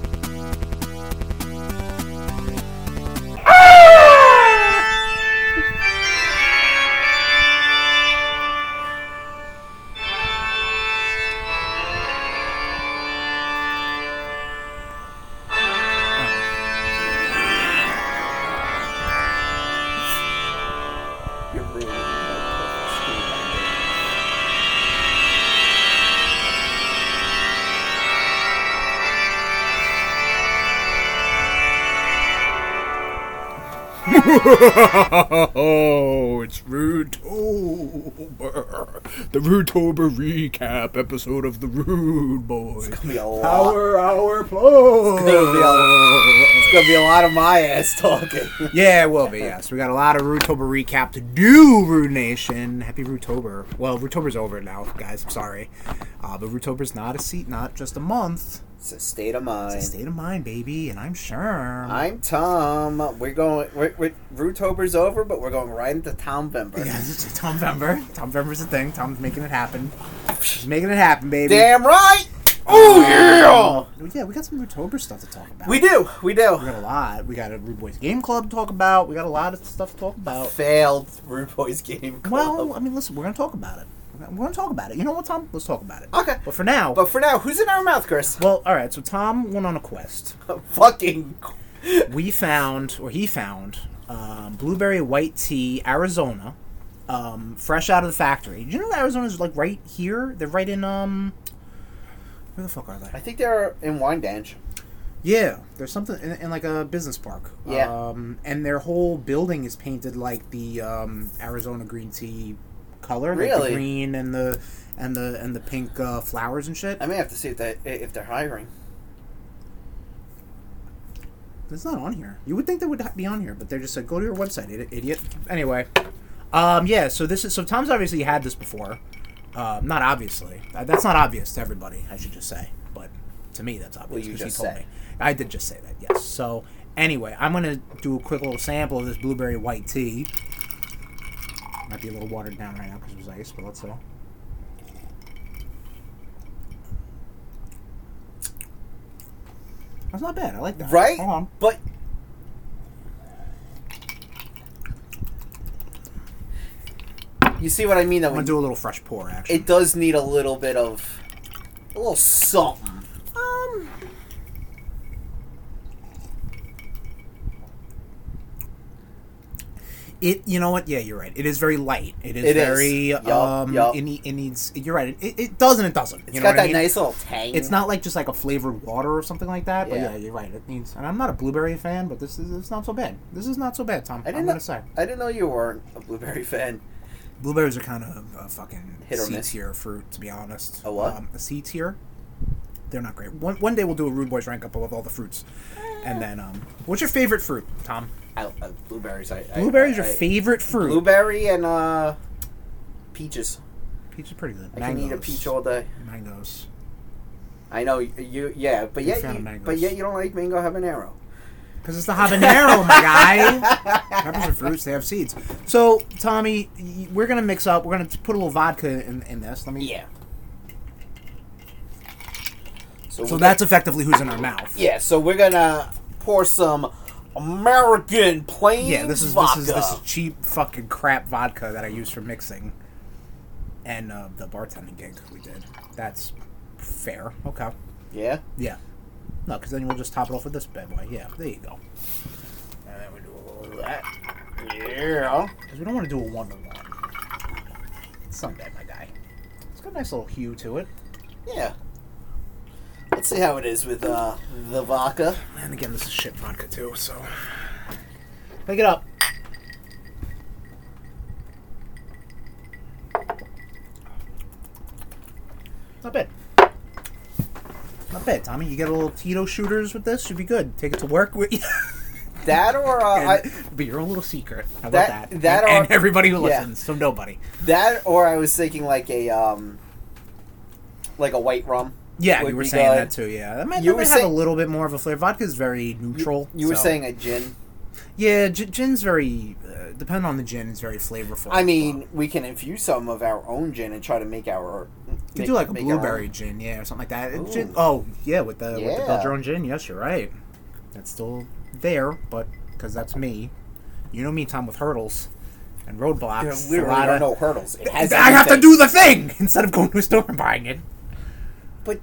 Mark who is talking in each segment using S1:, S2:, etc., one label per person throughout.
S1: Ah! Oh, it's Rudeober. The Rudeober recap episode of the Rude Boys.
S2: It's gonna be a lot.
S1: Power Hour Plus.
S2: gonna be
S1: Ah!
S2: It's gonna be a lot of my ass talking.
S3: Yeah, it will be. Yes, we got a lot of Rootober recap to do. Rude Nation, happy Rootober. Well, Rootober's over now, guys. I'm sorry, uh, but Rootober's not a seat, not just a month.
S2: It's a state of
S3: It's a
S2: mind.
S3: state of mind, baby, and I'm sure.
S2: I'm Tom. We're going. We're, we're, Rootober's over, but we're going right into Tom Vember.
S3: yeah, it's Tom Vember. Tom Vember's a thing. Tom's making it happen.
S1: Oh,
S3: He's making it happen, baby.
S2: Damn right.
S3: Oh yeah. Yeah, we got some Rootober stuff to talk about.
S2: We do. We do.
S3: We got a lot. We got a Rude Boys Game Club to talk about. We got a lot of stuff to talk about.
S2: Failed Rude Boys game. Club.
S3: Well, I mean, listen, we're gonna talk about it. We're gonna- We're gonna talk about it. You know what, Tom? Let's talk about it.
S2: Okay.
S3: But for now,
S2: But for now, who's in our mouth, Chris?
S3: well, all right. So Tom went on a quest.
S2: Fucking.
S3: We found, or he found, um, blueberry white tea, Arizona, um, fresh out of the factory. Did you know Arizona's like right here? They're right in um, where the fuck are
S2: I
S3: they?
S2: think they're in Windange.
S3: Yeah, there's something in, in like a business park.
S2: Yeah.
S3: Um, and their whole building is painted like the um, Arizona green tea color, like
S2: Really?
S3: the green and the and the and the pink uh, flowers and shit.
S2: I may have to see if they if they're hiring.
S3: It's not on here. You would think they would be on here, but they're just like, go to your website, idi- idiot. Anyway, um, yeah. So this is so Tom's obviously had this before. Um, not obviously. Uh, That's not obvious to everybody. I should just say, but to me, that's obvious.
S2: Well, you
S3: 'cause
S2: just
S3: he told
S2: said.
S3: me. I did just say that. Yes. So anyway, I'm gonna do a quick little sample of this blueberry white tea. Might be a little watered down right now because it was ice, but let's see. That's not bad. I like that.
S2: Right?
S3: Hold on.
S2: But you see what I mean? That
S3: I'm gonna
S2: when
S3: do a little fresh pour, actually.
S2: it does need a little bit of a little something.
S3: um, it. You know what? Yeah, you're right. It is very light. It is
S2: It is.
S3: very.
S2: Yup,
S3: um,
S2: yup.
S3: It, ne- it needs. You're right. It, it does and it doesn't.
S2: It's
S3: you know
S2: got
S3: what
S2: that
S3: I mean?
S2: nice little tang.
S3: It's not like just like a flavored water or something like that. But
S2: Yeah.
S3: yeah, you're right. It needs. And I'm not a blueberry fan, but this is it's not so bad. This is not so bad, Tom.
S2: I
S3: I'm
S2: didn't
S3: gonna
S2: know.
S3: say
S2: I didn't know you weren't a blueberry fan.
S3: blueberries are kind of a fucking
S2: Hit or
S3: C
S2: miss.
S3: tier fruit, to be honest.
S2: A what?
S3: Um, a C tier. They're not great. One, one day we'll do a Rude Boys rank up of all the fruits, and then um, what's your favorite fruit, Tom?
S2: I, uh, blueberries. I, I-
S3: Blueberries are
S2: I-
S3: your favorite fruit.
S2: Blueberry and uh, peaches.
S3: Peach is pretty good.
S2: I can eat a peach all day.
S3: Mangoes.
S2: I know y- you. Yeah, but yet,
S3: fan of
S2: you,
S3: mangoes.
S2: but yet you don't like mango habanero.
S3: Because it's the habanero, my guy. Peppers are fruits; they have seeds. So, Tommy, y- we're gonna mix up. We're gonna put a little vodka in, in this. Let me. So
S2: we-
S3: that's effectively who's in our mouth.
S2: Yeah, so we're gonna pour some American plain
S3: Yeah, this is
S2: vodka.
S3: this is this is cheap fucking crap vodka that I use for mixing, and uh, the bartending gig we did. That's fair. Okay.
S2: yeah,
S3: Yeah. No, because then we'll just top it off with this bad boy. Yeah, there you go. And then we do a little of that
S2: yeah.
S3: because we don't want to do a one to one. Sunday, my guy. It's got a nice little hue to it.
S2: Yeah. Let's see how it is with uh, the vodka.
S3: And again, this is shit vodka too, so pick it up. Not bad. Not bad, Tommy. You get a little Tito shooters with this, should be good. Take it to work with you.
S2: That or uh,
S3: and
S2: I,
S3: be your own little secret. How
S2: That-
S3: about that?
S2: that
S3: and,
S2: or-
S3: and everybody who
S2: yeah.
S3: listens, so nobody.
S2: that or I was thinking like a um, like a white rum.
S3: Yeah,
S2: would
S3: you were
S2: be
S3: saying that
S2: good.
S3: too. Yeah, that might, that
S2: You were
S3: might have a
S2: saying-
S3: little bit more of a flavor. Vodka is very
S2: You-
S3: neutral.
S2: You were
S3: so-
S2: saying a gin.
S3: yeah, gin, gin's very uh, depending on the gin is very flavorful.
S2: I mean, we can infuse some of our own gin and try to make our.
S3: You
S2: make-
S3: do like a
S2: make our own.
S3: blueberry gin, yeah, or something like that. It-
S2: Ooh.
S3: Gin, oh, yeah, with the with the
S2: Yeah.
S3: Belgian gin. Yes, you're right. That's still there, but because that's me. You know me, Tom, with hurdles and roadblocks.
S2: There
S3: It's a
S2: literally
S3: lot
S2: are
S3: of-
S2: no hurdles. It has
S3: I have to
S2: everything.
S3: do the thing instead of going to a store and buying it.
S2: But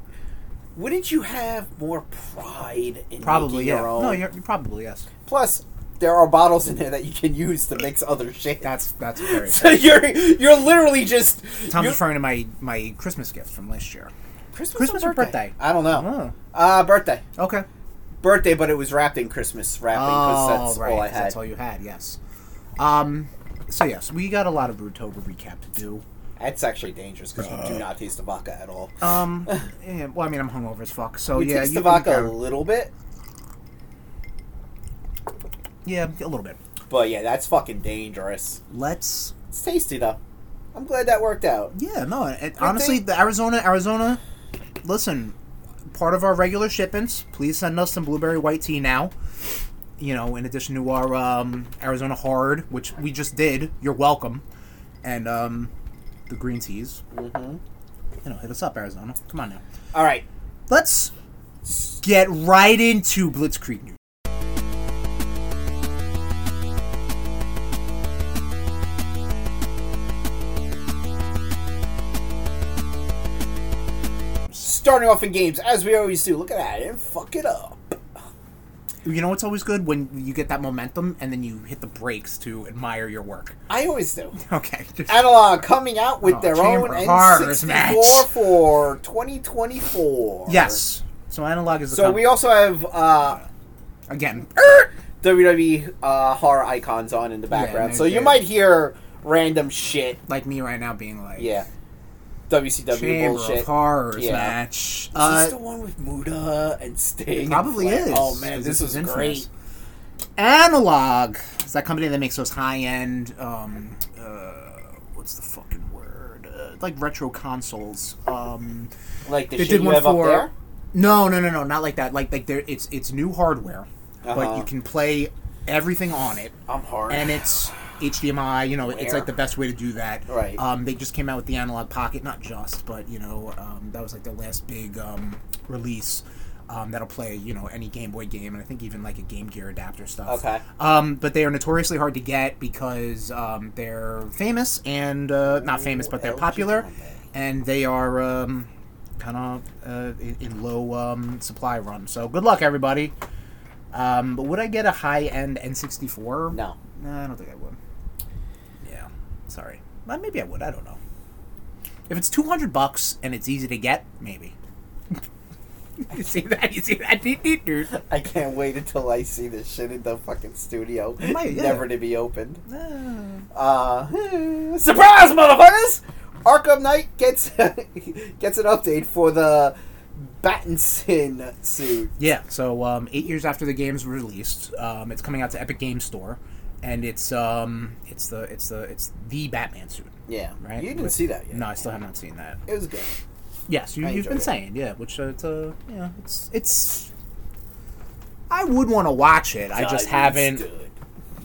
S2: wouldn't you have more pride in
S3: Probably,
S2: making
S3: yeah.
S2: your own?
S3: No, you're, you probably yes.
S2: Plus, there are bottles in there that you can use to mix other shit.
S3: That's that's very.
S2: so you're you're literally just
S3: Tom's
S2: you're-
S3: referring to my my Christmas gift from last year.
S2: Christmas,
S3: Christmas or birthday?
S2: I don't know.
S3: Oh,
S2: Uh, birthday.
S3: okay.
S2: birthday, but it was wrapped in Christmas wrapping because that's all I
S3: Oh, 'cause
S2: had.
S3: That's all you had. Yes. Um. So yes, we got a lot of Brewtober recap to do.
S2: That's actually dangerous because you
S3: Uh.
S2: do not taste the vodka at all.
S3: Um. yeah, well, I mean, I'm hungover as fuck. So
S2: You
S3: Oh, yeah,
S2: taste
S3: you
S2: the
S3: can
S2: vodka a
S3: kinda-
S2: little bit,
S3: yeah, a little bit.
S2: but yeah, that's fucking dangerous.
S3: Let's.
S2: It's tasty though. I'm glad that worked out.
S3: Yeah. No. And honestly,
S2: thing.
S3: the Arizona, Arizona. Listen, part of our regular shipments. Please send us some blueberry white tea now. You know, in addition to our um, Arizona hard, which we just did. You're welcome. And um, the green teas.
S2: Mm-hmm.
S3: You know, hit us up, Arizona. Come on now.
S2: All right,
S3: Let's get right into Blitzkrieg news.
S2: starting off in games as we always do. Look at that, I didn't fuck it up.
S3: You know what's always good when you get that momentum and then you hit the brakes to admire your work.
S2: I always do.
S3: Okay. just-
S2: Analog coming out with
S3: Oh,
S2: their
S3: Chamber
S2: own
S3: of Horrors
S2: N64
S3: match.
S2: for 2024.
S3: yes. So analog is the
S2: So
S3: com-
S2: we also have uh,
S3: again.
S2: WWE uh, horror icons on in the background,
S3: no
S2: so you
S3: shit.
S2: might hear random shit.
S3: Like me right now being like
S2: Yeah, WCW
S3: Chamber
S2: bullshit.
S3: of Horrors
S2: Yeah.
S3: match.
S2: Is
S3: Uh,
S2: this the one with Muda and Sting? and
S3: probably
S2: Flair?
S3: is.
S2: Oh man, this,
S3: is
S2: was
S3: infamous.
S2: great.
S3: Analog is that company that makes those high end. Um, uh, what's the fucking word? Uh, like retro consoles. Um,
S2: Like the
S3: They
S2: shit
S3: did
S2: you
S3: one
S2: have
S3: for-
S2: up
S3: No, no, no, no, not like that. Like like there, it's it's new hardware,
S2: Uh-huh.
S3: but you can play everything on it,
S2: there. I'm hard.
S3: and it's HDMI. You know, it's
S2: Where?
S3: like the best way to do that.
S2: Right.
S3: Um, they just came out with the Analog Pocket, not just, but you know, um, that was like their last big um, release. Um, that'll play, you know, any Game Boy game, and I think even like a Game Gear adapter stuff.
S2: Okay.
S3: Um, but they are notoriously hard to get because um, they're famous and uh, not famous, but they're
S2: LG
S3: popular,
S2: Bombay.
S3: and they are um, kind of uh, in, in low um, supply run. So good luck, everybody. Um, but would I get a high end N64?
S2: no.
S3: Nah, I don't think I would. Yeah, sorry. Well, maybe I would. I don't know. If it's two hundred bucks and it's easy to get, maybe. you see that? You see that? Deet, deet, deet.
S2: I can't wait until I see this shit in the fucking studio,
S3: It might, yeah.
S2: never to be opened.
S3: Ah.
S2: Uh, surprise, motherfuckers! Arkham Knight gets gets an update for the Battinson suit.
S3: Yeah, so um, eight years after the game's released, um, it's coming out to Epic Games Store, and it's um, it's the it's the it's the Batman suit,
S2: Yeah,
S3: right?
S2: You didn't
S3: With-
S2: see that yet.
S3: No, I still have not seen that.
S2: It was good.
S3: Yes, you,
S2: I
S3: you've
S2: enjoyed
S3: been
S2: it.
S3: saying, yeah. Which uh, it's uh, yeah, it's it's. I would want to watch it. I just haven't
S2: Understood.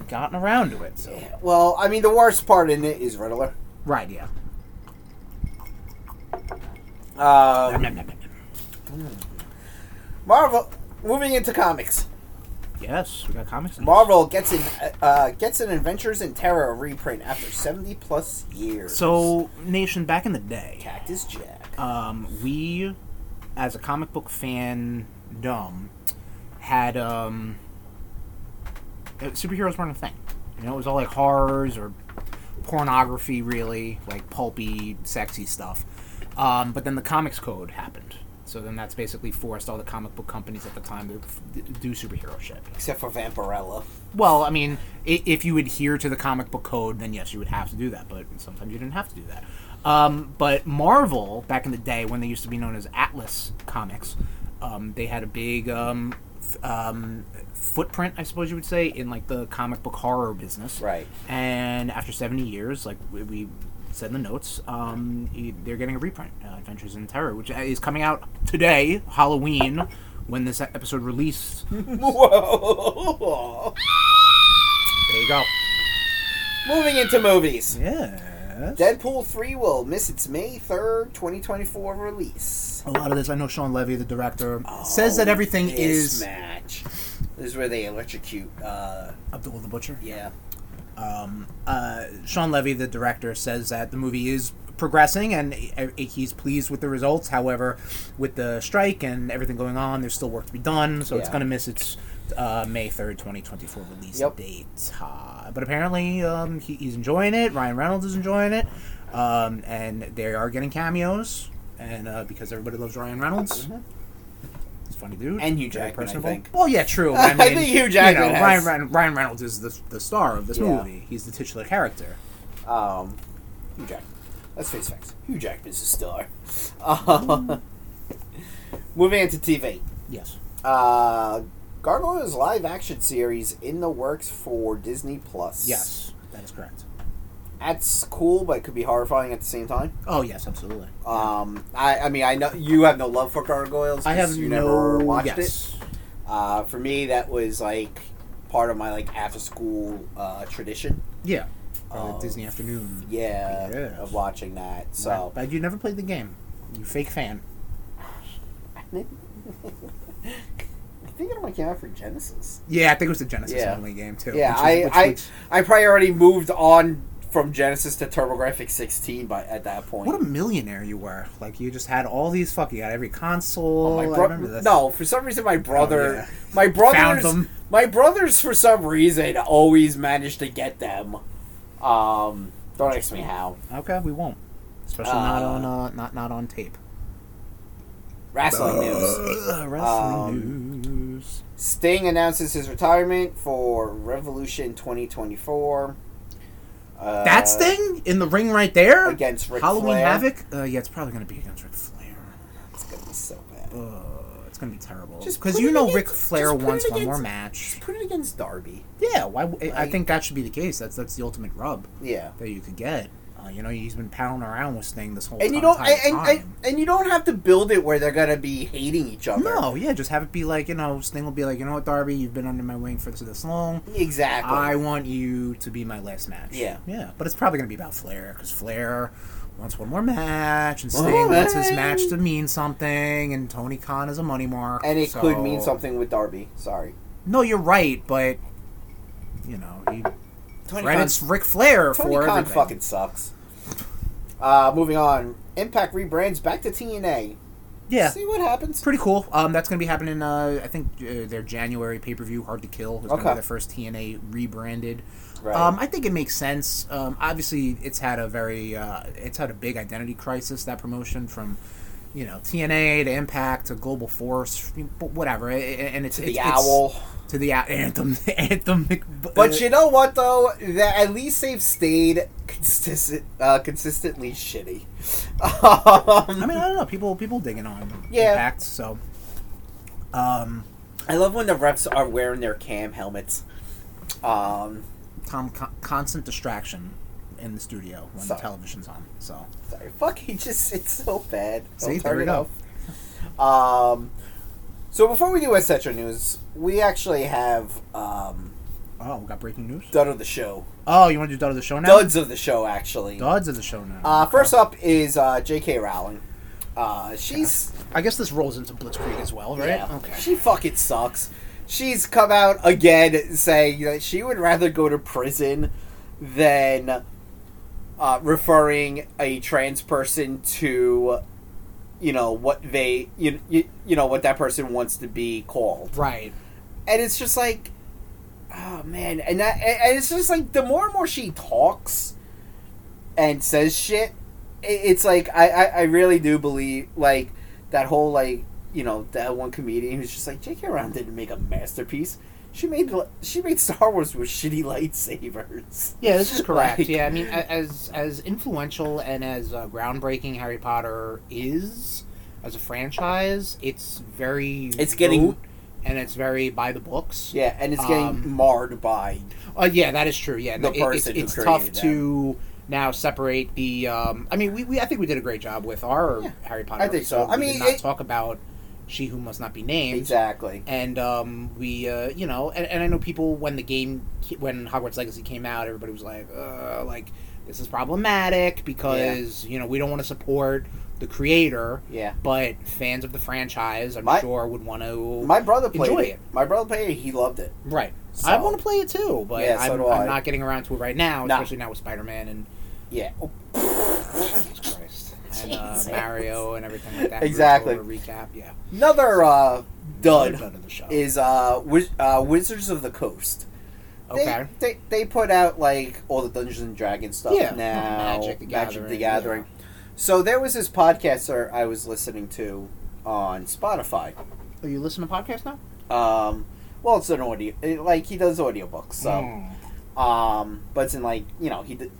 S3: gotten around to it. So
S2: Yeah, Well, I mean, the worst part in it is Riddler.
S3: right, yeah. Nom,
S2: Um,
S3: Oh, nom, nom, nom, nom.
S2: Marvel. Moving into comics,
S3: Yes, we got comics. news.
S2: Marvel gets an uh, gets an Adventures in Terror reprint after seventy plus years.
S3: So nation, back in the day,
S2: Cactus Jack.
S3: um, we, as a comic book fan, dumb, had um, uh, superheroes weren't a thing. You know, it was all like horrors or pornography, really, like pulpy, sexy stuff. Um, but then the Comics Code happened. So then that's basically forced all the comic book companies at the time to f- do superhero shit.
S2: Except for Vampirella.
S3: Well, I mean, i- if you adhere to the comic book code, then yes, you would have to do that. But sometimes you didn't have to do that. Um, but Marvel, back in the day when they used to be known as Atlas Comics, um, they had a big um, f- um, footprint, I suppose you would say, in like the comic book horror business.
S2: Right.
S3: And after 70 years, like we, we said in the notes, um, y- they're getting a reprint, uh, Adventures in Terror, which is coming out today, Halloween, when this e-, episode released.
S2: Whoa!
S3: there you go.
S2: Moving into movies.
S3: Yeah.
S2: Deadpool 3 will miss its May 3rd, 2024 release. Oh,
S3: a lot of this. I know Sean Levy, the director, says that everything
S2: This
S3: is
S2: match. This is where they electrocute. Uh,
S3: Abdul the Butcher.
S2: yeah.
S3: Um, uh, Sean Levy, the director, says that the movie is progressing and uh, he's pleased with the results. However, with the strike and everything going on, there's still work to be done, so it's
S2: Yeah.
S3: going to miss its uh, May 3rd, 2024 release
S2: Yep.
S3: date. Uh, but apparently, um, he, he's enjoying it. Ryan Reynolds is enjoying it. Um, and they are getting cameos. And uh, because everybody loves Ryan Reynolds, He's a funny dude.
S2: Mm-hmm. And Hugh
S3: very
S2: Jackman, I think.
S3: Well, yeah, true. I, mean,
S2: I think Hugh Jackman
S3: You know,
S2: has-
S3: Ryan, Ryan, Ryan Reynolds is the, the star of this
S2: Yeah.
S3: movie. He's the titular character.
S2: Um, Hugh Jackman. Let's face facts. Hugh Jackman is a star.
S3: Hmm.
S2: Uh, moving into TV.
S3: Yes.
S2: Uh, Gargoyles live action series in the works for Disney Plus.
S3: Yes, that is correct.
S2: that's cool, but it could be horrifying at the same time.
S3: Oh yes, absolutely.
S2: Um, I, I mean, I know you have no love for Gargoyles.
S3: I
S2: 'cause
S3: have
S2: you
S3: no
S2: never watched it.
S3: yes.
S2: Uh, for me, that was like part of my like after school uh, tradition.
S3: Yeah. Uh,
S2: Uh,
S3: Disney afternoon.
S2: Yeah,
S3: Yes.
S2: of watching that. So
S3: but you never played the game. You fake fan.
S2: I think it only came out for Genesis.
S3: Yeah, I think it was the Genesis
S2: Yeah.
S3: only game too.
S2: Yeah,
S3: which
S2: I,
S3: is- which-
S2: I,
S3: which-
S2: I probably already moved on from Genesis to TurboGrafx 16 by at that point.
S3: what a millionaire you were! Like you just had all these fuck. You got every console.
S2: Oh, my
S3: I
S2: bro-
S3: remember this. Oh,
S2: no, for some reason my brother,
S3: yeah.
S2: my brothers,
S3: them.
S2: my brothers for some reason always managed to get them. Um, don't ask me how.
S3: Okay, we won't. Especially not on uh, not not on tape.
S2: Wrestling news: Um,
S3: Ugh, wrestling news.
S2: Sting announces his retirement for Revolution 2024. Uh,
S3: That Sting in the ring right there
S2: against Ric
S3: Halloween
S2: Flair.
S3: Havoc. Uh, yeah, it's probably gonna be against Ric Flair.
S2: It's gonna be so bad.
S3: Uh, it's gonna be terrible.
S2: Just
S3: Because
S2: put
S3: you
S2: it
S3: know
S2: against-
S3: Ric Flair
S2: just put it
S3: wants one more
S2: against-
S3: match.
S2: Put it against Darby.
S3: Yeah, why? w I I
S2: Like-
S3: think that should be the case. That's that's the ultimate rub
S2: Yeah.
S3: that you could get. Uh, you know, he's been pounding around with Sting this whole
S2: And
S3: ti-
S2: you don't
S3: entire
S2: and, and,
S3: time.
S2: and, and you don't have to build it where they're gonna be hating each other.
S3: no, yeah, just have it be like you know, Sting will be like, you know what, Darby, you've been under my wing for this this long.
S2: Exactly.
S3: I want you to be my last match.
S2: Yeah.
S3: Yeah. But it's probably going to be about Flair because Flair wants one more match and
S2: One
S3: Sting
S2: more
S3: wants his
S2: match.
S3: match to mean something and Tony Khan is a money mark.
S2: and it
S3: so-
S2: could mean something with Darby. Sorry.
S3: No, you're right, but, you know, he
S2: Tony
S3: credits
S2: Khan-
S3: Ric Flair
S2: Tony
S3: for
S2: Khan
S3: everything.
S2: fucking sucks. Uh, moving on. Impact rebrands back to TNA.
S3: yeah.
S2: See what happens.
S3: Pretty cool. Um, that's going to be happening. Uh, I think uh, their January pay per view, Hard to Kill, is going to
S2: Okay.
S3: be their first TNA rebranded.
S2: Right.
S3: Um, I think it makes sense. Um, obviously, it's had a very uh, it's had a big identity crisis that promotion from you know TNA to Impact to Global Force, but whatever. A- a- And it's
S2: to
S3: it's,
S2: the
S3: it's-
S2: owl.
S3: to the owl anthem anthem. uh,
S2: But you know what though? That at least they've stayed consistent, uh, consistently shitty.
S3: I
S2: Um,
S3: mean, I don't know. People people digging on
S2: Yeah.
S3: Impact, so um,
S2: I love when the refs are wearing their cam helmets. Um,
S3: Tom con- constant distraction in the studio when
S2: So-
S3: the television's on. So
S2: sorry, fuck, he just it's so bad. Don't
S3: See,
S2: turn
S3: there we
S2: it
S3: go.
S2: off. Um, so before we do Essential News, we actually have um,
S3: Oh, we got breaking news.
S2: done of the show.
S3: Oh, you want to do duds of the show now?
S2: duds of the show actually.
S3: Duds of the show now.
S2: Uh, first up is uh, J.K. Rowling. Uh, she's
S3: I guess this rolls into Blitzkrieg as well, right?
S2: yeah, she fucking sucks. She's come out again saying that she would rather go to prison than uh, referring a trans person to, you know, what they you, you you know what that person wants to be called,
S3: Right.
S2: and it's just like, oh man, and that and and it's just like the more and more she talks and says shit, i- it's like I, I, I really do believe like that whole like you know that one comedian who's just like J.K. Rowling didn't make a masterpiece. She made li- she made Star Wars with shitty lightsabers.
S3: Yeah, this is correct.
S2: Like-
S3: yeah, I mean, a- as as influential and as uh, groundbreaking Harry Potter is as a franchise, it's very
S2: It's getting-
S3: rote and it's very by the books.
S2: Yeah, and it's getting
S3: Um,
S2: marred by
S3: Uh, yeah, that is true. Yeah,
S2: The
S3: It- it's-
S2: person who
S3: it's, tough
S2: created them.
S3: to now separate the. Um, I mean, we, we I think we did a great job with our
S2: Yeah,
S3: Harry Potter.
S2: I think so.
S3: episode.
S2: I
S3: We
S2: mean,
S3: did not
S2: it-
S3: talk about she who must not be named.
S2: exactly.
S3: and um, we uh, you know and, and i know people when the game when hogwarts legacy came out everybody was like uh, like this is problematic because you know we don't want to support the creator
S2: Yeah,
S3: but fans of the franchise i'm
S2: My-
S3: sure would want to
S2: my brother played
S3: Enjoy
S2: it.
S3: it.
S2: My brother played it. He loved it.
S3: right
S2: So-
S3: i want to play it too but
S2: Yeah, so
S3: I'm,
S2: do I.
S3: I'm not getting around to it right now
S2: No.
S3: especially now with spider-man and
S2: Yeah,
S3: Jesus Christ, and uh,
S2: Jesus.
S3: mario and everything like that
S2: Exactly.
S3: Naruto, recap yeah
S2: another uh,
S3: Another
S2: dud.
S3: dud of the show
S2: is uh, Wiz- uh Wizards of the Coast. They-
S3: okay
S2: They, they put out like all the Dungeons and Dragons stuff
S3: Yeah.
S2: now,
S3: Magic the Gathering,
S2: Gathering. So there was this podcaster I was listening to on Spotify,
S4: Are you listening to podcasts now?
S2: Um, well, it's an audio. It, like he does
S3: Hmm.
S2: audiobooks, so.
S4: Mm.
S2: Um, but it's in like you know he did.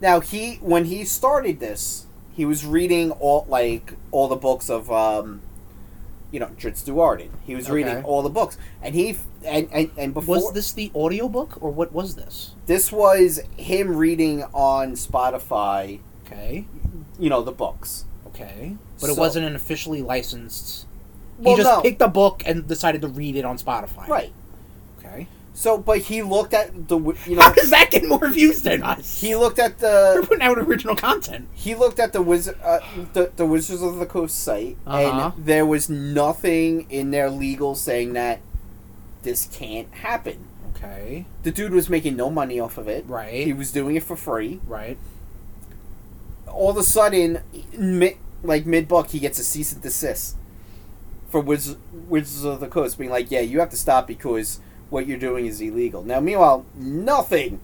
S2: Now he when he started this, he was reading all like all the books of um, you know Dritz Duarden. He was reading
S4: Okay.
S2: all the books, and he f- and and, and before
S3: Was this the audiobook or what was this?
S2: this was him reading on Spotify.
S3: Okay.
S2: You know the books.
S3: Okay. But it
S2: So-
S3: wasn't an officially licensed.
S2: Well,
S3: he just
S2: no.
S3: picked a book and decided to read it on Spotify.
S2: Right.
S3: Okay.
S2: So, but he looked at the w- you
S3: How
S2: know
S3: does that get more views than us?
S2: he looked at the
S3: They're putting out original content.
S2: he looked at the wizard uh, the, the Wizards of the Coast site,
S3: Uh-huh.
S2: and there was nothing in their legal saying that this can't happen.
S3: Okay.
S2: The dude was making no money off of it.
S3: Right.
S2: He was doing it for free.
S3: right.
S2: All of a sudden, mid, like mid buck, he gets a cease and desist for Wiz- Wizards of the Coast being like, "Yeah, you have to stop because what you're doing is illegal." Now, meanwhile, nothing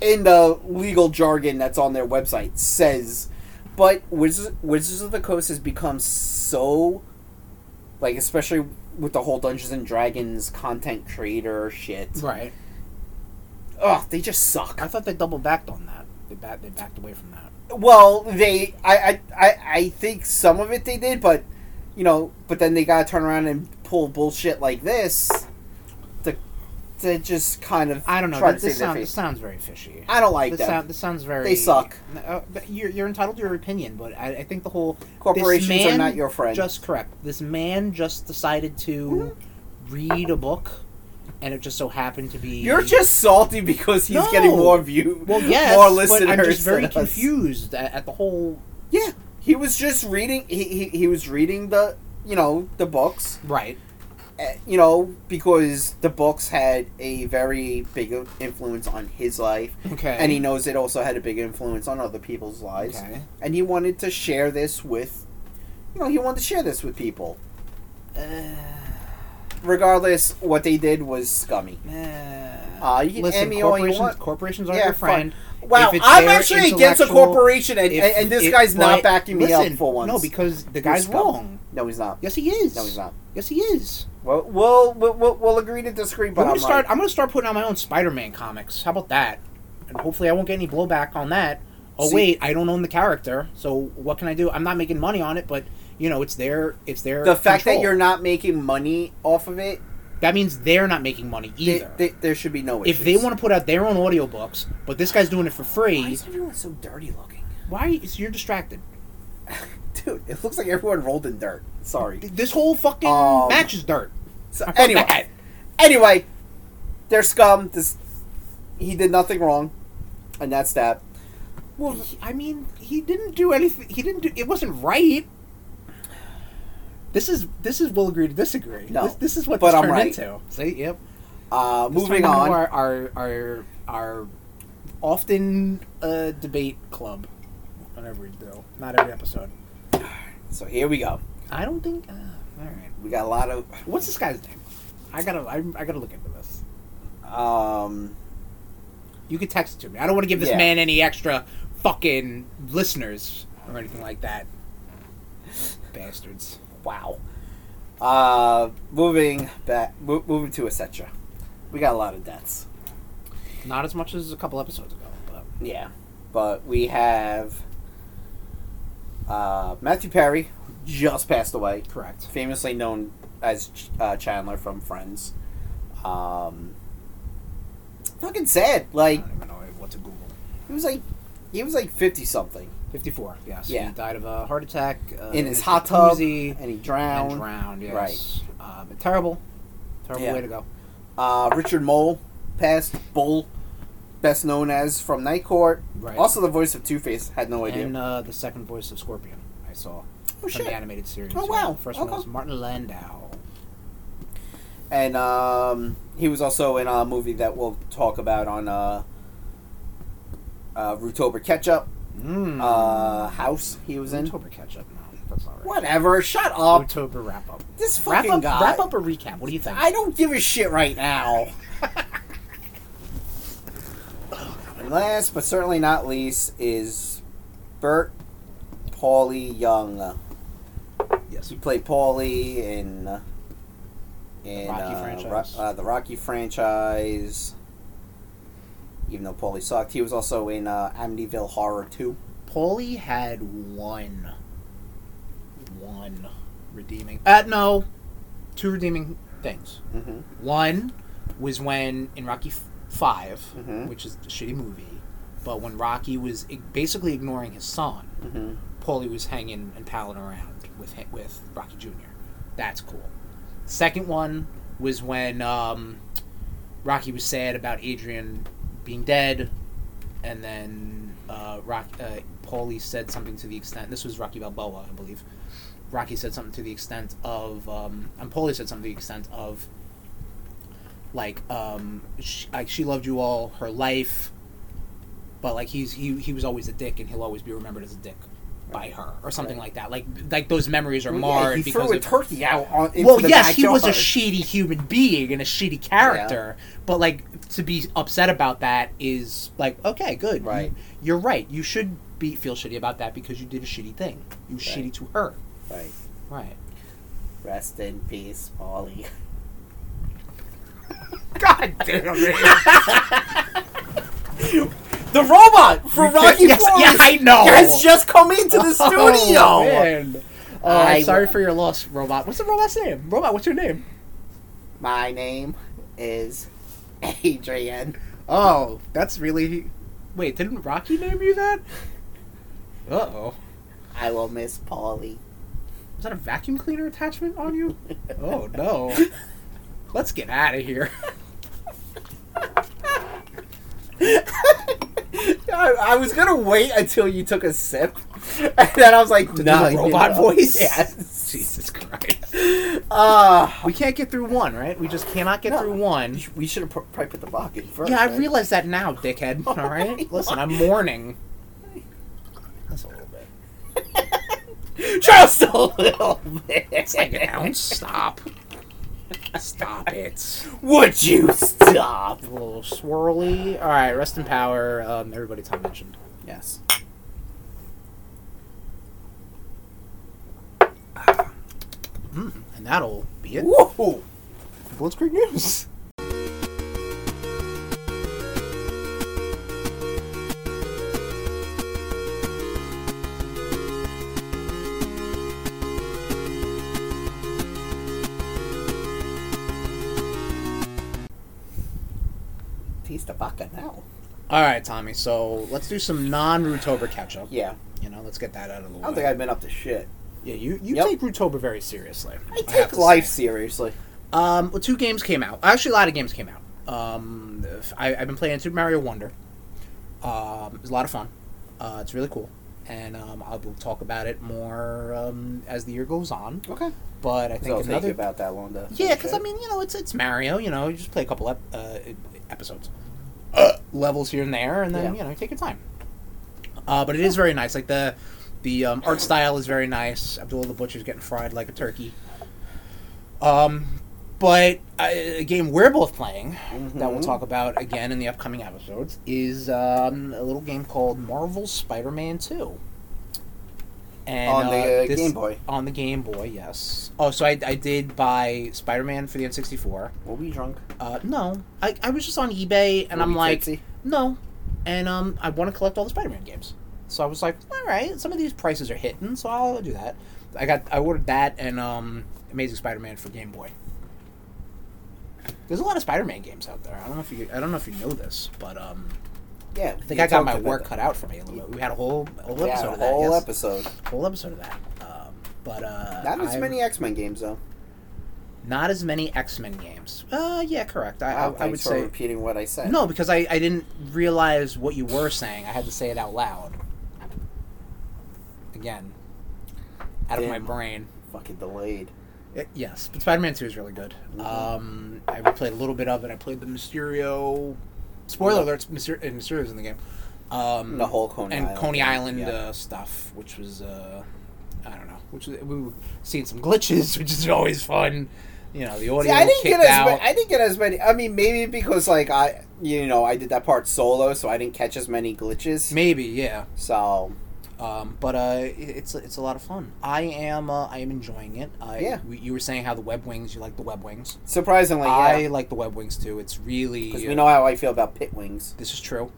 S2: in the legal jargon that's on their website says, but Wizards, Wizards of the Coast has become so, like, especially with the whole Dungeons and Dragons content creator shit.
S3: Right.
S2: Ugh, they just suck.
S3: I thought they double backed on that. They back, they backed away from that.
S2: Well, they, I, I, I, I think some of it they did, but you know, but then they gotta turn around and pull bullshit like this to, to just kind of.
S3: I don't know.
S2: try
S3: that-
S2: to
S3: this,
S2: save their
S3: sound,
S2: face.
S3: this sounds very fishy.
S2: I don't like
S3: this,
S2: them.
S3: sound, this sounds very.
S2: They suck.
S3: Uh, but you're, you're entitled to your opinion, but I, I think the whole
S2: Corporations
S3: this man
S2: are not your friend.
S3: Just correct. This man just decided to read a book, and it just so happened to be.
S2: Mm-hmm. You're just salty because he's
S3: No.
S2: getting more view,
S3: well, yes,
S2: more listeners.
S3: But I'm just very
S2: than us.
S3: confused at, at the whole.
S2: Yeah, he was just reading. He, he he was reading the you know the books.
S3: Right.
S2: eh, you know, because the books had a very big influence on his life,
S3: Okay.
S2: and he knows it also had a big influence on other people's lives,
S3: Okay.
S2: and he wanted to share this with, you know, he wanted to share this with people.
S3: Uh,
S2: Regardless, what they did was scummy. Uh, you can
S3: Listen,
S2: Emmy all you
S3: corporations,
S2: want.
S3: corporations aren't
S2: Yeah,
S3: your friend.
S2: Wow,
S3: If it's
S2: I'm
S3: their
S2: actually against a
S3: intellectual-
S2: corporation, and,
S3: If-
S2: and, and this
S3: if-
S2: guy's not
S3: but-
S2: backing me
S3: listen,
S2: up for once.
S3: No, because the
S2: You're
S3: guy's
S2: scum.
S3: wrong.
S2: no, he's not.
S3: Yes, he is.
S2: No, he's not.
S3: Yes, he is.
S2: Well, we'll we'll, we'll, we'll agree to disagree, but
S3: I'm
S2: I'm
S3: gonna start.
S2: right.
S3: I'm gonna start putting out my own Spider-Man comics. How about that? And hopefully, I won't get any blowback on that. Oh
S2: See-
S3: wait, I don't own the character, so what can I do? I'm not making money on it, but you know, it's their, it's their.
S2: the fact that
S3: control.
S2: you're not making money off of it
S3: that means they're not making money
S2: Th-
S3: either.
S2: th- there should be no
S3: if they want to put out their own audiobooks, but this guy's doing it for
S2: Why
S3: free,
S2: is everyone so dirty looking?
S3: why? Is, you're distracted.
S2: Dude, it looks like everyone rolled in dirt. Sorry.
S3: Th- This whole fucking
S2: Um,
S3: match is dirt.
S2: So,
S3: I felt
S2: anyway,
S3: bad.
S2: anyway, they're scum. This he did nothing wrong, and that's that.
S3: Well, he- I mean, he didn't do anything. He didn't do. It wasn't right. This is this is will agree to disagree.
S2: No,
S3: this, this is what
S2: but
S3: this
S2: I'm
S3: turned
S2: right.
S3: into. See, yep.
S2: Uh,
S3: This
S2: moving
S3: turned into
S2: on.
S3: our our our, our often uh, debate club. Whenever we do, not every episode.
S2: So here we go.
S3: I don't think. Uh, all right.
S2: We got a lot of
S3: What's this guy's name? I gotta I, I gotta look into this.
S2: um.
S3: You can text it to me. I don't want to give this
S2: Yeah.
S3: man any extra fucking listeners or anything like that. Bastards.
S2: Wow. Uh, moving back. Mo- moving to etc. We got a lot of deaths.
S3: Not as much as a couple episodes ago, but
S2: Yeah, but we have uh, Matthew Perry who just passed away.
S3: correct.
S2: famously known as Ch- uh, Chandler from Friends. Um, fucking sad.
S3: I
S2: Like
S3: don't even know what to Google.
S2: he was like he was like fifty something,
S3: Fifty-four. Yes.
S2: Yeah.
S3: He died of a heart attack uh,
S2: In his hot tub,
S3: jacuzzi,
S2: and he
S3: and
S2: drowned.
S3: drowned. Yes. Right. Um, terrible. Terrible
S2: Yeah.
S3: way to go.
S2: Uh, Richard Mole passed. Bull, best known as from Night Court,
S3: Right.
S2: also the voice of Two Face. Had no idea.
S3: and uh, the second voice of Scorpion I saw
S2: oh
S3: from the
S2: shit!
S3: animated series.
S2: Oh,
S3: yeah.
S2: wow.
S3: First
S2: Okay.
S3: one was Martin Landau.
S2: And um, he was also in a movie that we'll talk about on uh, uh, Rootober Ketchup.
S3: Mm.
S2: Uh, House he was in.
S3: October catch-up. No, that's not right.
S2: Whatever. Shut up.
S3: October wrap-up.
S2: This
S3: Wrap
S2: fucking
S3: up,
S2: guy.
S3: wrap up or recap. What do you think?
S2: I don't give a shit right now. and last but certainly not least is Bert Paulie Young,
S5: Yes.
S2: He played Paulie in uh, in
S3: Rocky
S2: uh,
S3: franchise.
S2: Ro- uh, the Rocky franchise. Even though Paulie sucked, he was also in uh, Amityville Horror Two.
S3: Paulie had one, one redeeming. Uh, no, two redeeming things.
S2: Mm-hmm.
S3: One was when in Rocky F- 5
S2: Mhm.
S3: which is a shitty movie, but when Rocky was ig- basically ignoring his son,
S2: Mm-hmm.
S3: Paulie was hanging and palling around with hi- with Rocky Jr. That's cool. Second one was when um, Rocky was sad about Adrian being dead, and then uh, Rock uh, Paulie said something to the extent this was Rocky Balboa, I believe. Rocky said something to the extent of, um, and Paulie said something to the extent of, like, um, she, like she loved you all her life, but like he's he he was always a dick, and he'll always be remembered as a dick by her or something like that. Like like those memories are marred
S2: he
S3: because
S2: threw a
S3: of,
S2: turkey out on. Into
S3: well,
S2: the
S3: yes, he was a
S2: backyard.
S3: shitty human being and a shitty character, but like to be upset about that is like okay, good,
S2: Right.
S3: You, are right. You should be feel shitty about that because you did a shitty thing. You were
S2: Right.
S3: shitty to her,
S2: Right.
S3: right?
S2: Rest in peace, Paulie.
S3: God damn it!
S2: The robot from Rocky
S3: yes,
S2: Four
S3: yeah, I know.
S2: has just come into the studio.
S3: Oh, man. Oh, I'm
S2: I-
S3: sorry for your loss, robot. What's the robot's name? Robot, what's your name?
S2: My name is Adrian.
S3: Oh, that's really. Wait, didn't Rocky name you that? Uh oh.
S2: I will miss Paulie.
S3: Is that a vacuum cleaner attachment on you? Oh no. Let's get out of here.
S2: I, I was gonna wait until you took a sip, and then I was like,
S3: do
S2: "No,
S3: the robot voice?
S2: Yes.
S3: Jesus Christ.
S2: Uh,
S3: We can't get through one, right? We just cannot get
S2: No.
S3: through one.
S2: we should have probably put the rock in first.
S3: Yeah, I
S2: right?
S3: realize that now, dickhead. All right? Listen, I'm mourning. That's a little bit.
S2: just a little bit.
S3: It's like an ounce. Stop. Stop it.
S2: Would you stop?
S3: A little swirly. All right, rest in power. Um, everybody Tom mentioned.
S2: Yes.
S3: And that'll be it.
S2: Whoa.
S3: Blitzkrieg News.
S2: Taste the vodka now.
S3: All right, Tommy. So let's do some non-Rootober catch-up.
S2: Yeah,
S3: You know, let's get that out of the way.
S2: I don't think I've been up to shit.
S3: yeah, you, you
S2: Yep.
S3: take Rootober very seriously.
S2: I
S3: have
S2: take
S3: to
S2: life
S3: say.
S2: seriously.
S3: Um, well, two games came out. Actually, a lot of games came out. Um, I, I've been playing Super Mario Wonder. Um, it's a lot of fun. Uh, it's really cool, and um, I'll we'll talk about it more um, as the year goes on.
S2: Okay.
S3: But I
S2: So
S3: think
S2: it'll take
S3: another
S2: you about that long to.
S3: Yeah, because I mean, you know, it's it's Mario. You know, you just play a couple ep- uh, episodes, uh, levels here and there, and then
S2: Yeah.
S3: you know, take your time. Uh, but it is very nice. Like the the um, art style is very nice. Abdullah the Butcher's getting fried like a turkey. Um, but uh, a game we're both playing that we'll
S2: Mhm.
S3: talk about again in the upcoming episodes is um, a little game called Marvel Spider-Man Two. And,
S2: On the, uh,
S3: this-
S2: Game Boy.
S3: On the Game Boy, yes. Oh, so I, I did buy Spider-Man for the N64.
S2: we'll be drunk.
S3: Uh, no, I, I was just on eBay and
S2: We'll
S3: I'm
S2: be
S3: like,
S2: tipsy.
S3: no, and um, I want to collect all the Spider-Man games. So I was like, all right, some of these prices are hitting, so I'll do that. I got I ordered that and um, Amazing Spider-Man for Game Boy. There's a lot of Spider-Man games out there. I don't know if you I don't know if you know this, but um,
S2: yeah,
S3: I think I got my work cut out for me a little bit. We had a whole a whole
S2: Yeah,
S3: episode
S2: a
S3: of that.
S2: whole
S3: yes.
S2: episode.
S3: Whole episode of that. Um, but uh,
S2: Not as
S3: I'm-
S2: many X Men games though.
S3: Not as many X Men games. Uh, yeah, correct. I,
S2: Wow,
S3: I, I
S2: thanks
S3: would
S2: for
S3: say
S2: repeating what I said.
S3: no because I, I didn't realize what you were saying. I had to say it out loud. Again, out of my
S2: Damn.
S3: brain.
S2: fucking delayed.
S3: It- yes, but Spider Man Two is really good.
S2: Mm-hmm.
S3: Um, I played a little bit of it. I played the Mysterio. Spoiler alert: Myster- uh, Mysterio's in the game. Um,
S2: Mm-hmm. The whole Coney
S3: and
S2: Island
S3: Coney
S2: thing,
S3: Island
S2: yeah.
S3: uh, stuff, which was uh, I don't know, which was, we were seeing some glitches, which is always fun. You know, the audio
S2: Yeah, I didn't
S3: kicked
S2: get as
S3: out.
S2: ma- I didn't get as many. I mean, maybe because like I, you know, I did that part solo, so I didn't catch as many glitches.
S3: Maybe, yeah.
S2: So
S3: Um, but uh, i- it's it's a lot of fun. I am uh, I am enjoying it. I,
S2: Yeah.
S3: we, you were saying how the web wings. You like the web wings.
S2: Surprisingly,
S3: I
S2: yeah.
S3: like the web wings too. It's really
S2: Because we know how I feel about pit wings.
S3: this is true,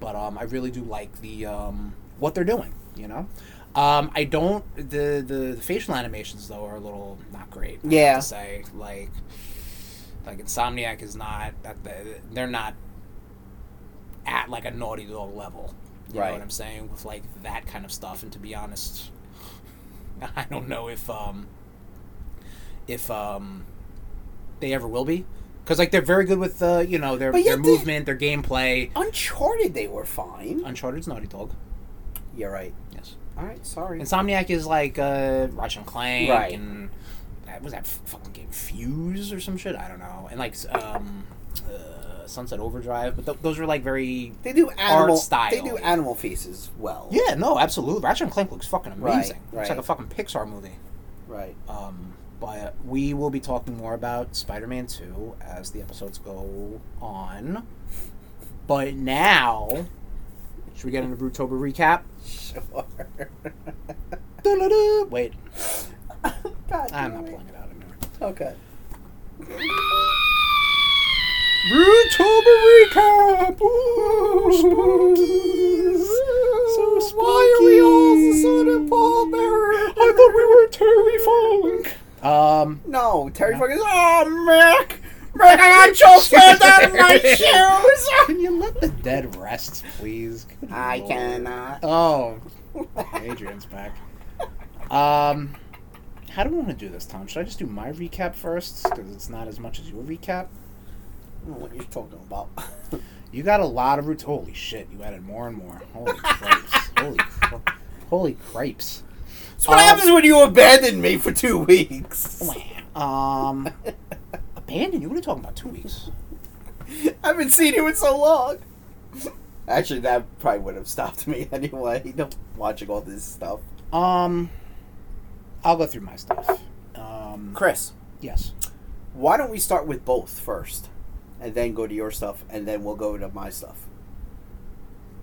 S3: but um, I really do like the um, what they're doing. You know, um, I don't the, the the facial animations though are a little not great. I have
S2: Yeah.
S3: to say like like Insomniac is not that the- they're not at like a naughty dog level. You know
S2: Right.
S3: what I'm saying with like that kind of stuff. And to be honest, I don't know if um, if um, they ever will be. Because like they're very good with uh, you know their,
S2: But
S3: their
S2: yet they-
S3: movement, their gameplay.
S2: Uncharted, they were fine.
S3: Uncharted's Naughty Dog.
S2: You're right.
S3: Yes.
S2: All right, sorry.
S3: Insomniac is like uh, Ratchet and Clank,
S2: Right.
S3: and that was that f- fucking game Fuse or some shit. I don't know. And like s- um, uh, Sunset Overdrive, but th- those are like very.
S2: They do animal
S3: style.
S2: They do animal faces well.
S3: Yeah, no, absolutely. Ratchet and Clank looks fucking
S2: Right,
S3: amazing. It's like
S2: right.
S3: a fucking Pixar movie.
S2: Right.
S3: Um, but we will be talking more about Spider-Man Two as the episodes go on. But now, should we get into Brewtober recap?
S2: Sure.
S3: Da-da-da. Wait,
S2: God
S3: I'm
S2: damn
S3: not
S2: it.
S3: pulling it out anymore.
S2: Okay.
S3: Brewtober recap. So spooky. Why are we all of a sudden I thought we were Terry Funk. Um,
S2: No, Terry fucking. Oh, Mick! Mick, I got choked out of my shoes!
S3: can you let the dead rest, please? Good
S2: I
S3: lord.
S2: cannot.
S3: Oh, Adrian's back. Um, how do we want to do this, Tom? Should I just do my recap first? Because it's not as much as your recap.
S2: I don't know what you're talking about.
S3: You got a lot of roots. Holy shit! You added more and more. Holy cripes! Holy, cri- holy cripes!
S2: That's what
S3: Um,
S2: happens when you abandon me for two weeks.
S3: Um, abandon. You were talking about two weeks.
S2: I haven't seen you in so long. Actually, that probably would have stopped me anyway. Don't- Watching all this stuff.
S3: Um, I'll go through my stuff. Um,
S2: Chris,
S3: yes.
S2: why don't we start with both first, and then go to your stuff, and then we'll go to my stuff.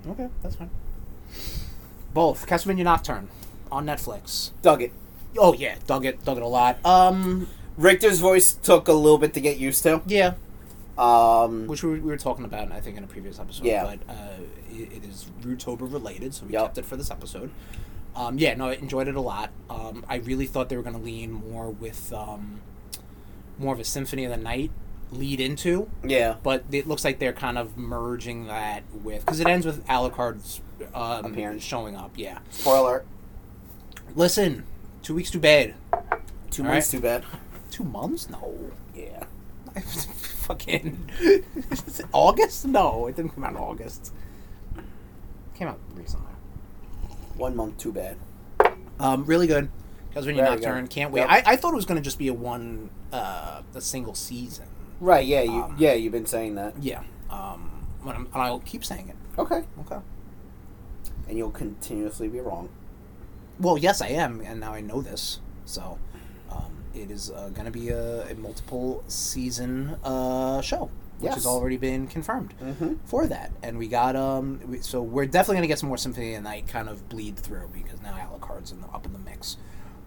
S3: Okay, that's fine. Both Castlevania Nocturne on Netflix.
S2: Dug it.
S3: Oh yeah, dug it, dug it a lot. Um,
S2: Richter's voice took a little bit to get used to.
S3: yeah,
S2: Um,
S3: which we were, we were talking about, I think, in a previous episode.
S2: Yeah.
S3: but uh, it, it is Rootober related, so we
S2: Yep.
S3: kept it for this episode. Um, yeah, no, I enjoyed it a lot. Um, I really thought they were going to lean more with um, more of a Symphony of the Night lead into,
S2: yeah.
S3: but it looks like they're kind of merging that with because it ends with Alucard's um,
S2: Appearance.
S3: showing up. Yeah,
S2: Spoiler.
S3: listen, two weeks too bad.
S2: Two
S3: All
S2: months
S3: right.
S2: too bad.
S3: Two months? No.
S2: Yeah.
S3: fucking is it August? No, it didn't come out in August. It came out recently.
S2: One month too bad.
S3: Um, really good. Castlevania
S2: Very
S3: Nocturne.
S2: good.
S3: Can't wait.
S2: Yep.
S3: I, I thought it was going to just be a one, uh, a single season.
S2: Right. Yeah. You.
S3: Um,
S2: yeah. You've been saying that.
S3: Yeah. Um, but I'm, and I'll keep saying it.
S2: Okay.
S3: Okay.
S2: And you'll continuously be wrong.
S3: Well, yes, I am, and now I know this. So, um, it is uh, going to be a, a multiple season uh, show, which
S2: Yes.
S3: has already been confirmed
S2: Mm-hmm.
S3: for that. And we got um, we, so we're definitely going to get some more Symphony of the Night kind of bleed through because now Alucard's in the, up in the mix.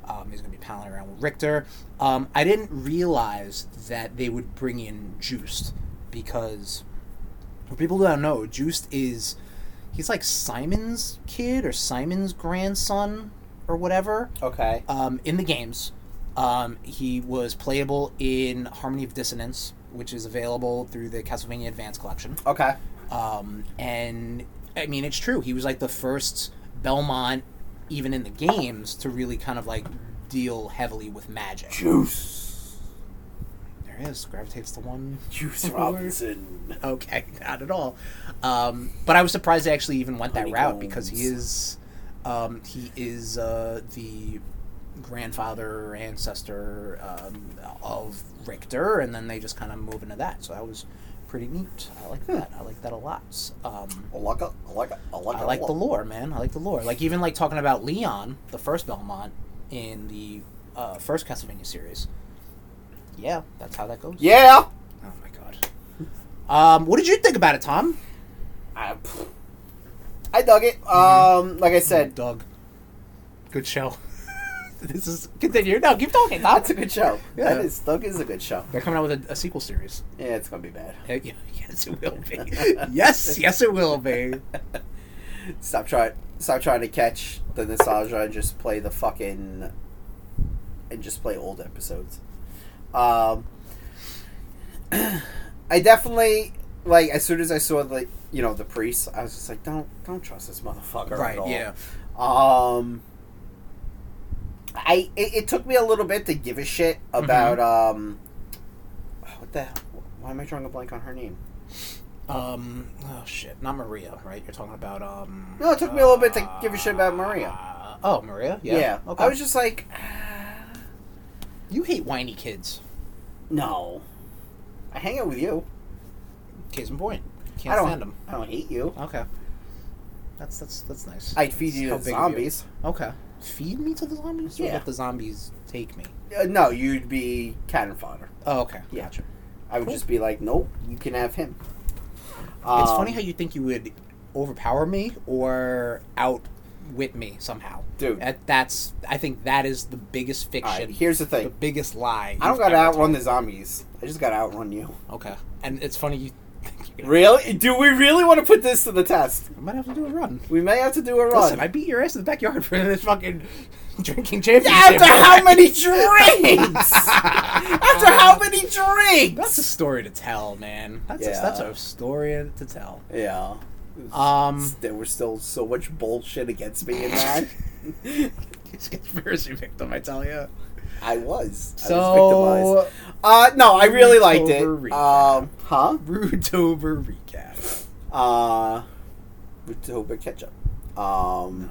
S3: Um, he's going to be palling around with Richter. Um, I didn't realize that they would bring in Juiced because for people who don't know, Juiced is he's like Simon's kid or Simon's grandson or whatever
S2: Okay.
S3: um, in the games. Um, he was playable in Harmony of Dissonance, which is available through the Castlevania Advance Collection.
S2: Okay.
S3: Um, and I mean, it's true. He was like the first Belmont, even in the games, to really kind of like deal heavily with magic.
S2: Juice.
S3: There he is gravitates to one.
S2: Juice Robinson.
S3: Okay, not at all. Um, but I was surprised they actually even went that route because he is, um, he is uh, the grandfather or ancestor um, of Richter, and then they just kind of move into that. So that was pretty neat. I like that. I like that a lot. Um,
S2: I like it. I like it. I like,
S3: I
S2: it a
S3: like the
S2: lot.
S3: lore, man. I like the lore. Like even like talking about Leon, the first Belmont in the uh, first Castlevania series. Yeah, that's how that goes.
S2: Yeah.
S3: Oh my god. Um, what did you think about it, Tom? Mm-hmm.
S2: I, pff. I dug it. Um, like I said,
S3: Doug. Good show. this is continue. No, keep talking. Tom.
S2: That's a good show.
S3: Yeah.
S2: That is Thug is a good show.
S3: They're coming out with a, a sequel series.
S2: Yeah, it's gonna be bad.
S3: Heck yeah. Yes, it will be. yes, yes, it will be.
S2: Stop trying. Stop trying to catch the nostalgia and just play the fucking and just play old episodes. Um, I definitely like as soon as I saw like you know the priest, I was just like, don't don't trust this motherfucker at
S3: Right.
S2: all.
S3: Yeah.
S2: Um, I it, it took me a little bit to give a shit about
S3: Mm-hmm.
S2: um, what the hell? Why am I drawing a blank on her name?
S3: Um. Oh shit. Not Maria, right? You're talking about um.
S2: No, it took me a little bit to give a shit about Maria.
S3: Uh, oh, Maria. Yeah.
S2: Yeah,
S3: Okay.
S2: I was just like,
S3: You hate whiny kids.
S2: no, I hang out with you.
S3: Case in point.
S2: I
S3: Can't
S2: don't.
S3: stand them.
S2: I don't hate you.
S3: Okay. That's that's that's nice.
S2: I'd feed you
S3: How
S2: to
S3: big of you?
S2: zombies.
S3: Okay. Feed me to the zombies. Or
S2: Yeah.
S3: Let the zombies take me.
S2: Uh, no, you'd be cannon fodder.
S3: Oh, okay.
S2: Yeah.
S3: Gotcha.
S2: I would
S3: Cool.
S2: just be like, nope, you can have him.
S3: It's
S2: Um,
S3: funny how you think you would overpower me or outwit me somehow.
S2: Dude.
S3: That, that's I think that is the biggest
S2: All right,
S3: fiction.
S2: here's the
S3: the
S2: thing.
S3: biggest lie.
S2: I don't
S3: you've
S2: gotta
S3: ever
S2: outrun the zombies. I just gotta outrun you.
S3: told. Okay. And it's funny you think you
S2: Really? Do we really want to put this to the test?
S3: I might have to do a run.
S2: We may have to do a run.
S3: Listen, I beat your ass in the backyard for this fucking drinking championship.
S2: After how many drinks? After how many drinks?
S3: That's a story to tell, man. That's
S2: Yeah.
S3: a, that's a story to tell.
S2: Yeah.
S3: Um,
S2: There was still so much bullshit against me in that.
S3: it's conspiracy victim, I tell you.
S2: I was. I was
S3: So,
S2: victimized. Uh, no, I really liked it.
S3: Overreach.
S2: Um, huh?
S3: Rudetober recap.
S2: Uh, with Toba ketchup. Um,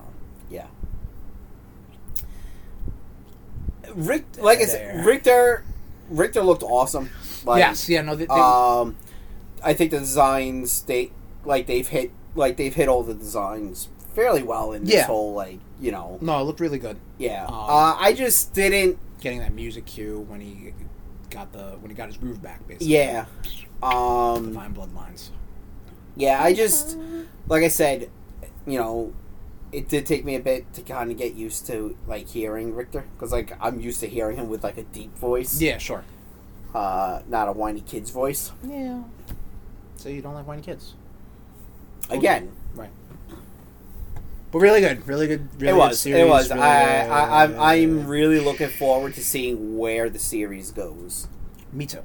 S2: yeah. Rick, like I
S3: There.
S2: said, Richter, Richter looked awesome. Like,
S3: yes, yeah, no, they, they,
S2: Um, I think the designs they like they've hit like they've hit all the designs fairly well in this
S3: Yeah.
S2: whole like you know
S3: no, it looked really good.
S2: yeah.
S3: Um,
S2: uh, I just didn't
S3: Getting that music cue when he got the when he got his groove back, basically.
S2: yeah. Um,
S3: Divine bloodlines.
S2: yeah, I just like I said, you know, it did take me a bit to kind of get used to like hearing Richter because like I'm used to hearing him with like a deep voice,
S3: Yeah, sure.
S2: uh, not a whiny kid's voice.
S3: Yeah. So you don't like whiny kids, Oh,
S2: Again,
S3: right? But really good, really good. Really
S2: it
S3: good
S2: was,
S3: series,
S2: it was.
S3: really
S2: I, I, I'm,
S3: good-
S2: I'm really looking forward to seeing where the series goes.
S3: Me too.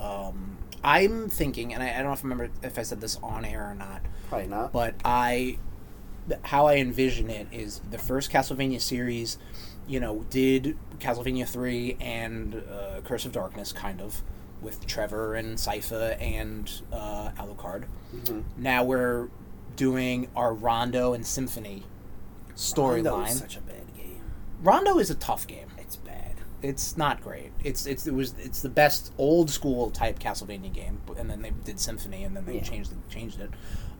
S3: Um, I'm thinking, and I, I don't know if I remember if I said this on air or not,
S2: Probably not.
S3: but I, th- how I envision it is the first Castlevania series, you know, did Castlevania three and uh, Curse of Darkness kind of with Trevor and Sypha and uh, Alucard.
S2: Mhm.
S3: Now we're doing our Rondo and Symphony
S2: Rondo is
S3: storyline.
S2: Such a bad game.
S3: Rondo is a tough game
S2: It's bad.
S3: it's not great. It's it's it was it's the best old school type Castlevania game, b- and then they did Symphony, and then they
S2: Yeah.
S3: changed the, changed it.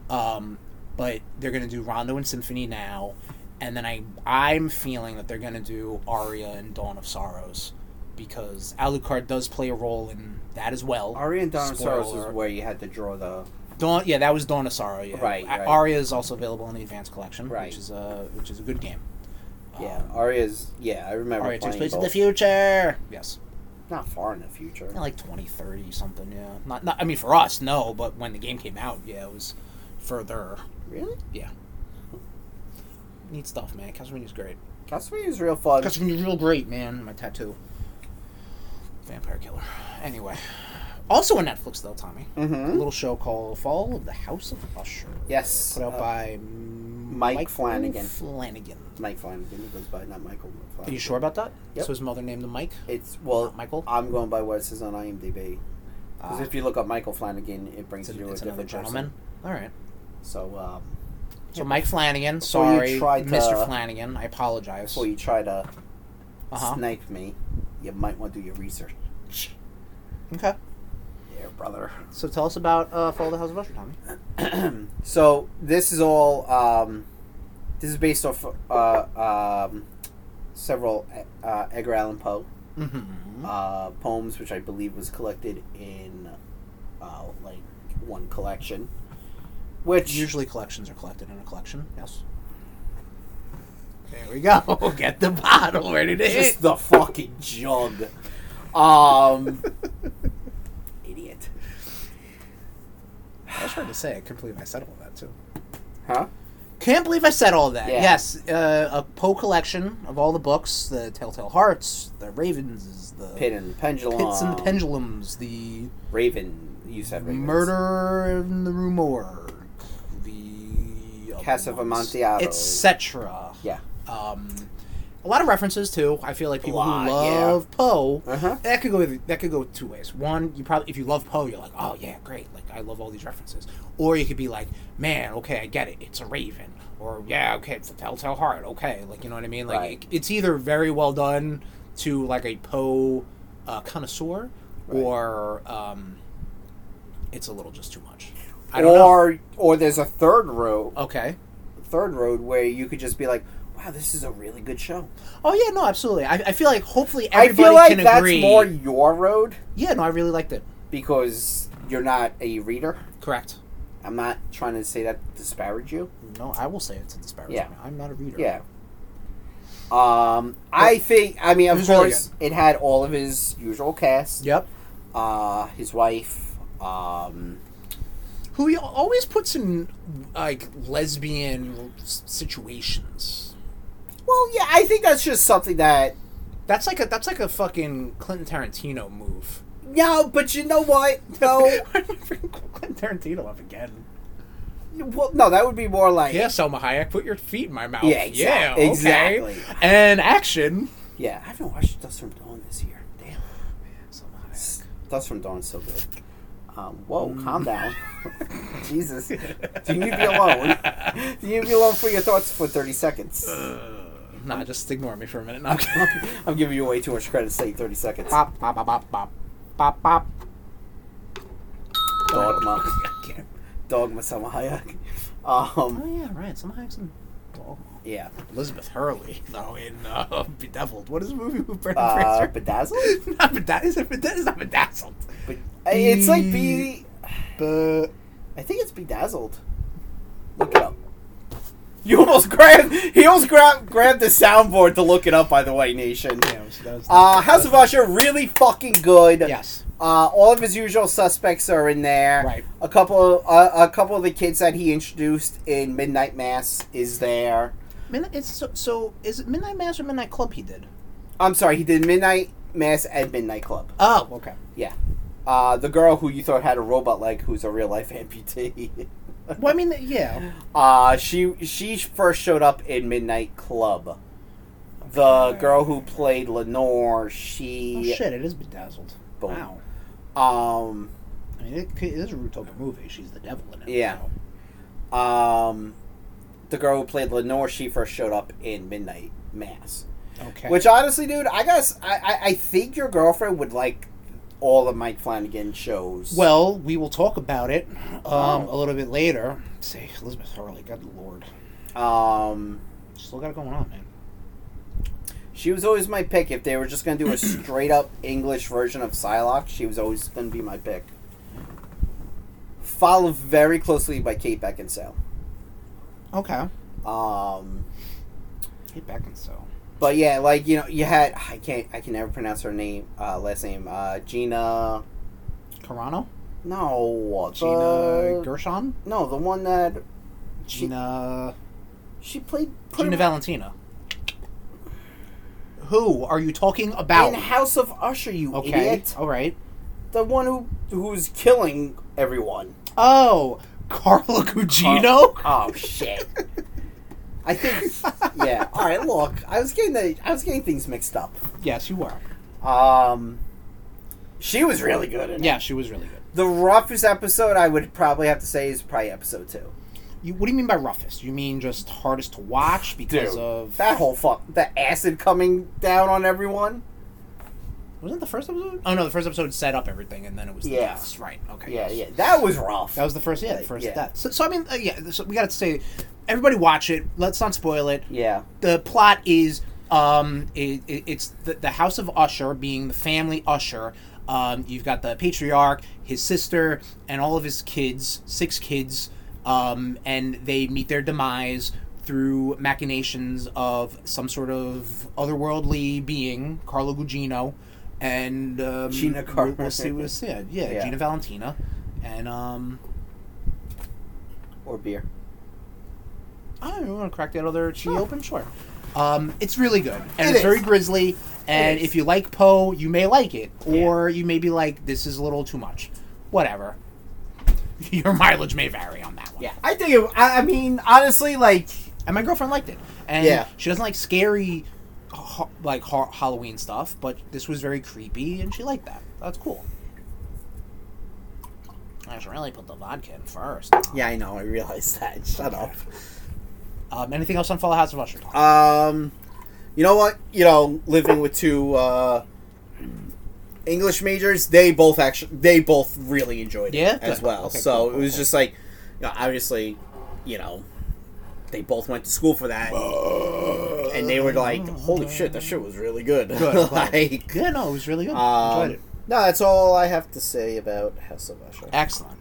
S3: Um, but they're gonna do Rondo and Symphony now, and then I I'm feeling that they're gonna do Aria and Dawn of Sorrows because Alucard does play a role in that as well.
S2: Aria and Dawn of
S3: Spoiler
S2: Sorrows
S3: alert.
S2: is where you had to draw the. uh,
S3: Dawn, yeah, that was Dawn of Sorrow. Yeah,
S2: Right,
S3: A-
S2: right.
S3: Aria is also available in the Advanced Collection,
S2: Right.
S3: which is a which is a good game.
S2: Yeah,
S3: Um,
S2: Aria's. Yeah, I remember.
S3: Aria takes
S2: playing
S3: place in
S2: both.
S3: the future. Yes.
S2: Not far in the future.
S3: Yeah, like 2030 something yeah not, not i mean for us no but when the game came out yeah it was further
S2: Really?
S3: yeah neat stuff man castlevania's great
S2: Castlevania is real fun.
S3: castlevania's real great man my tattoo vampire killer anyway also on netflix though tommy a
S2: Mm-hmm.
S3: little show called fall of the house of usher
S2: Yes,
S3: put out
S2: uh,
S3: by
S2: Mike
S3: mike,
S2: Flanagan.
S3: flanagan
S2: Mike Flanagan. He goes by not Michael. but
S3: are
S2: Flanagan.
S3: you sure about that
S2: Yep.
S3: so his mother named him mike
S2: It's well,
S3: Not Michael?
S2: I'm going by what it says on IMDb. Because
S3: Ah.
S2: if you look up Michael Flanagan, it brings
S3: it's, an-
S2: you to a
S3: it's
S2: different
S3: another gentleman all right
S2: person. So um,
S3: So Mike Flanagan,
S2: Before you
S3: sorry,
S2: try to-
S3: Mr. Flanagan, I apologize.
S2: before you try to
S3: Uh-huh.
S2: snipe me, you might want to do your research.
S3: Okay.
S2: Yeah, brother.
S3: So tell us about uh, Fall of the House of Usher, Tommy.
S2: So this is all. Um, this is based off uh, um, several uh, Edgar Allan Poe
S3: Mm-hmm.
S2: uh, poems, which I believe was collected in uh, like one collection. Which
S3: Usually collections are collected in a collection. Yes.
S6: There we go. Get the bottle ready to
S2: Just
S6: hit.
S2: the fucking jug. Um, idiot.
S6: I was trying to say, I couldn't believe I said all that too.
S2: Huh?
S3: Can't believe I said all that.
S2: Yeah.
S3: Yes, uh, a Poe collection of all the books: the Telltale Hearts, the Ravens, the
S2: Pit and the Pendulum.
S3: Pits and the Pendulums, the
S2: Raven. You said Raven.
S3: Murder in the Rue Morgue, the uh, other
S2: Casa
S3: ones,
S2: Amontillado.
S3: etc.
S2: Yeah.
S3: Um, a lot of references too. I feel like people
S2: lot,
S3: who
S2: yeah.
S3: love Poe
S2: Uh-huh.
S3: that could go that could go two ways. One, you probably if you love Poe, you're like, oh yeah, great, like I love all these references. Or you could be like, man, okay, I get it. It's a Raven. Or yeah, okay, it's a Telltale Heart. Okay, like you know what I mean. Like
S2: Right.
S3: it, it's either very well done to like a Poe uh, connoisseur,
S2: Right.
S3: or um, it's a little just too much. I don't
S2: Or or there's a third road.
S3: know. Okay.
S2: Third road where you could just be like, wow, this is a really good show.
S3: Oh yeah, no, absolutely. I, I feel like hopefully
S2: I
S3: everybody
S2: feel like
S3: can
S2: that's
S3: agree.
S2: more your road
S3: Yeah, no, I really liked it.
S2: because you're not a reader.
S3: Correct.
S2: I'm not trying to say that to disparage you.
S3: No, I will say it's a disparagement.
S2: Yeah.
S3: I'm not a reader.
S2: Yeah. Um, I think. I mean,
S3: It
S2: of
S3: was really
S2: course, it had all of his usual cast.
S3: Yep.
S2: Uh, his wife. Um,
S3: Who he always puts in like lesbian s- situations.
S2: well, yeah, I think that's just something that.
S3: That's like a that's like a fucking Clinton Tarantino move.
S2: No, but you know what? No,
S3: Why am Oh, I bringing Clinton Tarantino up again.
S2: well, no, that would be more like
S3: Yeah, Selma Hayek, put your feet in my mouth.
S2: Yeah,
S3: Yeah,
S2: exac-
S3: okay.
S2: exactly.
S3: And action.
S2: Yeah, I haven't watched Dust from Dawn this year. Damn,
S3: Selma Hayek.
S2: Dust from Dawn's so good. Um, whoa, calm down, Jesus. Do you need to be alone? Do you need to be alone for your thoughts for thirty seconds?
S3: Nah, just ignore me for a minute. No, I'm kidding.
S2: I'm giving you way too much credit. Say thirty seconds.
S3: Bop, bop, bop, bop, bop, bop, bop.
S2: Dogma.
S3: I can't.
S2: Dogma Selma Hayek.
S3: Oh
S2: Um,
S3: yeah, right. Selma Hayek's in. Oh.
S2: yeah.
S3: Elizabeth Hurley, though, in uh, Bedeviled. What is the movie with Brendan
S2: Uh,
S3: Fraser?
S2: bedazzled.
S3: not bedazzled. Is it bedazzled? It's not bedazzled.
S2: Be- it's like
S3: Be-
S2: be.
S3: But
S2: I think it's bedazzled. Look it up. You almost grabbed. He almost grabbed grabbed the soundboard to look it up. By the way, nation.
S3: yeah, it was, that was
S2: Uh, House of Usher really fucking good.
S3: yes,
S2: Uh, all of his usual suspects are in there.
S3: Right.
S2: A couple. Uh, a couple of the kids that he introduced in Midnight Mass is there.
S3: Midnight, it's so, so. Is it Midnight Mass or Midnight Club? He did.
S2: I'm sorry. He did Midnight Mass and Midnight Club.
S3: Oh, okay.
S2: Yeah. Uh, the girl who you thought had a robot leg, who's a real life amputee.
S3: Well, I mean, yeah.
S2: uh, she she first showed up in Midnight Club. The
S3: Okay.
S2: girl who played Lenore,
S3: Oh
S2: she
S3: shit, it is bedazzled.
S2: Boom.
S3: Wow. Oh,
S2: um
S3: I mean, it, c- it is a Rutoba movie. She's the devil in it.
S2: Yeah.
S3: so.
S2: um the girl who played Lenore, she first showed up in Midnight Mass.
S3: Okay.
S2: Which honestly, dude, I guess I, I I think your girlfriend would like all of Mike Flanagan shows.
S3: Well, we will talk about it um,
S2: Oh.
S3: a little bit later. Say Elizabeth Hurley. God lord,
S2: um
S3: still got it going on, man.
S2: She was always my pick. If they were just going to do a straight up English version of Psylocke, she was always going to be my pick. Followed very closely by Kate Beckinsale.
S3: Okay.
S2: Um,
S3: Get back and so.
S2: but yeah, like you know, you had I can't I can never pronounce her name uh, last name uh, Gina.
S3: Carano?
S2: No,
S3: Gina
S2: the-
S3: Gershon?
S2: No, the one that Uh, She-
S3: Gina.
S2: she played pretty
S3: Gina
S2: much
S3: Valentina. Who are you talking
S2: in
S3: about?
S2: House of Usher. You
S3: okay. Oh.
S2: idiot!
S3: All right.
S2: The one who who's killing everyone.
S3: Oh, Carla Gugino?
S2: Oh shit. I think yeah. All right, look, I was getting the I was getting things mixed up.
S3: yes, you were.
S2: Um she was really good in it.
S3: Yeah, she was really good.
S2: The roughest episode I would probably have to say is probably episode 2.
S3: You, what do you mean by roughest? You mean just hardest to watch because of.
S2: that whole fuck the acid coming down on everyone.
S3: Wasn't the first episode? Oh, no, the first episode set up everything and then it was
S2: Yeah.
S3: the deaths. Right. Okay.
S2: Yeah,
S3: yes.
S2: yeah. That was rough.
S3: That was the first, yeah, the first
S2: Yeah.
S3: death. So, so I mean, uh, yeah, so we got to say, everybody watch it. Let's not spoil it.
S2: yeah.
S3: the plot is um it, it, it's the, the house of usher being the family usher um you've got the patriarch his sister and all of his kids six kids um and they meet their demise through machinations of some sort of otherworldly being, Carlo Gugino, and um,
S2: Gina
S3: we'll-
S2: Carano.
S3: We'll see what's yeah, yeah,
S2: Yeah.
S3: Gina Valentina, and um,
S2: or beer.
S3: I don't know, want to crack that other she open? Sure. Um, it's really good. And
S2: It
S3: it's very
S2: is.
S3: grisly. And
S2: It is.
S3: if you like Poe, you may like it. Or you may be like, this is a little too much. Whatever. Your mileage may vary on that one.
S2: Yeah, I think it. I, I mean, honestly, like
S3: And my girlfriend liked it. And
S2: Yeah.
S3: she doesn't like scary, ho- like ho- Halloween stuff, but this was very creepy and she liked that. That's cool. I should really put the vodka in first.
S2: yeah, I know. I realize that. Shut up.
S3: Um, anything else on Fallout House of Usher?
S2: Um, you know what? You know, living with two uh, English majors, they both actually they both really enjoyed it
S3: Yeah?
S2: as
S3: Good.
S2: well.
S3: Okay,
S2: so
S3: cool, cool,
S2: it was
S3: cool.
S2: just like, you know, obviously, you know, they both went to school for that, and they were like, "Holy shit, that shit was really good."
S3: Good,
S2: like,
S3: Yeah, no, it was really good.
S2: um,
S3: Enjoyed it.
S2: no, that's all I have to say about House of Usher.
S3: Excellent.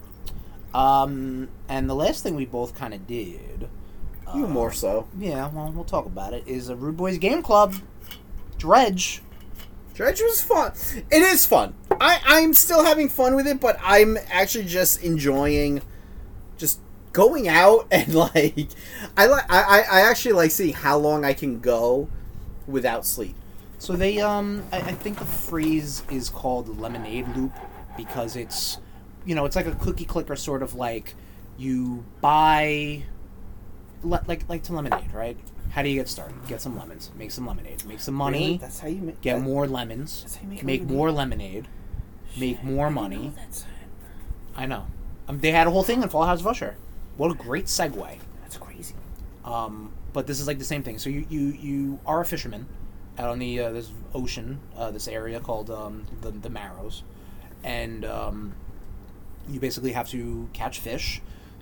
S3: Um, and the last thing we both kind of did.
S2: You
S3: uh,
S2: more so.
S3: Yeah, well, we'll talk about it. Is a Rude Boys Game Club Dredge.
S2: Dredge was fun. It is fun. I I'm still having fun with it, but I'm actually just enjoying just going out and like I like I I actually like seeing how long I can go without sleep.
S3: So they, um, I, I think the phrase is called lemonade loop because it's, you know, it's like a cookie clicker sort of like you buy, le- like like to lemonade, right? How do you get started? Get some lemons, make some lemonade, make some money,
S2: Really? That's how you make
S3: get
S2: that-
S3: more lemons,
S2: That's how you make lemonade.
S3: more lemonade, make more money. I know. Um, they had a whole thing in Fall House of Usher. What a great segue.
S2: That's crazy.
S3: Um, but this is like the same thing. So you you, you are a fisherman out on the uh, this ocean, uh, this area called um, the the Marrows, and um, you basically have to catch fish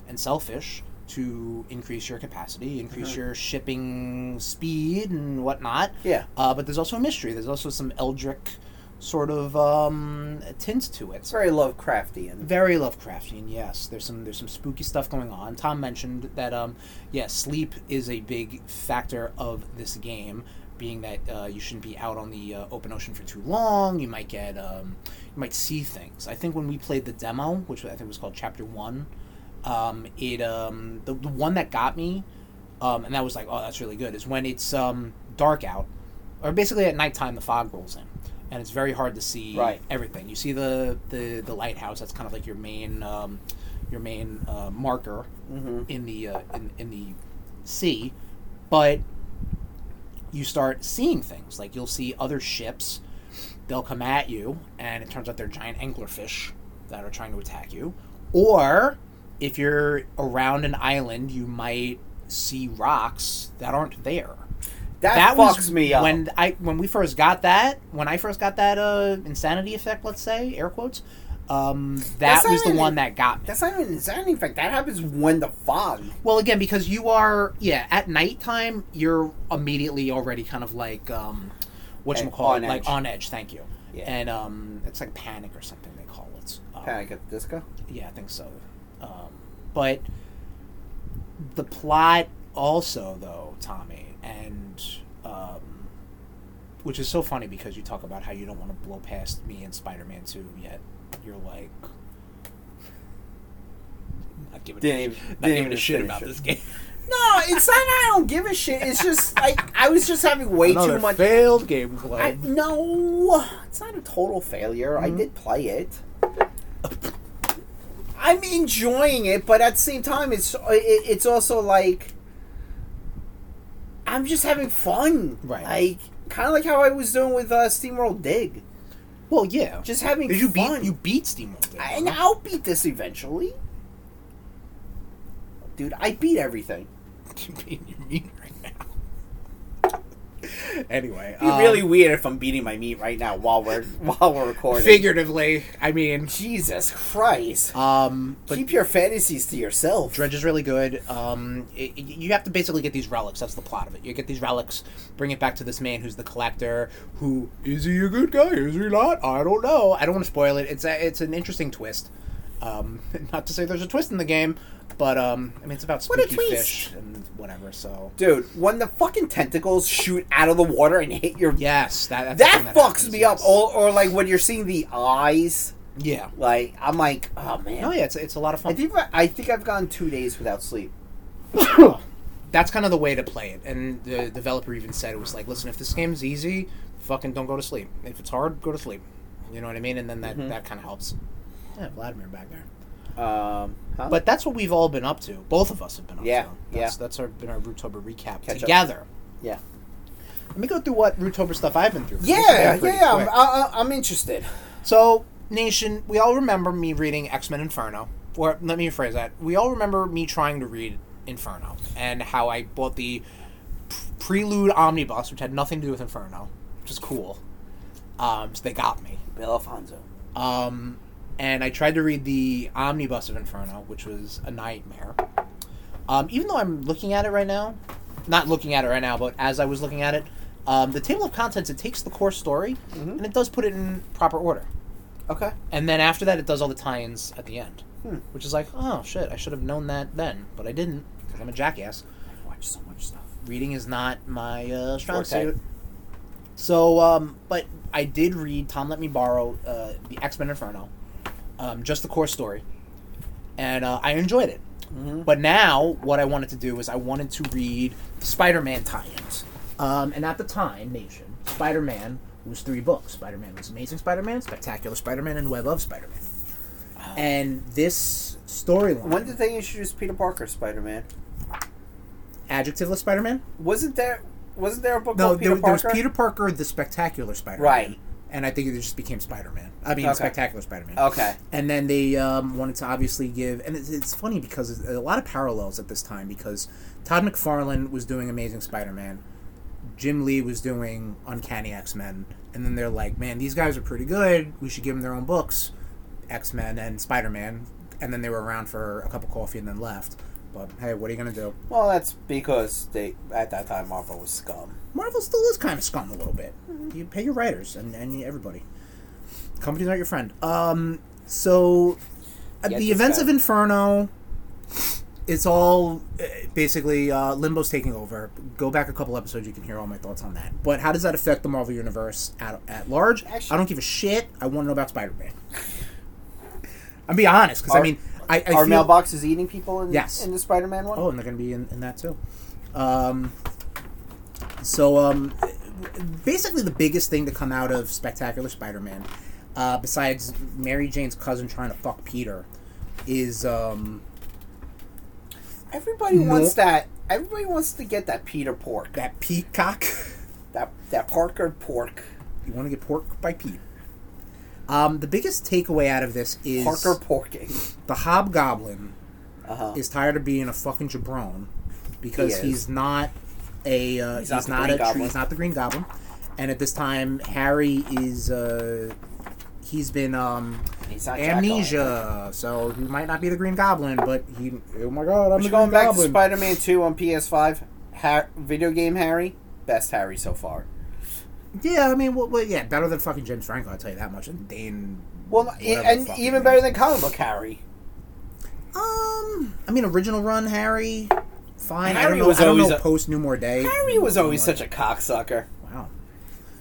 S3: and sell fish to increase your capacity, increase your shipping speed and whatnot.
S2: Uh-huh. Yeah.
S3: Uh, but there's also a mystery. There's also some Eldrick sort of um, tint to it.
S2: It's very Lovecraftian.
S3: Very Lovecraftian, yes. There's some there's some spooky stuff going on. Tom mentioned that um yeah, sleep is a big factor of this game, being that uh, you shouldn't be out on the uh, open ocean for too long. You might get um you might see things. I think when we played the demo, which I think was called Chapter One, um it um the, the one that got me, um and that was like oh that's really good is when it's um dark out, or basically at nighttime the fog rolls in. And it's very hard to see
S2: Right.
S3: everything. You see the, the, the lighthouse. That's kind of like your main um, your main uh, marker
S2: Mm-hmm.
S3: in the uh, in, in the sea, but you start seeing things. Like you'll see other ships. They'll come at you, and it turns out they're giant anglerfish that are trying to attack you. Or if you're around an island, you might see rocks that aren't there
S2: That,
S3: that
S2: fucks
S3: was
S2: me up.
S3: when I when we first got that when I first got that uh, insanity effect. Let's say air quotes. Um, that
S2: That's not
S3: was the
S2: an-
S3: one that got me.
S2: that's not even insanity. In fact, that happens when the fog.
S3: Well, again, because you are yeah at nighttime, you're immediately already kind of like um, what you call
S2: On
S3: it, like
S2: edge.
S3: on edge. Thank you.
S2: Yeah.
S3: And um, it's like panic or something they call it. Um,
S2: Panic at the Disco.
S3: Yeah, I think so. Um, but the plot also, though, Tommy, and um, which is so funny because you talk about how you don't want to blow past me and Spider-Man Two, yet you're like. Not giving,
S2: Didn't
S3: a,
S2: even-
S3: not
S2: didn't
S3: giving
S2: even
S3: a shit
S2: finish
S3: about
S2: it.
S3: this game.
S2: No, it's not. I don't give a shit. It's just like I was just having way
S7: Another
S2: too much.
S7: failed game
S2: I,
S7: club.
S2: no, it's not a total failure.
S3: Mm-hmm.
S2: I did play it. I'm enjoying it, but at the same time, it's it, it's also like I'm just having fun,
S3: Right.
S2: Like kind of like how I was doing with uh, SteamWorld Dig,
S3: Well, yeah,
S2: just having
S3: because you
S2: fun.
S3: beat you beat SteamWorld. didn't
S2: I-
S3: you?
S2: and I'll beat this eventually, dude. I beat everything.
S3: You beat- you mean right now. anyway,
S2: It'd be
S3: um,
S2: really weird if I'm beating my meat right now while we're while we're recording.
S3: figuratively. I mean,
S2: Jesus Christ!
S3: um, but
S2: Keep your fantasies to yourself.
S3: Dredge is really good. Um, it, it- you have to basically get these relics. That's the plot of it. You get these relics, bring it back to this man who's the collector. Who is he a good guy? Is he not? I don't know. I don't want to spoil it. It's a, it's an interesting twist.
S8: Um, not to say there's a twist in the game, but um, I mean it's about
S3: What a
S8: spooky
S3: twist.
S8: fish and whatever. So
S2: Dude, when the fucking tentacles shoot out of the water and hit your
S8: yes, that that's the
S2: that
S8: thing
S2: fucks
S8: happens,
S2: me
S8: yes.
S2: up. Or, or like when you're seeing the eyes,
S8: yeah.
S2: like I'm like, oh man.
S8: No, yeah, it's, it's a lot of fun.
S2: I think I- I think I've gone two days without sleep.
S8: that's kind of the way to play it. And the developer even said it was like, listen, if this game's easy, fucking don't go to sleep. If it's hard, go to sleep. You know what I mean? And then that, that kind of helps. Mm-hmm. Yeah, Vladimir back there.
S2: Um, huh?
S8: But that's what we've all been up to. Both of us have been up
S2: Yeah,
S8: to.
S2: yeah.
S8: That's, that's our, been our Rootober recap
S2: Catch up.
S8: together.
S2: yeah,
S8: Let me go through what Rootober stuff I've been through. This has
S2: yeah,
S8: been pretty
S2: yeah. I'm,
S8: quick.
S2: I, I- I'm interested.
S8: So, Nation, we all remember me reading X Men Inferno. Or let me rephrase that. We all remember me trying to read Inferno and how I bought the p- Prelude Omnibus, which had nothing to do with Inferno, which is cool. Um, so they got me.
S2: Bill Alfonso.
S8: Um, and I tried to read the Omnibus of Inferno, which was a nightmare. Um, even though I'm looking at it right now, not looking at it right now, but as I was looking at it, um, the table of contents it takes the core story and it does put it in proper order
S2: Okay.
S8: and then after that it does all the tie-ins at the end which is like oh shit i should have known that then but i didn't because i'm a jackass
S2: I've watched so much stuff.
S8: reading is not my uh, strong
S2: Forte.
S8: suit so um, but i did read tom let me borrow uh, the x-men inferno um, just the core story and uh, i enjoyed it
S2: Mm-hmm.
S8: but now what i wanted to do is i wanted to read the spider-man tie-ins um, and at the time nation spider-man was three books spider-man was amazing spider-man spectacular spider-man and web of spider-man and this storyline
S2: When did they introduce Peter Parker, Spider Man?
S3: Adjectiveless Spider-Man?
S2: Wasn't there? Wasn't there a book
S3: No,
S2: called Peter
S3: there, there was
S2: Parker?
S3: Peter Parker, the Spectacular Spider-Man.
S2: Right.
S3: And I think it just became Spider-Man. I mean,
S2: Okay.
S3: Spectacular Spider-Man.
S2: Okay.
S3: And then they um, wanted to obviously give, and it's, it's funny because it's a lot of parallels at this time because Todd McFarlane was doing Amazing Spider-Man, Jim Lee was doing Uncanny X-Men, and then they're like, man, these guys are pretty good. We should give them their own books, X-Men and Spider-Man. And then they were around for a cup of coffee and then left. But hey, what are you gonna do?
S2: Well, that's because they at that time Marvel was scum.
S3: Marvel still is kind of scum a little bit.
S2: Mm-hmm.
S3: You pay your writers and, and everybody. Companies aren't your friend. Um, so uh,
S2: Yet
S3: the
S2: this
S3: events
S2: guy-
S3: of Inferno, it's all uh, basically uh, Limbo's taking over. Go back a couple episodes, you can hear all my thoughts on that. But how does that affect the Marvel universe at, at large?
S2: Actually-
S3: I don't give a shit. I want to know about Spider Man. I'm being honest because I
S2: Our-
S3: mean, I, I
S2: Our
S3: feel-
S2: mailbox is eating people in,
S3: Yes.
S2: in the Spider Man one.
S3: Oh, and they're going to be in, in that too. Um, so, um, basically, the biggest thing to come out of Spectacular Spider Man, uh, besides Mary Jane's cousin trying to fuck Peter, is. Um,
S2: Everybody
S3: No.
S2: wants that. Everybody wants to get that Peter pork.
S3: that peacock.
S2: That that Parker pork.
S3: you want to get pork by Pete. Um, the biggest takeaway out of this is
S2: Parker porking.
S3: the Hobgoblin
S2: Uh-huh.
S3: is tired of being a fucking jabron because
S2: He is.
S3: he's not a uh, he's,
S2: not the
S3: not,
S2: Green
S3: a tree,
S2: Goblin.
S3: he's not the Green Goblin, and at this time Harry is uh, he's been um,
S2: He's not Jack O'Lantern.
S3: amnesia, so he might not be the Green Goblin, but he oh my god, I'm
S2: Which
S3: the
S2: going
S3: Green
S2: back to
S3: Goblin.
S2: Spider Man Two on PS Five, Har- video game Harry, best Harry so far.
S3: yeah, I mean, well, well, yeah, better than fucking James Franco, I'll tell you that much. And Dane,
S2: Well, e,
S3: whatever
S2: and
S3: the fuck
S2: even
S3: his name
S2: better than comic book Harry.
S3: is. Um, I mean, original run Harry, fine. I
S2: Harry
S3: don't know.
S2: was
S3: I don't
S2: always
S3: know.
S2: a-
S3: Post New More Day.
S2: Harry was always such a cocksucker.
S3: wow.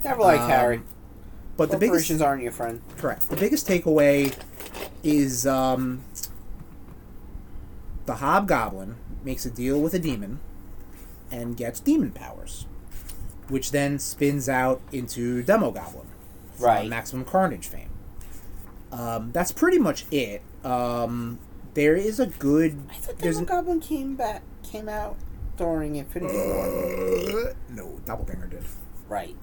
S2: Never liked
S3: Um,
S2: Harry.
S3: But the biggest
S2: Corporations aren't your friend.
S3: Correct. The biggest takeaway is um, the hobgoblin makes a deal with a demon and gets demon powers, which then spins out into Demo Goblin, from
S2: Right.
S3: Maximum Carnage fame. Um, that's pretty much it. Um, there is a good.
S2: I thought
S3: there's
S2: Demo
S3: an-
S2: Goblin came back came out during Infinity War.
S3: Uh, no, Doppelganger did.
S2: Right.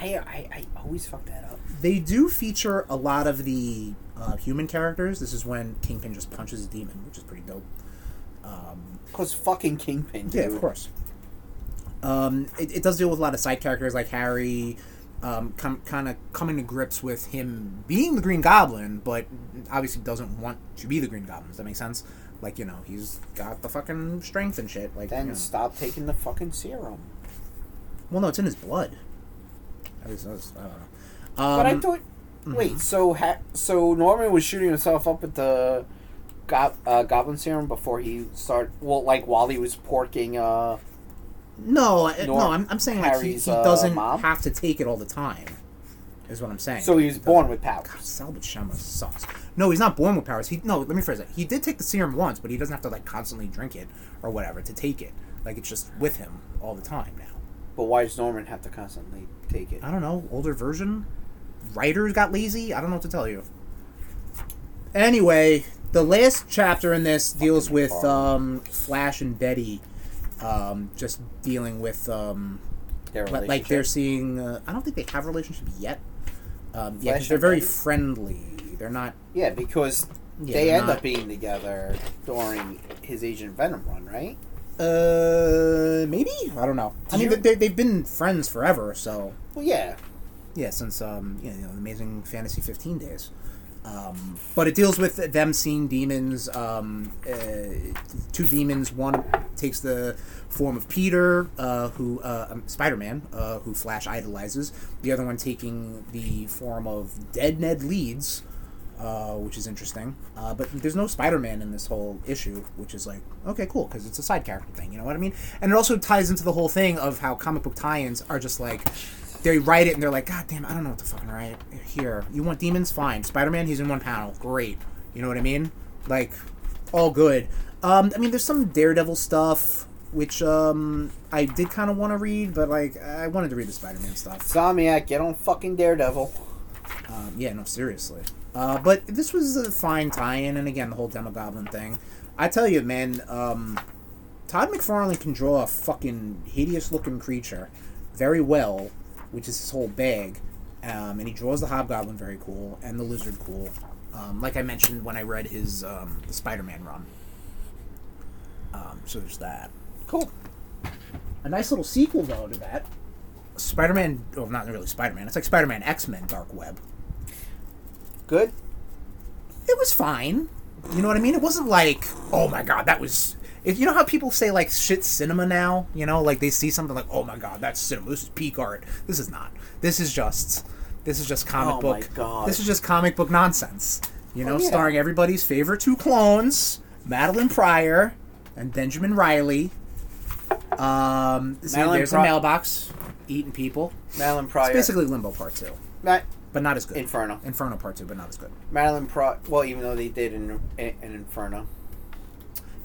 S2: I, I I always fuck that up.
S3: They do feature a lot of the uh, human characters. This is when Kingpin just punches a demon, which is pretty dope.
S2: Cause fucking Kingpin. Dude.
S3: Yeah, of course. Um, it, it does deal with a lot of side characters like Harry, um, com- kind of coming to grips with him being the Green Goblin, but obviously doesn't want to be the Green Goblin. Does that make sense? Like you know, he's got the fucking strength and shit. Like
S2: Then
S3: you know.
S2: stop taking the fucking
S3: Um,
S2: serum.
S3: well, no, it's in his blood. At least that's- I don't know. Um,
S2: But I thought. Wait, so ha- so Norman was shooting himself up with the Go- uh, Goblin Serum before he started? Well, like while he was porking. Uh,
S3: No, I- no,
S2: Nor
S3: I'm, I'm saying like he,
S2: Harry's,
S3: he
S2: uh,
S3: doesn't
S2: mom?
S3: have to take it all the time. Is what I'm saying.
S2: so he was born with powers.
S3: God, Salvage Shama sucks. No, he's not born with powers. He no, let me phrase that. He did take the serum once, but he doesn't have to like constantly drink it or whatever to take it. Like it's just with him all the time now.
S2: But why does Norman have to constantly take it?
S3: I don't know, older version? Writers got lazy? I don't know what to tell you. Anyway, the last chapter in this deals with um, Flash and Betty um, just dealing with um,
S2: Their
S3: But like they're
S2: relationship.
S3: seeing, uh, I don't think they have a relationship yet. Um, yeah, 'cause
S2: Flash
S3: they're
S2: and
S3: very
S2: Betty?
S3: friendly. They're not.
S2: yeah, because
S3: Yeah,
S2: they
S3: they're
S2: end
S3: not-
S2: up being together during his Agent Venom run, right?
S3: Uh, maybe I don't know. I
S2: Did
S3: mean,
S2: you-
S3: they, they've been friends forever, so
S2: Well, yeah.
S3: yeah, since um, you know, the Amazing Fantasy 15 days. Um, but it deals with them seeing demons. Um, uh, two demons. One takes the form of Peter, uh, who uh, um, Spider-Man, uh, who Flash idolizes. The other one taking the form of Dead Ned Leeds, uh, which is interesting. Uh, but there's no Spider-Man in this whole issue, which is like okay, cool, because it's a side character thing. You know what I mean? And it also ties into the whole thing of how comic book tie-ins are just like they write it and they're like, God damn, I don't know what to fucking write here. You want demons? Fine. Spider Man, he's in one panel. Great. You know what I mean? Like, all good. Um, I mean, there's some Daredevil stuff, which um, I did kind of want to read, but like, I wanted to read the Spider Man stuff.
S2: Zomniac, get on fucking Daredevil.
S3: Um, yeah, no, seriously. Uh, but this was a fine tie-in, and again, the whole Demogoblin thing. I tell you, man, um, Todd McFarlane can draw a fucking hideous-looking creature very well, which is his whole bag. Um, and he draws the Hobgoblin very cool, and the Lizard cool. Um, like I mentioned when I read his um, the Spider-Man run. Um, so there's that.
S2: Cool.
S3: A nice little sequel though to that. Spider-Man, well, not really Spider-Man. It's like Spider-Man X-Men Dark Web.
S2: Good.
S3: it was fine. You know what I mean? It wasn't like, oh my god, that was. It, you know how people say like shit cinema now? You know, like they see something like, oh my god, that's cinema. This is peak art. This is not. This is just. This is just comic
S2: Oh my
S3: book.
S2: God. Oh,
S3: This is just comic book nonsense. You know,
S2: yeah.
S3: starring everybody's favorite two clones, Madeline Pryor and Benjamin Riley. Um, see,
S2: Madeline
S3: there's
S2: Pri-
S3: a mailbox eating people.
S2: Madeline Pryor.
S3: It's basically Limbo Part Two,
S2: Ma-
S3: but not as good.
S2: Inferno.
S3: Inferno Part Two, but not as good.
S2: Madeline Pryor. Well, even though they did an, an Inferno.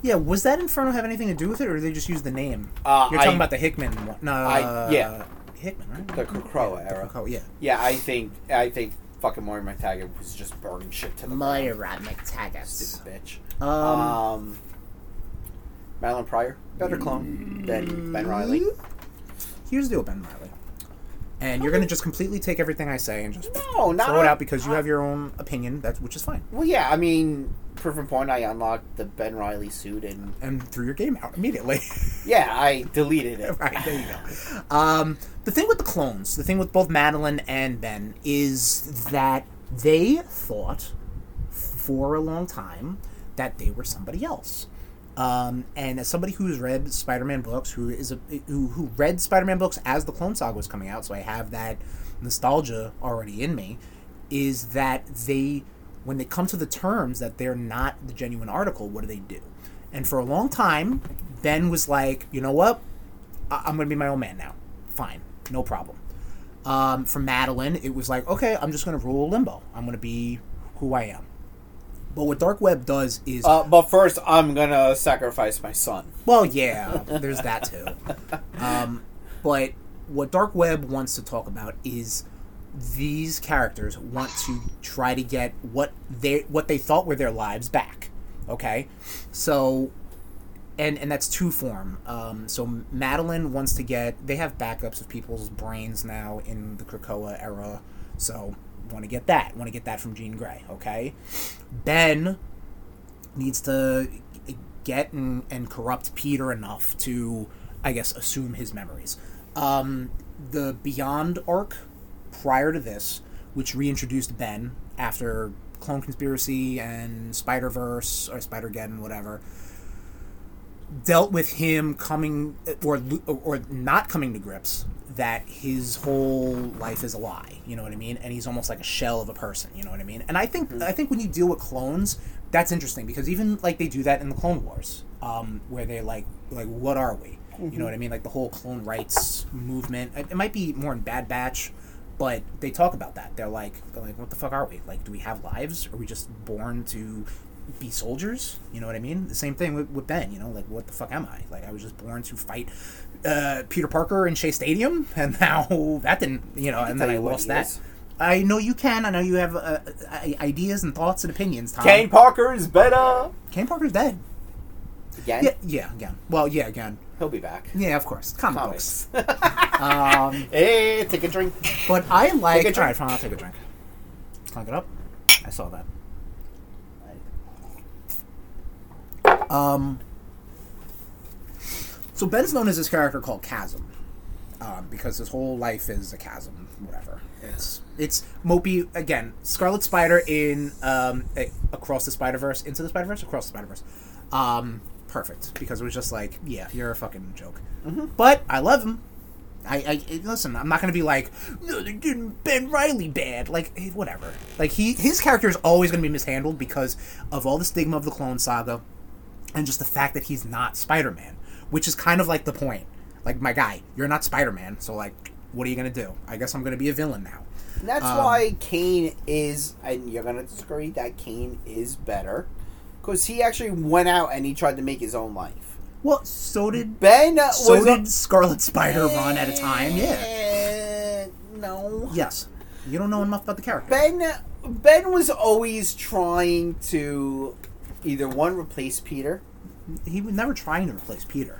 S3: Yeah, was that Inferno have anything to do with it, or did they just use the name?
S2: Uh,
S3: You're talking
S2: I-
S3: about the Hickman one. No, uh,
S2: I- yeah.
S3: Hickman, right?
S2: The Krakoa
S3: yeah, the
S2: era.
S3: Krakoa, yeah.
S2: Yeah, I think I think fucking Maury McTaggart was just burning shit to the ground.
S3: McTaggart.
S2: Stupid bitch.
S3: Um,
S2: Um, Madeline Pryor, better clone than Ben Riley.
S3: Here's the deal, with Ben Riley. And you're gonna just completely take everything I say and just
S2: No, not
S3: throw it
S2: on-
S3: out because you have your own opinion. That's which is fine.
S2: Well, yeah, I mean, proof and point. I unlocked the Ben Riley suit, and
S3: And threw your game out immediately.
S2: yeah, I deleted it.
S3: right there you go. Um, the thing with the clones, the thing with both Madeline and Ben, is that they thought for a long time that they were somebody else. Um, and as somebody who's read Spider-Man books, who is a who, who read Spider-Man books as the Clone Saga was coming out, so I have that nostalgia already in me, is that they when they come to the terms that they're not the genuine article, what do they do? And for a long time, Ben was like, you know what, I- I'm gonna be my own man now. Fine, no problem. Um, for Madeline, it was like, okay, I'm just gonna rule limbo. I'm gonna be who I am. But what Dark Web does is,
S2: Uh, but first, I'm gonna sacrifice my son.
S3: well, yeah, there's that too. Um, but what Dark Web wants to talk about is these characters want to try to get what they what they thought were their lives back. Okay, so and and that's two form. Um, so Madeline wants to get. They have backups of people's brains now in the Krakoa era. So want to get that. Want to get that from Jean Grey. Okay. Ben needs to get and, and corrupt Peter enough to, I guess, assume his memories. Um, the Beyond arc prior to this, which reintroduced Ben after Clone Conspiracy and Spider Verse or Spider Geddon, whatever dealt with him coming or or not coming to grips that his whole life is a lie. You know what I mean? And he's almost like a shell of a person. You know what I mean? And I think I think when you deal with clones, that's interesting because even like they do that in the Clone Wars, um, where they like like what are we? You know what I mean? Like the whole clone rights movement. It, it might be more in Bad Batch, but they talk about that. They're like they're like what the fuck are we? Like do we have lives? Are we just born to be soldiers? You know what I mean? The same thing with, with Ben. You know like what the fuck am I? Like I was just born to fight. Uh, Peter Parker in Shea Stadium, and now that didn't, you know, and
S2: tell
S3: then I
S2: you what
S3: lost
S2: he
S3: that.
S2: is.
S3: I know you can. I know you have uh, i- ideas and thoughts and opinions. Tom.
S2: Kane Parker is better.
S3: Kane Parker's dead.
S2: Again,
S3: Yeah, yeah, again. Well, yeah, again.
S2: he'll be back.
S3: Yeah, of course. Comic
S2: Comics.
S3: books. um,
S2: hey, take a drink.
S3: but I like.
S2: Take a drink.
S3: All right, fine. I'll take a drink. Clunk it up. I saw that. Um. So Ben is known as this character called Chasm, um, because his whole life is a chasm. Whatever. It's it's mopey again. Scarlet Spider in um, a- across the Spider Verse, into the Spider Verse, across the Spider Verse. Um, perfect because it was just like, yeah, you're a fucking joke. But I love him. I, I I- listen. I'm not gonna be like, no, they didn't Ben Riley bad. Like eh, whatever. Like he his character is always gonna be mishandled because of all the stigma of the Clone Saga and just the fact that he's not Spider-Man, which is kind of like the point. Like my guy, you're not Spider-Man, so like, what are you gonna do? I guess I'm gonna be a villain now.
S2: And that's
S3: um,
S2: why Kane is, and you're gonna disagree that Kane is better, because he actually went out and he tried to make his own life.
S3: Well, so did
S2: Ben uh,
S3: so
S2: was a-
S3: did Scarlet Spider run at a time. Yeah.
S2: Eh, No.
S3: Yes. You don't know enough about the character.
S2: Ben Ben was always trying to either one replace Peter.
S3: he was never trying to replace Peter.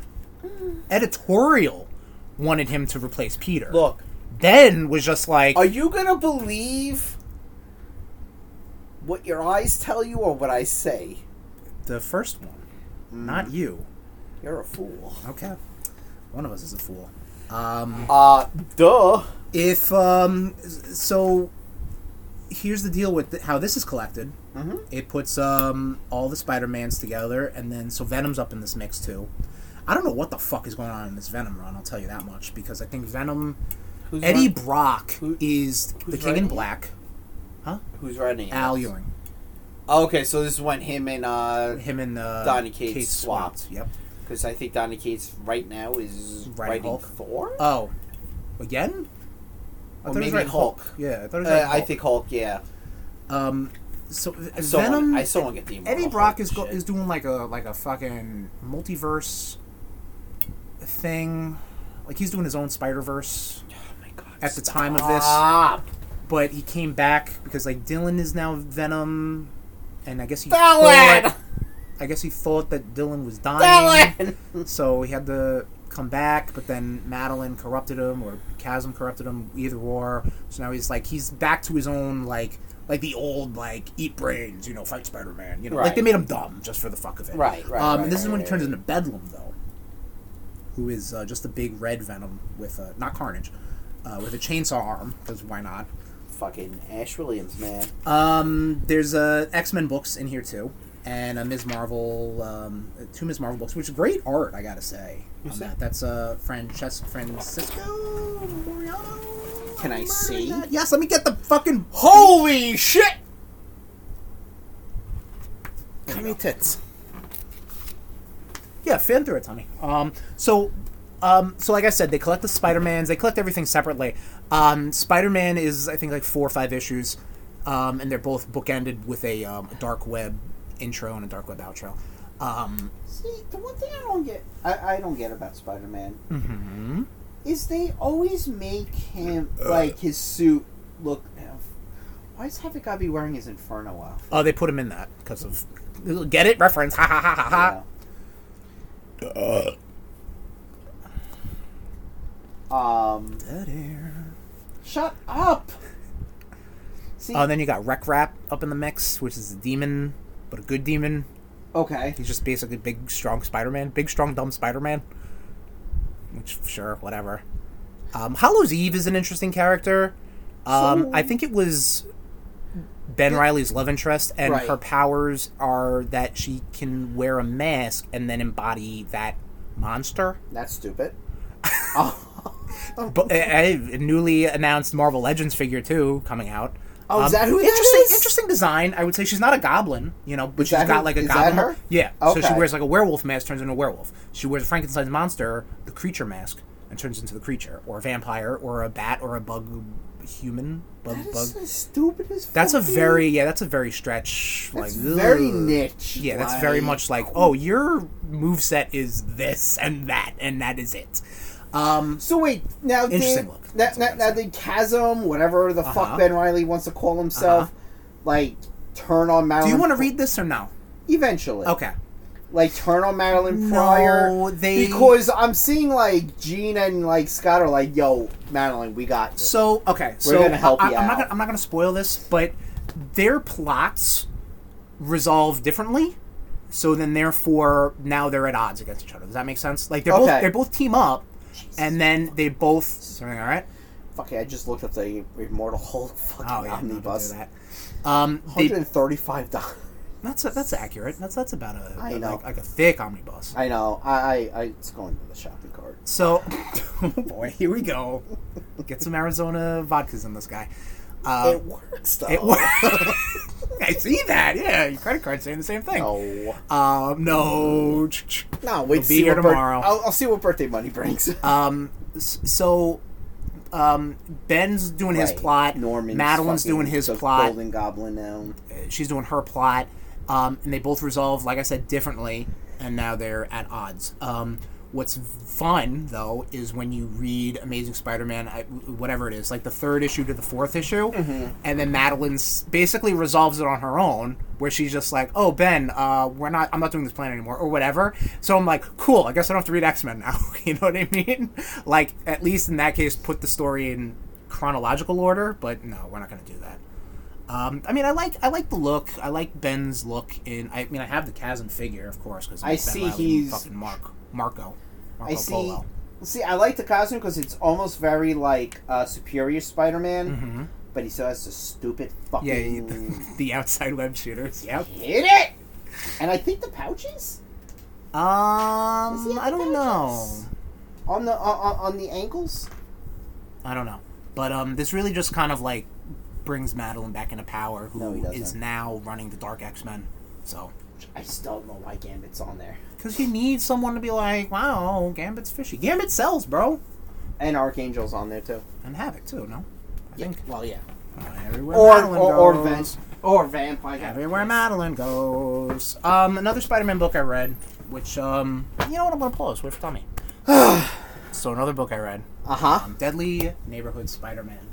S3: Editorial wanted him to replace Peter.
S2: Look,
S3: then was just like,
S2: are you gonna believe what your eyes tell you or what I say?
S3: the first one, not you.
S2: You're a fool.
S3: Okay, one of us is a fool. Um,
S2: Uh, duh.
S3: if um, s- so, here's the deal with th- how this is collected.
S2: Mm-hmm.
S3: It puts um all the Spider Mans together, and then so Venom's up in this mix too. I don't know what the fuck is going on in this Venom run. I'll tell you that much because I think Venom
S2: Who's
S3: Eddie
S2: run-
S3: Brock
S2: who-
S3: is the
S2: who's
S3: King in
S2: writing it?
S3: Black.
S2: who's running? it?
S3: Al Ewing.
S2: Okay, so this is when him and uh,
S3: Him and uh,
S2: Donny Cates swapped.
S3: Yep.
S2: because I think Donny Cates right now is
S3: Writing
S2: writing,
S3: Hulk?
S2: Thor.
S3: Oh, again? I
S2: Or
S3: thought it was
S2: maybe
S3: right
S2: Hulk.
S3: Yeah, I thought it was
S2: Uh,
S3: right
S2: I
S3: Hulk.
S2: think Hulk. Yeah.
S3: Um, so
S2: I saw
S3: Venom.
S2: One, I saw one get the
S3: Eddie
S2: Immortal
S3: Brock
S2: Hulk
S3: is go,
S2: shit.
S3: is doing like a like a fucking multiverse thing. Like he's doing his own Spider Verse
S2: Oh my god.
S3: at the time of this,
S2: Stop.
S3: but he came back because like Dylan is now Venom, and I guess he
S2: Dylan!
S3: thought- I guess he thought that Dylan was dying.
S2: Dylan!
S3: So he had to come back, but then Madeline corrupted him, or Chasm corrupted him, either or. So now he's like he's back to his own like like the old like eat brains, you know, fight Spider Man, you know, like
S2: Right.
S3: they made him dumb just for the fuck of it,
S2: Right, right,
S3: Um,
S2: right,
S3: and this is
S2: right,
S3: when he
S2: right,
S3: turns
S2: right.
S3: into Bedlam though, who is uh, just a big red Venom with uh, not Carnage, uh, with a chainsaw arm because why not?
S2: Fucking Ash Williams, man.
S3: Um, there's uh, X Men books in here too, and a Ms. Marvel, um, two Ms. Marvel books, which is great art, I gotta say. On that. That's uh, Frances- Francisco Moriano.
S2: Can I
S3: Murder
S2: see?
S3: that? Yes, let me get the fucking.
S2: Holy shit! Come here, tits.
S3: Yeah, fan through it, honey. Um, so, um, so like I said, they collect the Spider Mans. They collect everything separately. Um, Spider Man is I think like four or five issues, um, and they're both bookended with a um, dark web intro and a dark web outro. Um,
S2: See, the one thing I don't get, I, I don't get about Spider Man
S3: Mm-hmm.
S2: is they always make him
S3: Uh.
S2: like his suit look. Why is Havoc gotta be wearing his Inferno out?
S3: Oh, they put him in that because of get it reference. Ha ha ha ha
S2: you
S3: ha.
S2: know? Um,
S3: Dead air.
S2: shut up. See,
S3: Oh, then you got Rec Rap up in the mix, which is a demon, but a good demon.
S2: okay.
S3: He's just basically big, strong Spider-Man, big, strong, dumb Spider-Man. Which, sure, whatever. Um, Hollow's Eve is an interesting character. Um,
S2: So-
S3: I think it was Ben Riley's love interest, and
S2: Right.
S3: her powers are that she can wear a mask and then embody that monster.
S2: That's stupid. Oh,
S3: eh, but a a newly announced Marvel Legends figure too coming out.
S2: Oh, is
S3: Um,
S2: that who that
S3: interesting,
S2: is?
S3: interesting design. I would say she's not a goblin, you know, but
S2: Is
S3: she's
S2: that
S3: got
S2: who-
S3: like a
S2: is that
S3: goblin.
S2: her?
S3: Yeah. So she
S2: Okay.
S3: wears like a werewolf mask, turns into a werewolf. She wears Frankenstein's monster, the creature mask, and turns into the creature, or a vampire, or a bat, or a bug, human, bug,
S2: That
S3: bug.
S2: is the stupidest.
S3: That's a
S2: fucking-
S3: very yeah. That's a very stretch. Like
S2: That's very
S3: ugh.
S2: niche,
S3: Yeah, that's very
S2: like-
S3: much like oh, your move set is this and that and that is it. Um,
S2: So wait, now did,
S3: Interesting look.
S2: Now,
S3: That's what
S2: now,
S3: I'm
S2: now did Chasm, whatever the
S3: Uh-huh.
S2: fuck Ben Riley wants to call himself, like turn on Madeline?
S3: do you want to
S2: Pr-
S3: read this or no?
S2: eventually?
S3: Okay.
S2: like turn on Madeline Pryor.
S3: No, they-
S2: because I'm seeing like Gene and like Scott are like, "Yo, Madeline, we got this."
S3: So okay,
S2: We're
S3: so
S2: gonna help
S3: I,
S2: you
S3: I'm not
S2: out.
S3: gonna, I'm not gonna spoil this, but their plots resolve differently. So then, therefore, now they're at odds against each other. Does that make sense? Like they're
S2: Okay.
S3: both they both team up, and then they both. Is everything all right?
S2: Fuck it, I just looked up the Immortal Hulk fucking
S3: Oh yeah, no, don't do
S2: omnibus.
S3: that. Um, they-
S2: Hundred and thirty-five dollars.
S3: that's that's accurate. That's that's about a
S2: I
S3: like-
S2: know.
S3: Like, a thick omnibus.
S2: I know. I, I I it's going to the shopping cart.
S3: So, oh boy, here we go. Get some Arizona vodkas in this guy. Um,
S2: it works though.
S3: It worked. I see that. Yeah, your credit card's saying the same thing.
S2: No,
S3: Um, no.
S2: no. Wait,
S3: He'll
S2: to
S3: be
S2: see
S3: here
S2: what bir-
S3: tomorrow.
S2: I'll, I'll see what birthday money brings.
S3: Um, s- so, um, Ben's doing his
S2: Right.
S3: plot.
S2: Norman's
S3: Madeline's
S2: fucking
S3: doing his
S2: the
S3: plot.
S2: Golden Goblin now.
S3: She's doing her plot. Um, and they both resolve, like I said, differently. And now they're at odds. Um, what's fun though is when you read Amazing Spider-Man, I, whatever it is, like the third issue to the fourth issue, and then Madeline s- basically resolves it on her own, where she's just like, "Oh Ben, uh, we're not. I'm not doing this plan anymore, or whatever." So I'm like, "Cool. I guess I don't have to read X-Men now." you know what I mean? Like at least in that case, put the story in chronological order. But no, we're not going to do that. Um, I mean, I like I like the look. I like Ben's look in. I mean, I have the chasm figure, of course, because
S2: I see he's-
S3: fucking Mark Marco. Marco
S2: I see.
S3: Polo.
S2: See, I like the costume because it's almost very like uh, Superior Spider-Man,
S3: Mhm.
S2: but he still has the stupid fucking
S3: Yeah, you- the outside web shooters. Yep.
S2: hit it. And I think the pouches Does he
S3: Um,
S2: have
S3: I don't know.
S2: badges? on the on, on- on the ankles.
S3: I don't know. But um, this really just kind of like brings Madeline back into power,
S2: No,
S3: who
S2: he
S3: is
S2: doesn't.
S3: now running the Dark X Men. So,
S2: I still don't know why Gambit's on there.
S3: because you need someone to be like, wow, Gambit's fishy. Gambit sells, bro,
S2: And Archangel's on there too.
S3: and Havoc too. No, I think
S2: Well, yeah.
S3: uh, everywhere
S2: Or
S3: Madeline
S2: or, or
S3: goes-
S2: Vamp or Vampire.
S3: Everywhere Madeline goes. Um, another Spider-Man book I read, which um, you know what I'm gonna pull this with tummy. so another book I read,
S2: Uh huh.
S3: Deadly Neighborhood Spider-Man.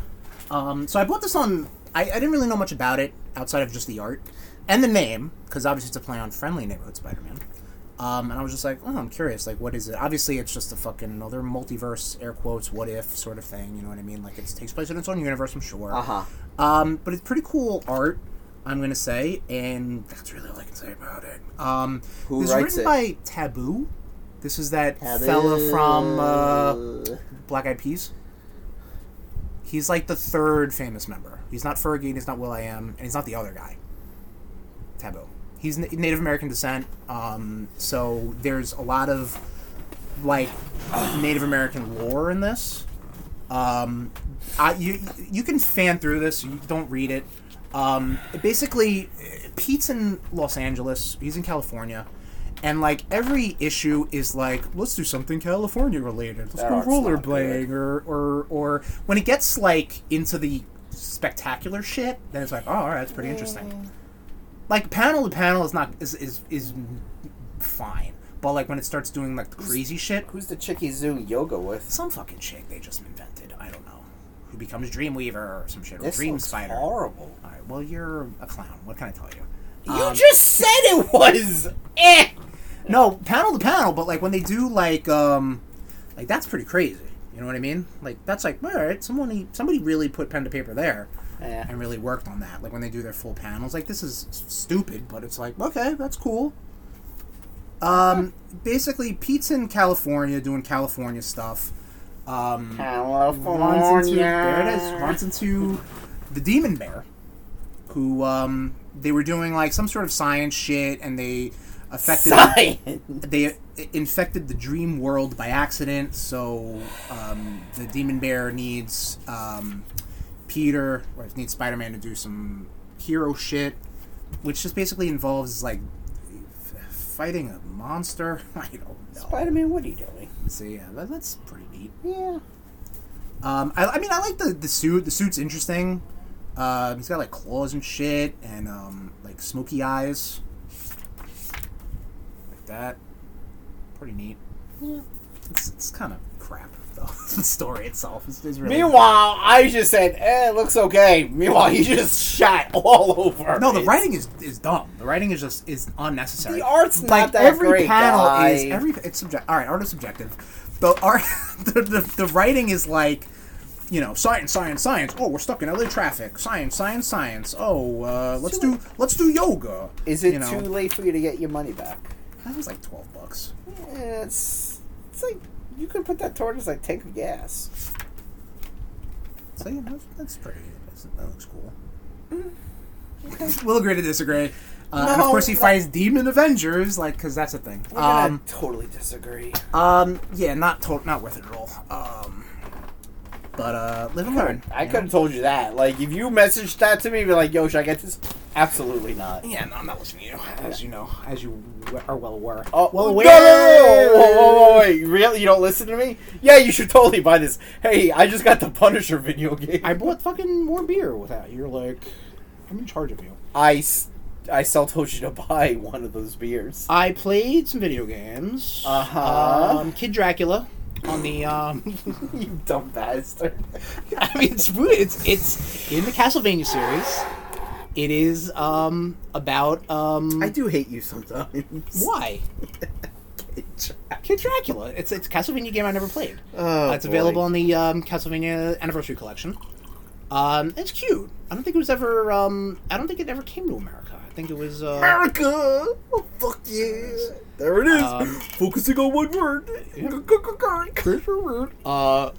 S3: Um, so I bought this on. I, I didn't really know much about it outside of just the art and the name, because obviously it's a play on Friendly Neighborhood Spider-Man. Um, and I was just like, oh, I'm curious. Like, what is it? Obviously, it's just a fucking another multiverse, air quotes, what if sort of thing. You know what I mean? Like, it takes place in its own universe, I'm sure.
S2: Uh huh.
S3: Um, but it's pretty cool art, I'm gonna say, and that's really all I can say about it. Um,
S2: Who
S3: this
S2: writes
S3: is written
S2: it?
S3: by Taboo. This is that fella from uh, Black Eyed Peas. He's like the third famous member. He's not Fergie, and he's not Will I Am, and he's not the other guy. Taboo. He's Na- Native American descent, um, so there's a lot of like Native American lore in this. Um, I, you you can fan through this. You don't read it. Um, basically, Pete's in Los Angeles. He's in California, and like every issue is like, let's do something California related. Let's
S2: That
S3: go
S2: art's not
S3: rollerblading, or or or when it gets like into the spectacular shit, then it's like, oh, all right, that's pretty
S2: Mm.
S3: interesting. Like panel to panel is not is is is fine, but like when it starts doing like the crazy shit,
S2: Who's the chick he's doing yoga with?
S3: some fucking chick they just invented. I don't know. Who becomes Dreamweaver or some shit. Or
S2: This
S3: Dream
S2: looks
S3: Spider.
S2: horrible.
S3: All right, well, you're a clown. What can I tell you?
S2: You
S3: Um,
S2: just said it was. Eh.
S3: No, panel to panel, but like when they do like, um, like that's pretty crazy. You know what I mean? Like that's like, all right, somebody, somebody really put pen to paper there
S2: Yeah.
S3: and really worked on that. Like when they do their full panels, like this is s- stupid, but it's like, okay, that's cool. Um, basically, Pete's in California doing California stuff. Um, runs into there it is runs into the demon bear who um they were doing like some sort of science shit and they affected
S2: Science.
S3: they infected the dream world by accident so um, the demon bear needs um,
S9: Peter. Or if need Spider Man to do some hero shit, which just basically involves like f- fighting a monster. I don't know.
S2: Spider Man, what are you doing?
S9: So yeah, that, that's pretty neat.
S2: Yeah.
S9: Um, I, I mean, I like the, the suit. The suit's interesting. Uh, he's got like claws and shit, and um, like smoky eyes, like that. Pretty neat.
S2: Yeah.
S9: It's, it's kind of crap though. the story itself is, is really.
S2: Meanwhile, I just said, eh, it looks okay. Meanwhile, you just shot all over.
S9: no, the
S2: it.
S9: writing is, is dumb. The writing is just is unnecessary.
S2: The art's not
S9: like
S2: that
S9: every
S2: great,
S9: panel is
S2: guy.
S9: every it's subjective. All right, art is subjective. The art, the, the, the writing is like, you know, science, science, science. Oh, we're stuck in LA traffic. Science, science, science. Oh, uh, let's
S2: too
S9: do let's do yoga.
S2: Is it
S9: you know?
S2: too late for you to get your money back?
S9: That was like twelve bucks.
S2: Yeah, it's it's like you could put that towards like tank of gas.
S9: So yeah, that's, that's pretty. That's, that looks cool. we'll agree to disagree. Uh, and of
S2: Mm, No,
S9: course, he
S2: no.
S9: fights Demon Avengers, like, because that's a thing.
S2: We're gonna
S9: Um,
S2: totally disagree.
S9: um, yeah, not to- not worth it at all. Um, but uh, live and learn.
S2: I
S9: you know?
S2: could have told you that. Like, if you messaged that to me, be like, "Yo, should I get this?" Absolutely not.
S9: Yeah, no, I'm not listening to you. As you know, as you w- are well aware.
S2: Oh
S9: well
S2: no, no, no, no, whoa, whoa, whoa, wait! Really, you don't listen to me? Yeah, you should totally buy this. Hey, I just got the Punisher video game.
S3: I bought fucking more beer without you. You're like, I'm in charge of you.
S2: I, s- I still told you to buy one of those beers.
S3: I played some video games.
S2: Uh-huh.
S3: Um, Kid Dracula on the. Um,
S2: you dumb bastard.
S3: I mean, it's weird. It's it's in the Castlevania series. It is um about um
S2: I do hate you sometimes.
S3: why Kid Dracula. It's it's a Castlevania game I never played.
S2: Oh,
S3: That's available on the um, Castlevania Anniversary Collection. Um, it's cute. I don't think it was ever. Um, I don't think it ever came to America. I think it was. Uh,
S2: America! Oh, fuck yeah! There it is!
S3: Um,
S2: Focusing on one word.
S3: uh,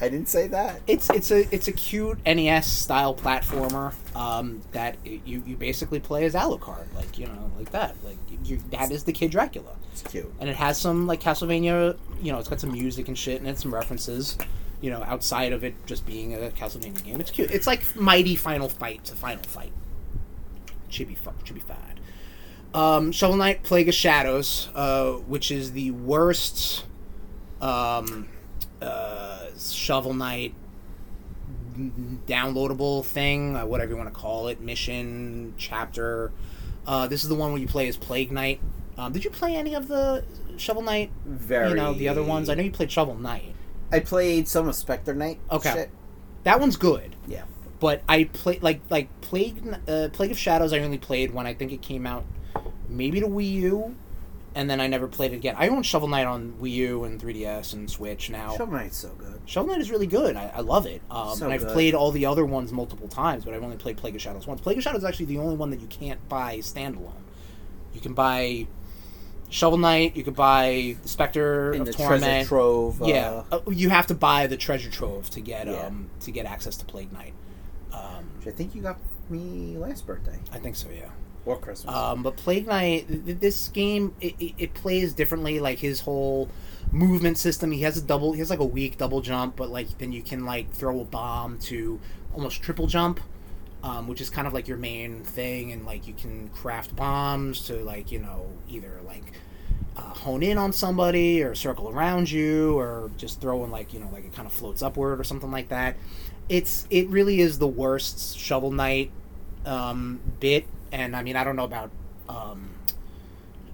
S2: I didn't say that.
S3: it's it's a it's a cute NES style platformer um, that i you you basically play as Alucard, like you know, like that, like you, that is the Kid Dracula,
S2: It's cute.
S3: and it has some like Castlevania, you know, it's got some music and shit, and it's some references, you know, outside of it just being a Castlevania game. It's cute. It's like Mighty Final Fight to Final Fight. Should be fun. Should be fine. Um, Shovel Knight: Plague of Shadows, uh, which is the worst um, uh, Shovel Knight downloadable thing, uh, whatever you want to call it, mission, chapter. Uh, this is the one where you play as Plague Knight. Um, did you play any of the Shovel Knight?
S2: Very.
S3: You know the other ones. I know you played Shovel Knight.
S2: I played some of Spectre Knight.
S3: Okay.
S2: shit.
S3: That one's good,
S2: Yeah.
S3: but I play like like Plague Kn- uh, Plague of Shadows. I only played when I think it came out, maybe to Wii U, and then I never played it again. I own Shovel Knight on Wii U and 3DS and Switch now.
S2: Shovel Knight's so good.
S3: Shovel Knight is really good. I, I love it. Um,
S2: So
S3: and I've
S2: good.
S3: played all the other ones multiple times, but I've only played Plague of Shadows once. Plague of Shadows is actually the only one that you can't buy standalone. You can buy Shovel Knight. You could buy the Spectre
S2: In
S3: of
S2: the treasure
S3: Torment.
S2: trove. Uh,
S3: yeah, Uh, you have to buy the treasure trove to get
S2: Yeah.
S3: um to get access to Plague Knight. Um,
S2: Which I think you got me last birthday.
S3: I think so. Yeah.
S2: Or Christmas.
S3: Um, but Plague Knight, th- th- this game, it, it, it plays differently. Like his whole movement system, he has a double, he has like a weak double jump, but like then you can like throw a bomb to almost triple jump, um, which is kind of like your main thing, and like you can craft bombs to like you know either like uh, hone in on somebody or circle around you or just throwing like you know like it kind of floats upward or something like that. It's it really is the worst Shovel Knight um, bit, and I mean I don't know about um,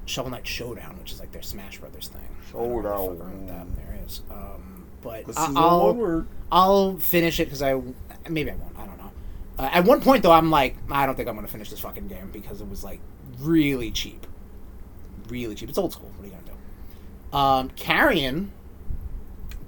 S3: Shovel Knight Showdown, which is like their Smash Brothers thing. I don't know what the fuck around with That there is, um, but I- I'll I'll finish it because I maybe I won't. I don't know. Uh, at one point though, I'm like I don't think I'm gonna finish this fucking game because it was like really cheap, really cheap. It's old school. What are you gonna do? Um, Carrion.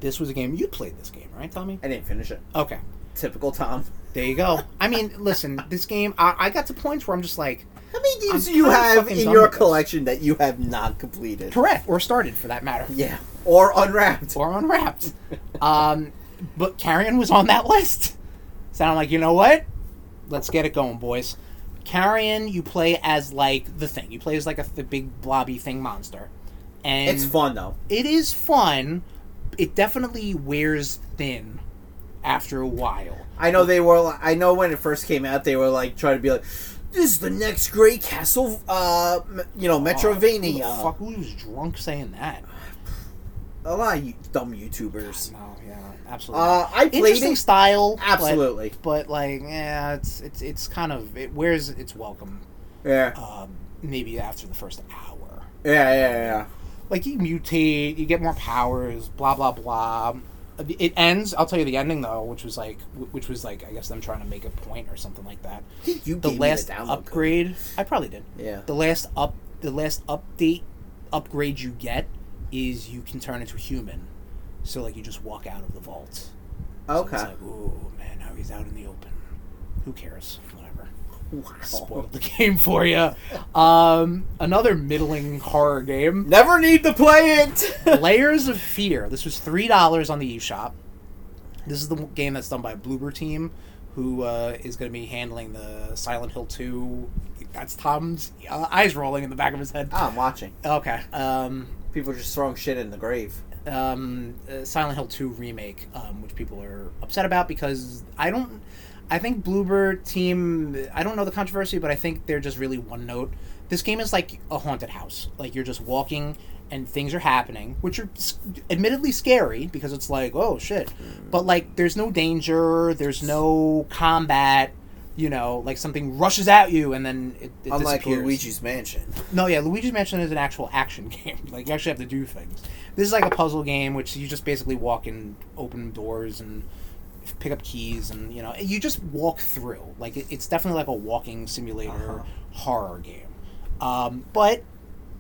S3: This was a game you played. This game, right, Tommy?
S2: I didn't finish it.
S3: Okay.
S2: Typical Tom.
S3: There you go. I mean, listen, this game, I, I got to points where I'm just like,
S2: How many games
S3: I'm
S2: do you
S3: kinda
S2: have
S3: fucking
S2: in
S3: done
S2: your
S3: with this.
S2: collection that you have not completed?
S3: correct, or started for that matter,
S2: Yeah. Or unwrapped.
S3: or unwrapped. um, but Carrion was on that list. So I'm like, you know what? Let's get it going, boys. Carrion, you play as like the thing. You play as like a the big blobby thing monster, and
S2: It's fun though.
S3: it is fun. It definitely wears thin after a while.
S2: I know they were. li- I know when it first came out, they were like trying to be like, "This is the next great Castle, uh, m- you know, Metrovania."
S3: Oh, who the fuck, who was drunk saying that?
S2: a lot of you, dumb YouTubers.
S3: No, yeah, absolutely.
S2: Uh, I played
S3: Interesting
S2: it
S3: style, but-
S2: absolutely.
S3: But, like, yeah, it's it's it's kind of it wears its welcome.
S2: Yeah,
S3: Um, maybe after the first hour,
S2: yeah, yeah, yeah.
S3: like you mutate, you get more powers, blah blah blah. It ends. I'll tell you the ending though, which was like, which was like, I guess them trying to make a point or something like that.
S2: I think you
S3: the
S2: gave
S3: last
S2: me the download code.
S3: upgrade i probably did
S2: Yeah.
S3: the last up the last update upgrade you get is you can turn into a human so like you just walk out of the vault So
S2: Okay.
S3: it's like ooh man now he's out in the open who cares whatever spoiled the game for you um another middling horror game
S2: Never need to play it.
S3: layers of fear this was three dollars on the eShop. this is the game that's done by bloober team who uh, is going to be handling the silent hill 2 that's tom's uh, eyes rolling in the back of his head
S2: Ah, I'm watching.
S3: Okay. Um,
S2: People just throwing shit in the grave.
S3: um, uh, Silent Hill 2 remake, um, which people are upset about because I don't. I think Bluebird team. I don't know the controversy, but I think they're just really one note. This game is like a haunted house. Like you're just walking and things are happening, which are s- admittedly scary because it's like, oh shit. But like, there's no danger. There's no combat. You know, like something rushes at you and then it, it
S2: Unlike
S3: disappears.
S2: Luigi's Mansion.
S3: No, yeah, Luigi's Mansion is an actual action game. Like you actually have to do things. This is like a puzzle game, which you just basically walk and open doors and pick up keys, and you know, you just walk through. Like it, it's definitely like a walking simulator
S2: Uh-huh.
S3: horror game. Um, but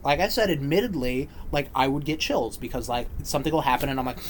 S3: like I said, admittedly, like I would get chills because like something will happen, and I'm like.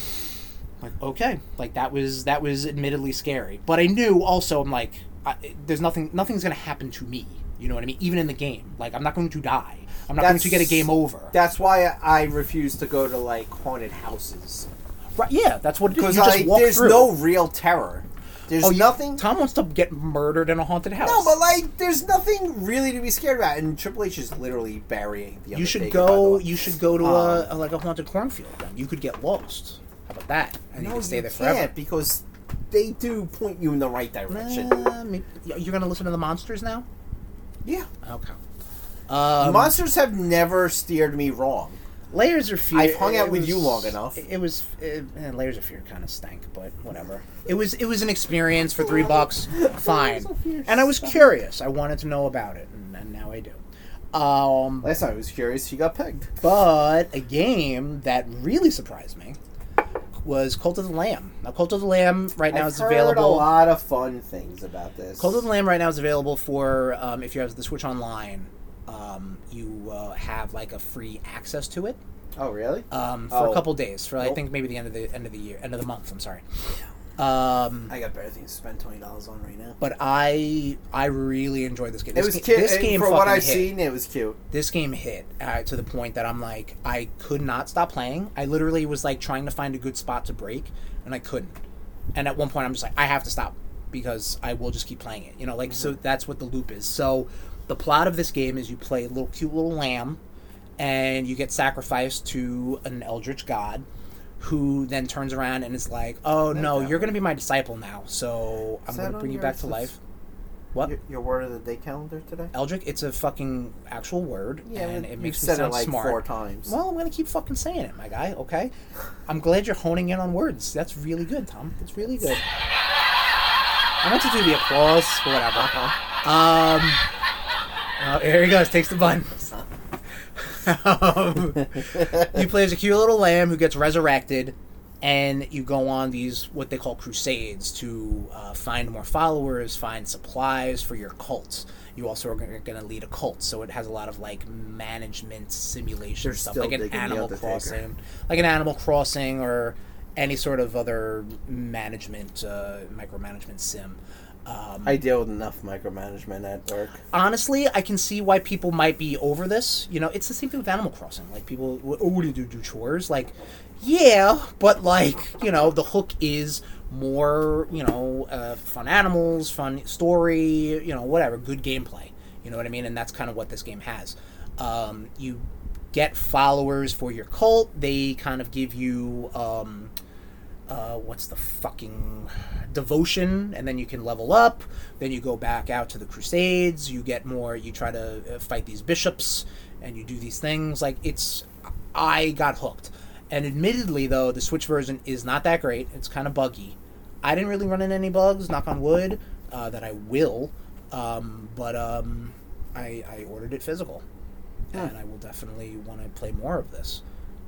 S3: Like okay, like that was that was admittedly scary, but I knew also I'm like, I, there's nothing nothing's gonna happen to me. You know what I mean? Even in the game, like I'm not going to die. I'm not going to get a
S2: That's-
S3: game over.
S2: That's why I refuse to go to like haunted houses
S3: right, yeah, that's what it is.
S2: because
S3: You just
S2: like
S3: walk
S2: there's
S3: through. Oh,
S2: no real terror. There's
S3: you-
S2: nothing.
S3: Tom wants to get murdered in a haunted house.
S2: No, but like, there's nothing really to be scared about, and Triple H is literally burying the.
S3: you should
S2: Undertaker, by the
S3: go.
S2: way.
S3: You should go to
S2: Um,
S3: a, a like a haunted cornfield. Then you could get lost. How about that? And you
S2: no, you
S3: could stay there
S2: can't
S3: forever.
S2: because they do point you in the right direction.
S3: Nah, may- you're gonna listen to the monsters now.
S2: yeah,
S3: Okay. Um,
S2: monsters have never steered me wrong.
S3: Layers of Fear.
S2: I've hung out
S3: it
S2: with you long enough.
S3: It was it, eh, Layers of Fear kind of stank, but whatever. It was it was an experience for three bucks. Fine, and I was curious. I wanted to know about it, and, and now I do. Um,
S2: Last time I was curious, he got pegged.
S3: but a game that really surprised me was Cult of the Lamb. Now, Cult of the Lamb right now
S2: I've
S3: is
S2: heard
S3: available.
S2: a lot of fun things about this.
S3: Cult of the Lamb right now is available for um, if you have the Switch Online. Um, you uh, have like a free access to it.
S2: Oh, really?
S3: um, for
S2: Oh.
S3: a couple days. For I
S2: Nope.
S3: think maybe the end of the end of the year, end of the month. I'm sorry. Um,
S2: I got better things to spend twenty dollars on right now.
S3: but I I really enjoyed this game.
S2: It
S3: This
S2: was
S3: ga-
S2: cute.
S3: This
S2: and
S3: game
S2: for what
S3: fucking
S2: I've
S3: hit.
S2: seen, it was cute.
S3: This game hit uh, to the point that I'm like I could not stop playing. I literally was like trying to find a good spot to break, and I couldn't. And at one point, I'm just like I have to stop because I will just keep playing it. You know, like
S2: Mm-hmm.
S3: so that's what the loop is. So the plot of this game is you play a little cute little lamb, and you get sacrificed to an eldritch god who then turns around and is like, "Oh no, you're going to be my disciple now. So I'm
S2: Is that
S3: going to
S2: on
S3: bring you
S2: your-
S3: back to
S2: it's-
S3: life." What?
S2: Your, your word of the day calendar today.
S3: Eldritch, it's a fucking actual word, and
S2: you
S3: it makes me
S2: Oh, said
S3: sound
S2: it like
S3: smart.
S2: four times.
S3: Well, I'm gonna keep fucking saying it, my guy. Okay. I'm glad you're honing in on words. That's really good, Tom. That's really good. I meant to do the applause, but whatever.
S2: Uh-huh.
S3: Um. Oh, here he goes. Takes the bun. um, you play as a cute little lamb who gets resurrected, and you go on these what they call crusades to uh, find more followers, find supplies for your cult. You also are going to lead a cult, so it has a lot of like management simulation
S2: They're
S3: stuff,
S2: still
S3: like an
S2: digging the
S3: Animal
S2: Undertaker.
S3: Crossing, like an Animal Crossing or any sort of other management uh, micromanagement sim. Um,
S2: I deal with enough micromanagement at work.
S3: honestly, I can see why people might be over this. You know, it's the same thing with Animal Crossing. Like people, oh, what do you do? Do chores? Like, yeah, but like you know, the hook is more you know, uh, fun animals, fun story, you know, whatever, good gameplay. You know what I mean? And that's kind of what this game has. Um, you get followers for your cult. They kind of give you. Um, uh, what's the fucking devotion, and then you can level up. Then you go back out to the Crusades. You get more. You try to uh, fight these bishops, and you do these things. Like it's, I got hooked. And admittedly, though, the Switch version is not that great. It's kind of buggy. I didn't really run into any bugs. Knock on wood. Uh, that I will. Um, but um, I, I ordered it physical, and I will definitely want to play more of this.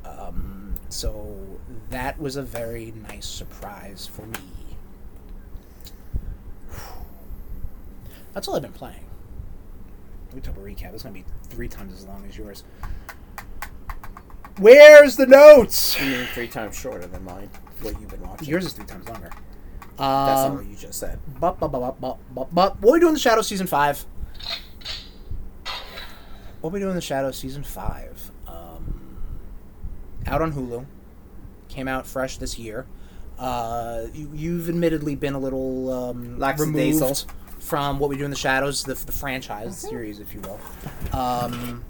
S3: Um, so that was a very nice surprise for me. That's all I've been playing. We took a recap. It's gonna be three times as long as yours. Where's the notes?
S10: You mean three times shorter than mine? What you've been watching?
S3: Yours is three times longer. Um,
S10: That's not what you just said.
S3: Bop, bop, bop, bop, bop, bop, bop. What are we doing in the Shadow Season 5? What are we doing in the Shadow Season 5? Um, out on Hulu. Came out fresh this year. Uh, you, you've admittedly been a little um,
S10: Lackadaisical.
S3: removed from what we do in the Shadows, the, the franchise series, if you will. Um,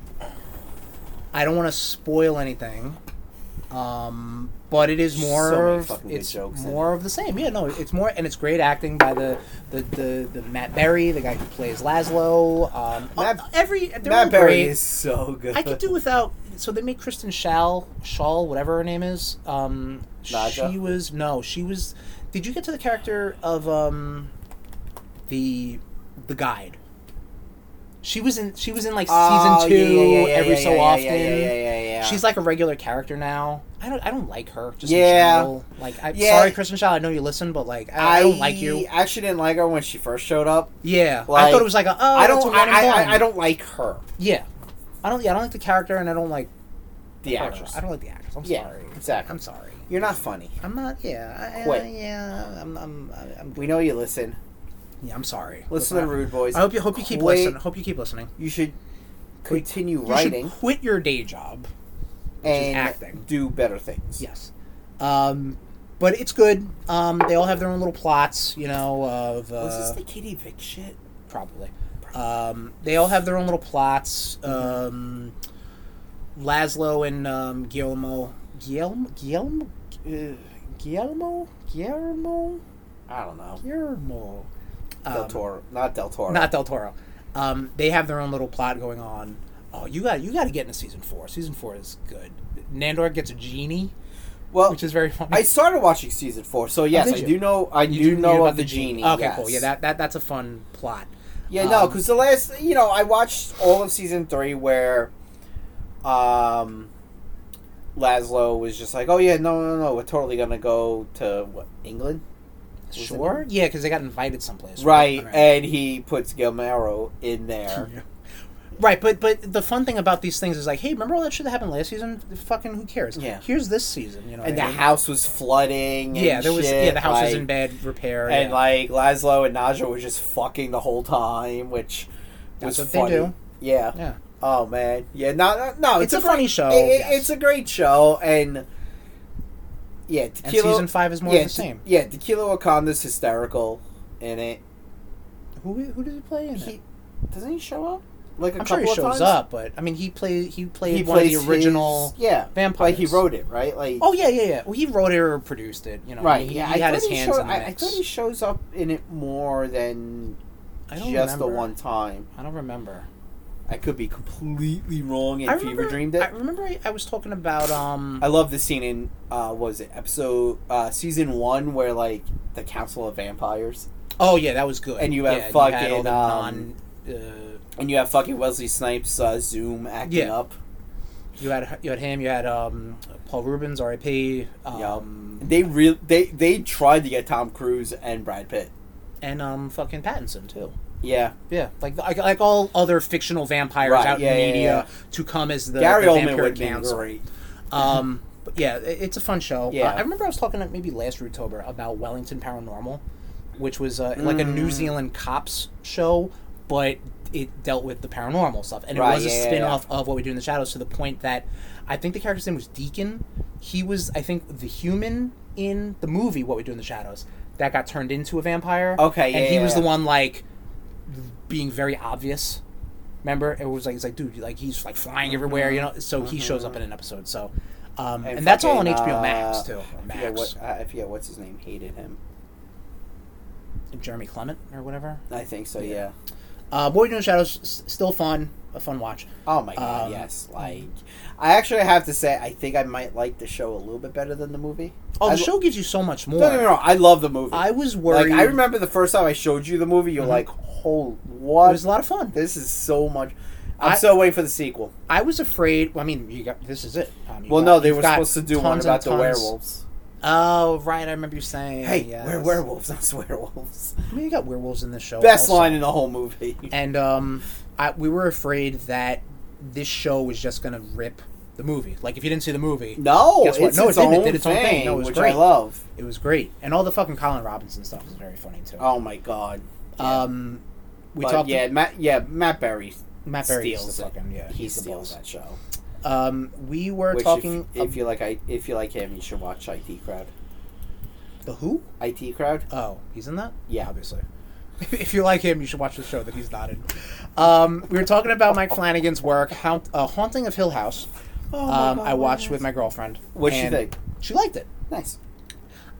S3: I don't want to spoil anything. Um, but it is more
S10: So many
S3: of-
S10: fucking good
S3: it's
S10: jokes in it.
S3: more of the same. Yeah, no, it's more and it's great acting by the the, the, the Matt Berry, the guy who plays Laslo. Um,
S2: Matt-
S3: uh, every they're all
S2: Matt Berry
S3: great.
S2: is so good.
S3: I could do without. So they made Kristen Schall, Schall, whatever her name is. Um,
S10: Naja?
S3: she was no, she was. Did you get to the character of um, the the guide? She was in. She was in like
S2: Oh,
S3: season two
S2: yeah, yeah, yeah,
S3: every
S2: yeah,
S3: so
S2: yeah, yeah,
S3: often.
S2: Yeah, yeah, yeah, yeah.
S3: She's like a regular character now. I don't. I don't like her. Just
S2: Yeah.
S3: In general. Like, I'm
S2: Yeah.
S3: sorry, Kristen Shaw. I know you listen, but like, I, I don't like you.
S2: Actually, didn't like her when she first showed up.
S3: Yeah. I
S2: Like,
S3: thought it was like a. Oh,
S2: I
S3: that's
S2: don't.
S3: a
S2: I,
S3: random
S2: I,
S3: one.
S2: I, I don't like her,
S3: Yeah. I don't. Yeah. I don't like the character, and I don't like
S2: the
S3: her.
S2: actress.
S3: I don't like the actress. I'm
S2: Yeah,
S3: sorry.
S2: exactly.
S3: I'm sorry.
S2: You're not funny.
S3: I'm not. Yeah. I,
S2: Quit.
S3: I, yeah. I'm. I'm. I'm.
S2: Um, We know you listen.
S3: Yeah. I'm sorry.
S2: Listen to
S3: I-
S2: Rude Boys.
S3: I hope you hope you keep
S2: Quit.
S3: listening. Hope you keep listening.
S2: You should
S3: Quit.
S2: continue
S3: You
S2: writing
S3: should quit your day job.
S2: and
S3: acting.
S2: do better things.
S3: Yes. Um, but it's good. Um, they all have their own little plots, you know. Of uh,
S10: Was this the Katie Vick shit?
S3: probably. Um, they all have their own little plots. Um, Laszlo and um, Guillermo, Guillermo, Guillermo, uh, Guillermo, Guillermo,
S2: I don't know.
S3: Guillermo.
S2: Del
S3: Um,
S2: Toro, not Del Toro.
S3: not Del Toro. Um, they have their own little plot going on. Oh, you got you got to get into season four. Season four is good. Nandor gets a genie,
S2: well,
S3: which is very funny.
S2: Oh, I started watching season four, so yes,
S3: did
S2: I
S3: you?
S2: do know. I
S3: You
S2: do,
S3: do
S2: know
S3: about
S2: of the genie.
S3: Okay,
S2: yes.
S3: cool. Yeah, that, that that's a fun plot.
S2: Yeah, no,
S3: Um,
S2: because the last, you know, I watched all of season three where, um, Laszlo was just like, "Oh yeah, no, no, no, we're totally gonna go to what England, Was it
S3: Sure. Yeah, because they got invited someplace.
S2: right?"
S3: Right.
S2: And he puts Gilmaro in there.
S3: Right, But but the fun thing about these things is like, hey, remember all that shit that happened last season? Fucking who cares?
S2: Yeah.
S3: Here's this season. You know.
S2: And
S3: what
S2: the
S3: I mean?
S2: house was flooding. And
S3: Yeah, there was.
S2: shit,
S3: Yeah, the house was
S2: like-
S3: in bad repair.
S2: And
S3: yeah.
S2: like Laszlo and Naja were just fucking the whole time, which
S3: That's
S2: was
S3: what they
S2: funny.
S3: do.
S2: Yeah.
S3: yeah.
S2: Oh man. Yeah. No. No. no
S3: It's a
S2: great-
S3: funny show,
S2: it- it-
S3: yes.
S2: It's a great show, and yeah,
S3: And
S2: Tequila.
S3: season five is more
S2: yeah,
S3: of the
S2: Te-
S3: same.
S2: yeah, Tequila Wakanda's hysterical in it.
S3: Who who does he play in it?
S2: He doesn't he show up? Like a
S3: I'm sure
S2: couple
S3: he
S2: of
S3: shows
S2: times?
S3: up, but I mean, he played he played
S2: He
S3: one of the
S2: plays
S3: original.
S2: his- yeah
S3: vampires.
S2: Like he wrote it, right? Like
S3: Oh yeah, yeah, yeah. Well, he wrote it or produced it. You know,
S2: right.
S3: He,
S2: yeah,
S3: he
S2: I
S3: had
S2: thought
S3: his
S2: he
S3: hands
S2: showed-
S3: in the
S2: I, I
S3: mix.
S2: thought he shows up in it more than
S3: I
S2: just
S3: don't
S2: the
S3: remember.
S2: one time.
S3: I don't remember.
S2: I could be completely wrong and
S3: I
S2: fever
S3: remember.
S2: dreamed it.
S3: I remember. I, I was talking about um.
S2: I love the scene in uh what was it episode uh season one where like the Council of Vampires
S3: oh yeah, that was good.
S2: And you have
S3: yeah, had
S2: fucking,
S3: all the
S2: um,
S3: non. Uh,
S2: and you have fucking Wesley Snipes uh, Zoom acting
S3: Yeah.
S2: up.
S3: you had you had him. You had um Paul Rubens, R.I.P. Um,
S2: Yup. They real they they tried to get Tom Cruise and Brad Pitt.
S3: and um fucking Pattinson too.
S2: Yeah,
S3: Yeah, like like, like all other fictional vampires
S2: Right,
S3: out
S2: yeah,
S3: in the
S2: yeah,
S3: media
S2: yeah.
S3: to come as the,
S2: Gary
S3: the
S2: Oldman
S3: vampiric
S2: would be
S3: council.
S2: great.
S3: Um, but yeah, it- it's a fun show.
S2: Yeah.
S3: Uh, I remember I was talking at maybe last Rootober about Wellington Paranormal, which was uh, like a
S2: Mm.
S3: New Zealand cops show, but it dealt with the paranormal stuff, and it
S2: Right,
S3: was a
S2: yeah, yeah,
S3: spin off of what we do in the shadows to the point that I think the character's name was Deacon. He was, I think, the human in the movie What We Do in the Shadows that got turned into a vampire.
S2: Okay, yeah,
S3: and he
S2: yeah,
S3: was
S2: yeah.
S3: the one like being very obvious.
S2: Mm-hmm.
S3: Remember, it was like it's like, dude, like he's like flying everywhere, you know. So he shows up in an episode. So Um, and, that's all on
S2: fucking,
S3: HBO
S2: uh,
S3: Max too.
S2: I
S3: Max.
S2: forget, what, I I forget what's his name hated him.
S8: Jeremy Clement or whatever.
S2: I think so. Yeah.
S8: Uh, Boy No Shadows s- still fun, a fun watch.
S2: Oh my god,
S8: Um,
S2: yes! Like, I actually have to say, I think I might like the show a little bit better than the movie.
S8: Oh, the
S2: I-
S8: show gives you so much more.
S2: No, no, no, no! I love the movie.
S8: I was
S2: like,
S8: worried.
S2: I remember the first time I showed you the movie. You're
S8: Mhm.
S2: like, "Holy
S8: it
S2: what?
S8: was a lot of fun.
S2: this is so much." I'm
S8: I-
S2: still waiting for the sequel.
S8: I was afraid. Well, I mean, you got this is it. Um, you
S2: Well,
S8: got-
S2: no, they
S8: you've
S2: were
S8: got
S2: supposed to do one
S8: tons and
S2: about the
S8: tons-
S2: werewolves.
S8: Oh, right. I remember you saying.
S2: Hey,
S8: yes.
S2: we're werewolves, not werewolves.
S8: I mean, you got werewolves in this show.
S2: Best
S8: also.
S2: line in the whole movie.
S8: And um, I, we were afraid that this show was just gonna rip the movie. Like, if you didn't see the movie,
S2: No,
S8: Guess
S2: it's
S8: what? No, it
S2: its,
S8: didn't.
S2: own
S8: It did its own
S2: thing,
S8: thing. No, it was
S2: which I
S8: great.
S2: love.
S8: it was great. And all the fucking Colin Robinson stuff was very funny too.
S2: Oh my god!
S8: Um, we
S2: But
S8: talked.
S2: yeah, Matt, yeah, Matt Berry.
S8: Matt Berry is
S2: steals
S8: the
S2: it.
S8: fucking yeah.
S2: He
S8: He's the
S2: steals
S8: boss.
S2: that show.
S8: Um, we were
S2: Which
S8: talking
S2: If, if you like, I if you like him, you should watch IT Crowd.
S8: ab- the who?
S2: IT Crowd.
S8: Oh, he's in that.
S2: Yeah.
S8: obviously. if you like him, you should watch the show that he's not in. Um, we were talking about Mike Flanagan's work, Haunt, uh, Haunting of Hill House.
S2: Oh
S8: Um, I watched with my girlfriend.
S2: What'd she
S8: and
S2: think?
S8: She liked it.
S2: Nice.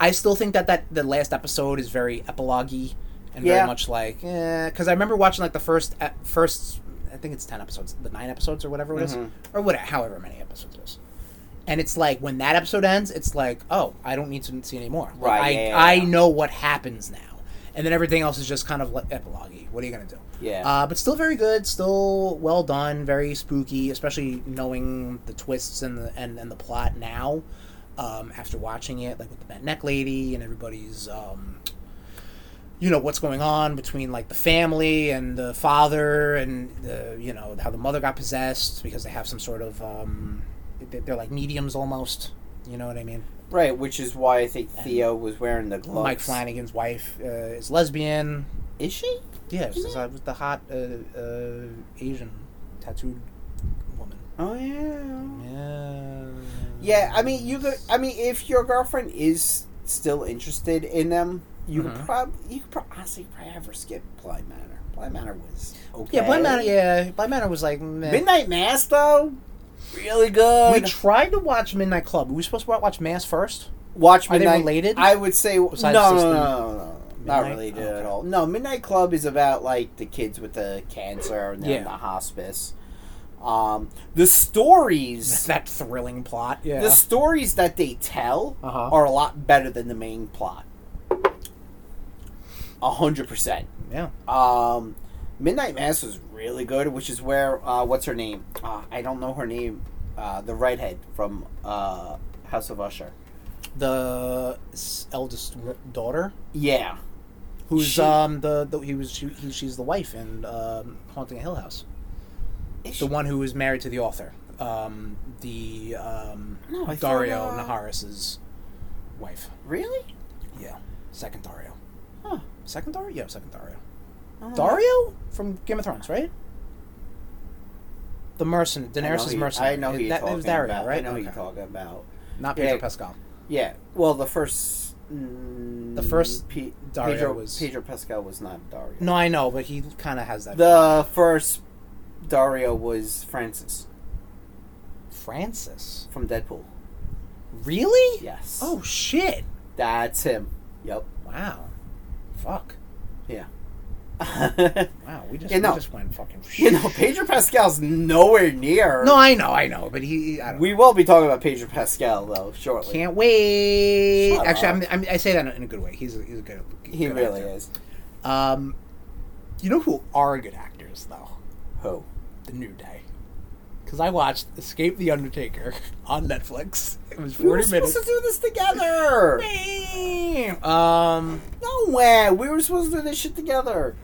S8: I still think that that the last episode is very epilogue-y and
S2: Yeah.
S8: very much like because I remember watching like the first e- first I think it's ten episodes, the nine episodes or whatever it is,
S2: Mhm.
S8: or whatever, however many episodes it is. And it's like when that episode ends, it's like oh, I don't need to see any more. Like,
S2: Right,
S8: I
S2: yeah, yeah,
S8: I
S2: yeah.
S8: know what happens now, and then everything else is just kind of like epilogue-y. What are you gonna do?
S2: Yeah.
S8: Uh, but still very good, still well done, very spooky, especially knowing the twists and the and, and the plot now. Um, after watching it, like with the bent neck lady and everybody's, um, you know, what's going on between like the family and the father and the you know how the mother got possessed because they have some sort of um, they- they're like mediums almost. You know what I mean?
S2: right, which is why I think Theo was wearing the gloves.
S8: Mike Flanagan's wife uh, is lesbian.
S2: Is she?
S8: Yeah, it was, uh, with the hot uh, uh, Asian tattooed woman.
S2: Oh yeah.
S8: Yeah.
S2: Yeah, I mean, you could. I mean, if your girlfriend is still interested in them, you
S8: Mhm.
S2: could probably you could prob- honestly probably have her skip Blind Manor. Blind Manor was okay.
S8: Yeah, Blind Manor. Yeah, Blind Manor was like meh.
S2: Midnight Mass though, really good.
S8: We tried to watch Midnight Club. We were supposed to wa- watch Mass first.
S2: Watch
S8: Are they
S2: Midnight.
S8: related?
S2: I would say no, no,
S8: Besides
S2: no,
S8: just
S2: no,
S8: the-
S2: no, no, not
S8: Midnight?
S2: related
S8: Oh,
S2: at
S8: okay.
S2: all. No, Midnight Club is about like the kids with the cancer and they're in
S8: Yeah.
S2: the hospice. Um, the stories,
S8: that thrilling plot. Yeah.
S2: the stories that they tell
S8: Uh-huh.
S2: are a lot better than the main plot. A hundred percent.
S8: yeah.
S2: Um, Midnight Mass was really good, which is where uh, what's her name? Uh, I don't know her name. Uh, the redhead from uh, House of Usher.
S8: The s- eldest w- daughter,
S2: Yeah.
S8: who's
S2: She-
S8: um the, the he was she, he, she's the wife in um, Haunting a Hill House.
S2: Is
S8: The
S2: she-
S8: one who was married to the author, um, the um,
S2: No, I
S8: Dario
S2: thought, uh,
S8: Naharis's wife.
S2: Really?
S8: Yeah, second Dario.
S2: Huh.
S8: Second Dario? Yeah, second Dario.
S2: I don't know.
S8: Dario from Game of Thrones, right? The mercen,
S2: I know
S8: Daenerys'
S2: who-
S8: mercenary.
S2: I know who
S8: It-
S2: you're
S8: that, it
S2: talking
S8: was Dario,
S2: about.
S8: right?
S2: I know who
S8: Okay.
S2: you're talking about.
S8: Not
S2: Yeah.
S8: Pedro Pascal.
S2: Yeah. Well, the first. Mm,
S8: first
S2: Pe-
S8: Dario
S2: Pedro,
S8: was-
S2: Pedro Pascal was not Dario.
S8: No, I know, but he kind of has that.
S2: The first Dario was Francis
S8: Francis.
S2: from Deadpool.
S8: Really?
S2: Yes.
S8: Oh shit!
S2: that's him. Yep.
S8: Wow. Fuck.
S2: Yeah.
S8: Wow. We just,
S2: Yeah, no.
S8: we just went fucking.
S2: you know, Pedro Pascal's nowhere near.
S8: No, I know, I know, but he. I don't
S2: we will be talking about Pedro Pascal though shortly.
S8: can't wait.
S2: Shut
S8: Actually,
S2: up.
S8: I'm, I'm, I say that in a good way. He's a, he's a good.
S2: he
S8: good
S2: really
S8: actor.
S2: is.
S8: Um, you know who are good actors though?
S2: Who?
S8: The New Day. Because I watched Escape the Undertaker on Netflix. It was
S2: We were
S8: 40
S2: supposed
S8: minutes.
S2: to do this together.
S8: Damn. Um,
S2: No way. We were supposed to do this shit together.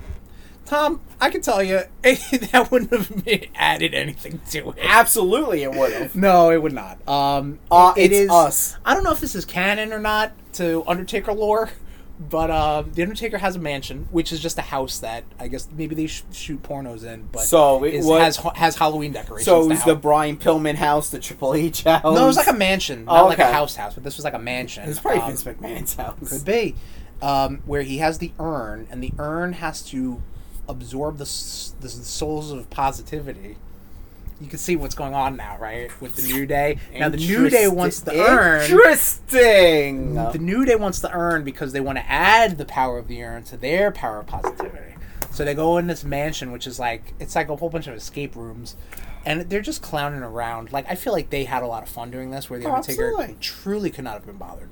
S8: Tom, I can tell you that wouldn't have added anything to it.
S2: Absolutely, it would have.
S8: No, it would not. Um,
S2: Uh,
S8: it- it
S2: it's
S8: is-
S2: us.
S8: I don't know if this is canon or not to Undertaker lore, but um, the Undertaker has a mansion, which is just a house that I guess maybe they sh- shoot pornos in, but
S2: So it
S8: is-
S2: was-
S8: has has Halloween decorations.
S2: So it was
S8: now.
S2: the Brian Pillman house, the Triple H house.
S8: no, it was like a mansion, not
S2: Oh,
S8: like a
S2: okay.
S8: house house, but this was like a mansion.
S2: It's probably
S8: Um,
S2: Vince McMahon's house.
S8: could be um, where he has the urn and the urn has to absorb the, s- the s- souls of positivity you can see what's going on now, right? With the New Day. Now the New
S2: Interest-
S8: Day wants to earn.
S2: Interesting.
S8: The New Day wants to earn because they want to add the power of the urn to their power of positivity. So they go in this mansion, which is like it's like a whole bunch of escape rooms, and they're just clowning around. Like I feel like they had a lot of fun doing this, where the
S2: Oh,
S8: Undertaker
S2: absolutely.
S8: truly could not have been bothered.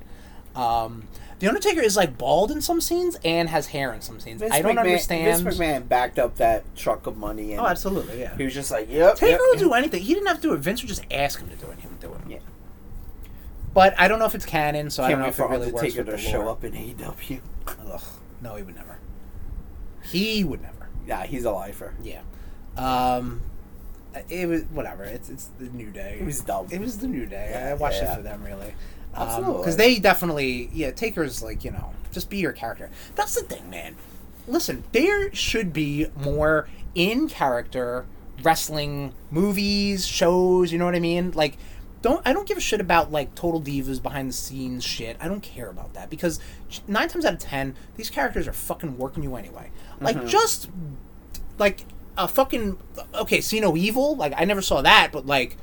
S8: Um, the Undertaker is like bald in some scenes and has hair in some scenes.
S2: Vince
S8: I don't
S2: McMahon,
S8: understand.
S2: Vince McMahon backed up that truck of money, and
S8: Oh, absolutely, yeah.
S2: he was just like, "Yep."
S8: Taker
S2: yep,
S8: will
S2: yep.
S8: do anything. He didn't have to do it. Vince would just ask him to do it. He would do it.
S2: Yeah.
S8: But I don't know if it's canon, so I
S2: Can't
S8: don't know
S2: wait
S8: if it
S2: for
S8: really works
S2: Undertaker
S8: with
S2: to
S8: the
S2: show
S8: lore.
S2: up in E AEW. Ugh.
S8: No, he would never. He would never.
S2: Nah, he's a lifer.
S8: Yeah. Um, it was whatever. It's it's the new day.
S2: He was dumb.
S8: It was the new day. I watched
S2: Yeah.
S8: it for them really.
S2: Absolutely.
S8: Because they definitely, yeah, Taker's like, you know, just be your character. That's the thing, man. Listen, there should be more in character wrestling movies, shows, you know what I mean? Like, don't I don't give a shit about like total divas behind the scenes shit. I don't care about that because nine times out of ten, these characters are fucking working you anyway. Like,
S2: Mm-hmm.
S8: just like a fucking okay, see no evil. Like I never saw that, but like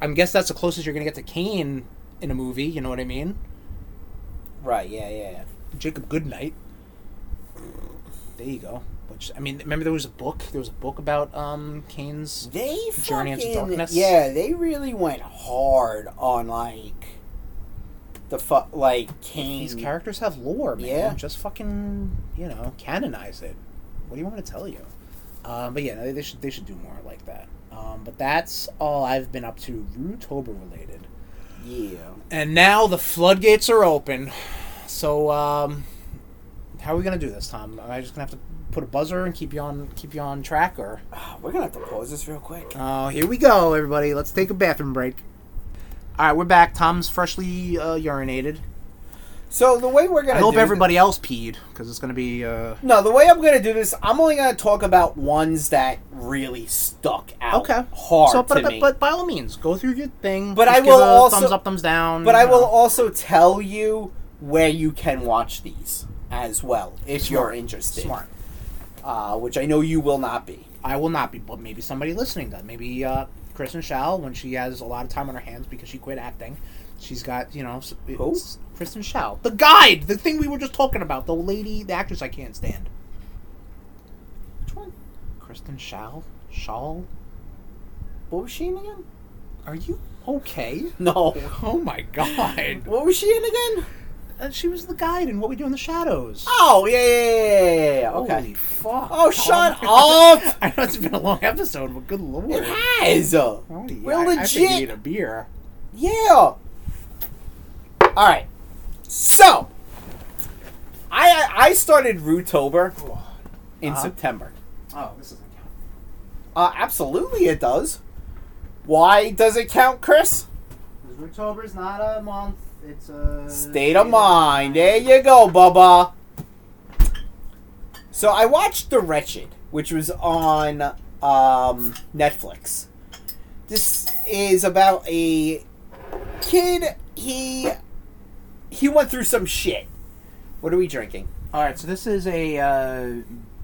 S8: I guess that's the closest you're gonna get to Kane in a movie. You know what I mean?
S2: Right? Yeah, yeah. yeah.
S8: Jacob Goodnight. There you go. Which I mean, remember there was a book. There was a book about um Kane's.
S2: They
S8: Journey into
S2: fucking,
S8: Darkness?
S2: Yeah, they really went hard on like the fuck, like Kane.
S8: These characters have lore, man.
S2: Yeah.
S8: Just fucking you know canonize it. What do you want me to tell you? Um, but yeah, no, they should they should do more like that. Um, but that's all I've been up to Rootober related.
S2: Yeah.
S8: And now the floodgates are open. So, um, how are we gonna do this, Tom? Am I just gonna have to put a buzzer and keep you on keep you on track, or?
S2: Ah, We're gonna have to pause this real quick.
S8: Oh, here we go, everybody. Let's take a bathroom break. All right, we're back. Tom's freshly uh, urinated.
S2: So the way we're
S8: I
S2: gonna
S8: hope
S2: do thi-
S8: everybody else peed because it's gonna be. Uh...
S2: no, the way I'm gonna do this, I'm only gonna talk about ones that really stuck out
S8: Okay.
S2: hard
S8: so, but,
S2: to
S8: but,
S2: me.
S8: but by all means, go through your thing.
S2: But
S8: Just
S2: I
S8: give
S2: will
S8: a
S2: also-
S8: thumbs up, thumbs down.
S2: But I
S8: you
S2: will
S8: know.
S2: also tell you where you can watch these as well if you're interested.
S8: Smart.
S2: Uh, which I know you will not be.
S8: I will not be, but maybe somebody listening does. Maybe uh, Kristen Schaal, when she has a lot of time on her hands because she quit acting, she's got you know s- it's- Kristen Schaal, the guide, the thing we were just talking about, the lady, the actress I can't stand.
S2: Which one?
S8: Kristen Schaal, Schaal,
S2: What was she in again?
S8: are you okay?
S2: No.
S8: Oh my god!
S2: What was she in again?
S8: And she was the guide in What We Do in the Shadows.
S2: Oh yeah, yeah, yeah, yeah, yeah. Okay.
S8: Ah, Holy fuck!
S2: Oh, shut
S8: my God.
S2: up!
S8: I know it's been a long episode, but good lord.
S2: It has. Uh,
S8: Oh, yeah,
S2: We're
S8: I- I think we
S2: legit.
S8: need a beer.
S2: yeah. All right. So, I I- I started Rootober in
S8: Uh-huh.
S2: September.
S8: Oh, this doesn't count.
S2: Uh, absolutely, it does. Why does it count, Chris?
S8: Because October's not a month, it's a.
S2: State of mind. There you go, Bubba. So I watched The Wretched, which was on um, Netflix. This is about a kid. He he went through some shit. What are we drinking?
S8: Alright, so this is a uh,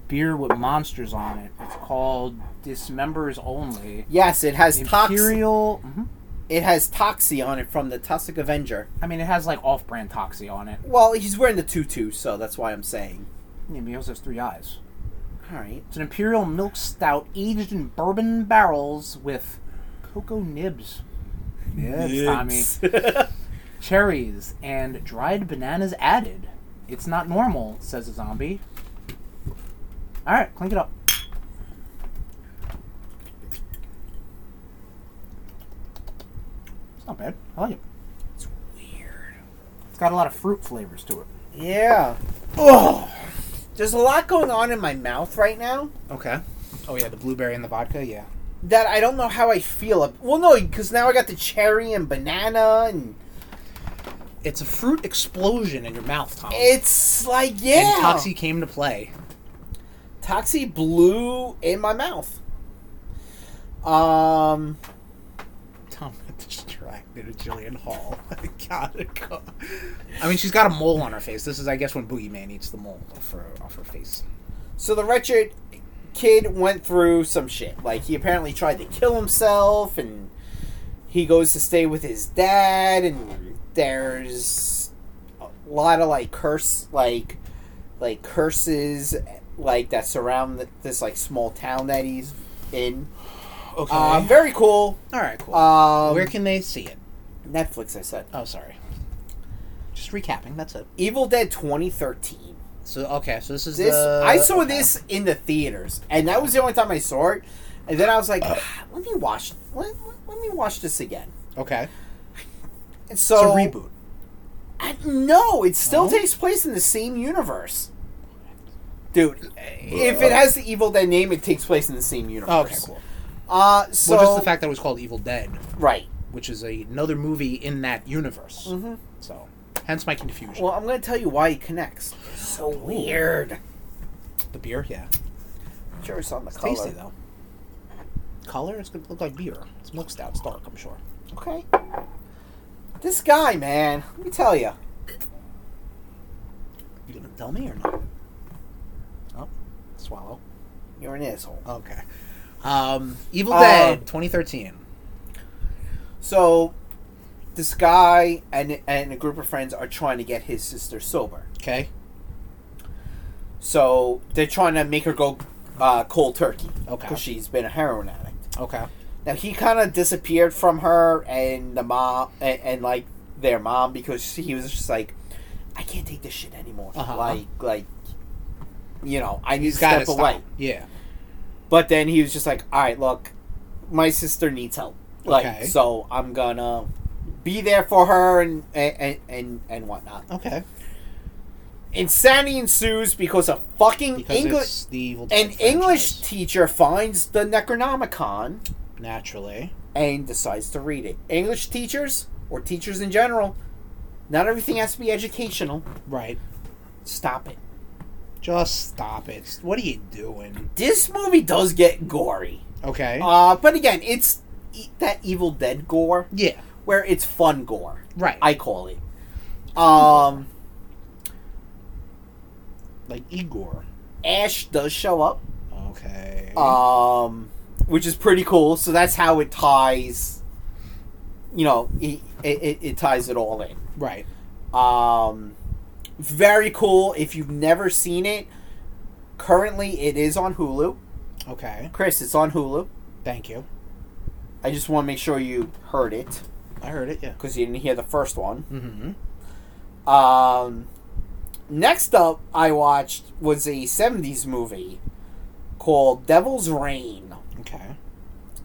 S8: beer with monsters on it. It's called Dismembers Only.
S2: Yes, it has Toxi.
S8: Imperial. Mhm.
S2: It has Toxie on it from the Toxic Avenger.
S8: I mean, it has like off brand Toxie on it.
S2: Well, he's wearing the tutu, so that's why I'm saying.
S8: Yeah, but he also has three eyes.
S2: All right.
S8: It's an Imperial milk stout aged in bourbon barrels with cocoa nibs. Nibs, Tommy. cherries and dried bananas added. It's not normal, says a zombie. All right, clink it up. It's not bad. I like it.
S2: It's weird.
S8: It's got a lot of fruit flavors to it.
S2: Yeah. Oh, there's a lot going on in my mouth right now
S8: Okay. Oh yeah, the blueberry and the vodka. Yeah.
S2: that I don't know how I feel. ab- Well, no, because now I got the cherry and banana, and
S8: It's a fruit explosion in your mouth, Tom.
S2: it's like yeah,
S8: And Toxie came to play.
S2: Toxie blew in my mouth. Um,
S8: Tom got distracted at Jillian Hall. I gotta go. I mean, she's got a mole on her face. This is, I guess, when Boogeyman eats the mole off her, off her face.
S2: so the wretched kid went through some shit. Like he apparently tried to kill himself, and he goes to stay with his dad, and there's a lot of like curse, like like curses, like that surround th- this like small town that he's in.
S8: Okay.
S2: Uh, very cool.
S8: All right. Cool.
S2: Um,
S8: Where can they see it?
S2: Netflix? I said
S8: Oh, sorry. Just recapping. That's it.
S2: Evil Dead 2013.
S8: So okay. So this is
S2: This
S8: the-
S2: I saw
S8: Uh, okay.
S2: this in the theaters, and that was the only time I saw it. And then I was like,
S8: Uh.
S2: "Ah, let me watch, let, let- let me watch this again.
S8: Okay.
S2: And
S8: It's
S2: so
S8: a reboot.
S2: I- no, it still
S8: No?
S2: takes place in the same universe, dude. If it has the Evil Dead name, it takes place in the same universe.
S8: Oh, okay. Cool.
S2: Uh, so
S8: well, just the fact that it was called Evil Dead,
S2: right?
S8: which is a, another movie in that universe.
S2: Mm-hmm.
S8: So, hence my confusion.
S2: Well, I'm going to tell you why it connects. It's so weird.
S8: the beer, yeah,
S2: Sure, it's on the
S8: it's
S2: color.
S8: tasty though. Color, it's gonna look like beer. It's milk stout. It's dark. I'm sure.
S2: Okay. This guy, man, let me tell you.
S8: You gonna tell me or not? Oh, swallow.
S2: You're an asshole.
S8: Okay. Um, Evil
S2: Uh,
S8: Dead, 2013.
S2: So, this guy and and a group of friends are trying to get his sister sober.
S8: Okay.
S2: So they're trying to make her go uh, cold turkey
S8: Okay.
S2: because she's been a heroin addict.
S8: Okay.
S2: Now he kind of disappeared from her and the mom and, and like their mom because he was just like, I can't take this shit anymore.
S8: Uh-huh.
S2: Like like, you know, I need to
S8: He's got to
S2: step
S8: stop.
S2: away.
S8: Yeah.
S2: But then he was just like, all right, look, my sister needs help. Like,
S8: Okay.
S2: so I'm gonna be there for her and and and and whatnot.
S8: Okay.
S2: Insanity ensues because a fucking
S8: Because
S2: English
S8: it's the Evil Dead
S2: an English
S8: franchise,
S2: teacher finds the Necronomicon
S8: naturally.
S2: and decides to read it. English teachers or teachers in general, not everything has to be educational.
S8: Right.
S2: Stop it.
S8: Just stop it. What are you doing?
S2: This movie does get gory,
S8: Okay.
S2: uh, but again, it's e- that Evil Dead gore
S8: yeah.
S2: where it's fun gore.
S8: Right.
S2: I call it. Um,
S8: like Igor.
S2: Ash does show up,
S8: Okay.
S2: um, which is pretty cool. So that's how it ties. You know, it it, it- it ties it all in.
S8: right.
S2: Um, very cool. If you've never seen it, currently it is on Hulu.
S8: Okay.
S2: Chris, it's on Hulu.
S8: Thank you.
S2: I just want to make sure you heard it
S8: I heard it. Yeah.
S2: because you didn't hear the first one.
S8: Mm-hmm.
S2: Um, next up, I watched was a '70s movie called Devil's Reign.
S8: Okay.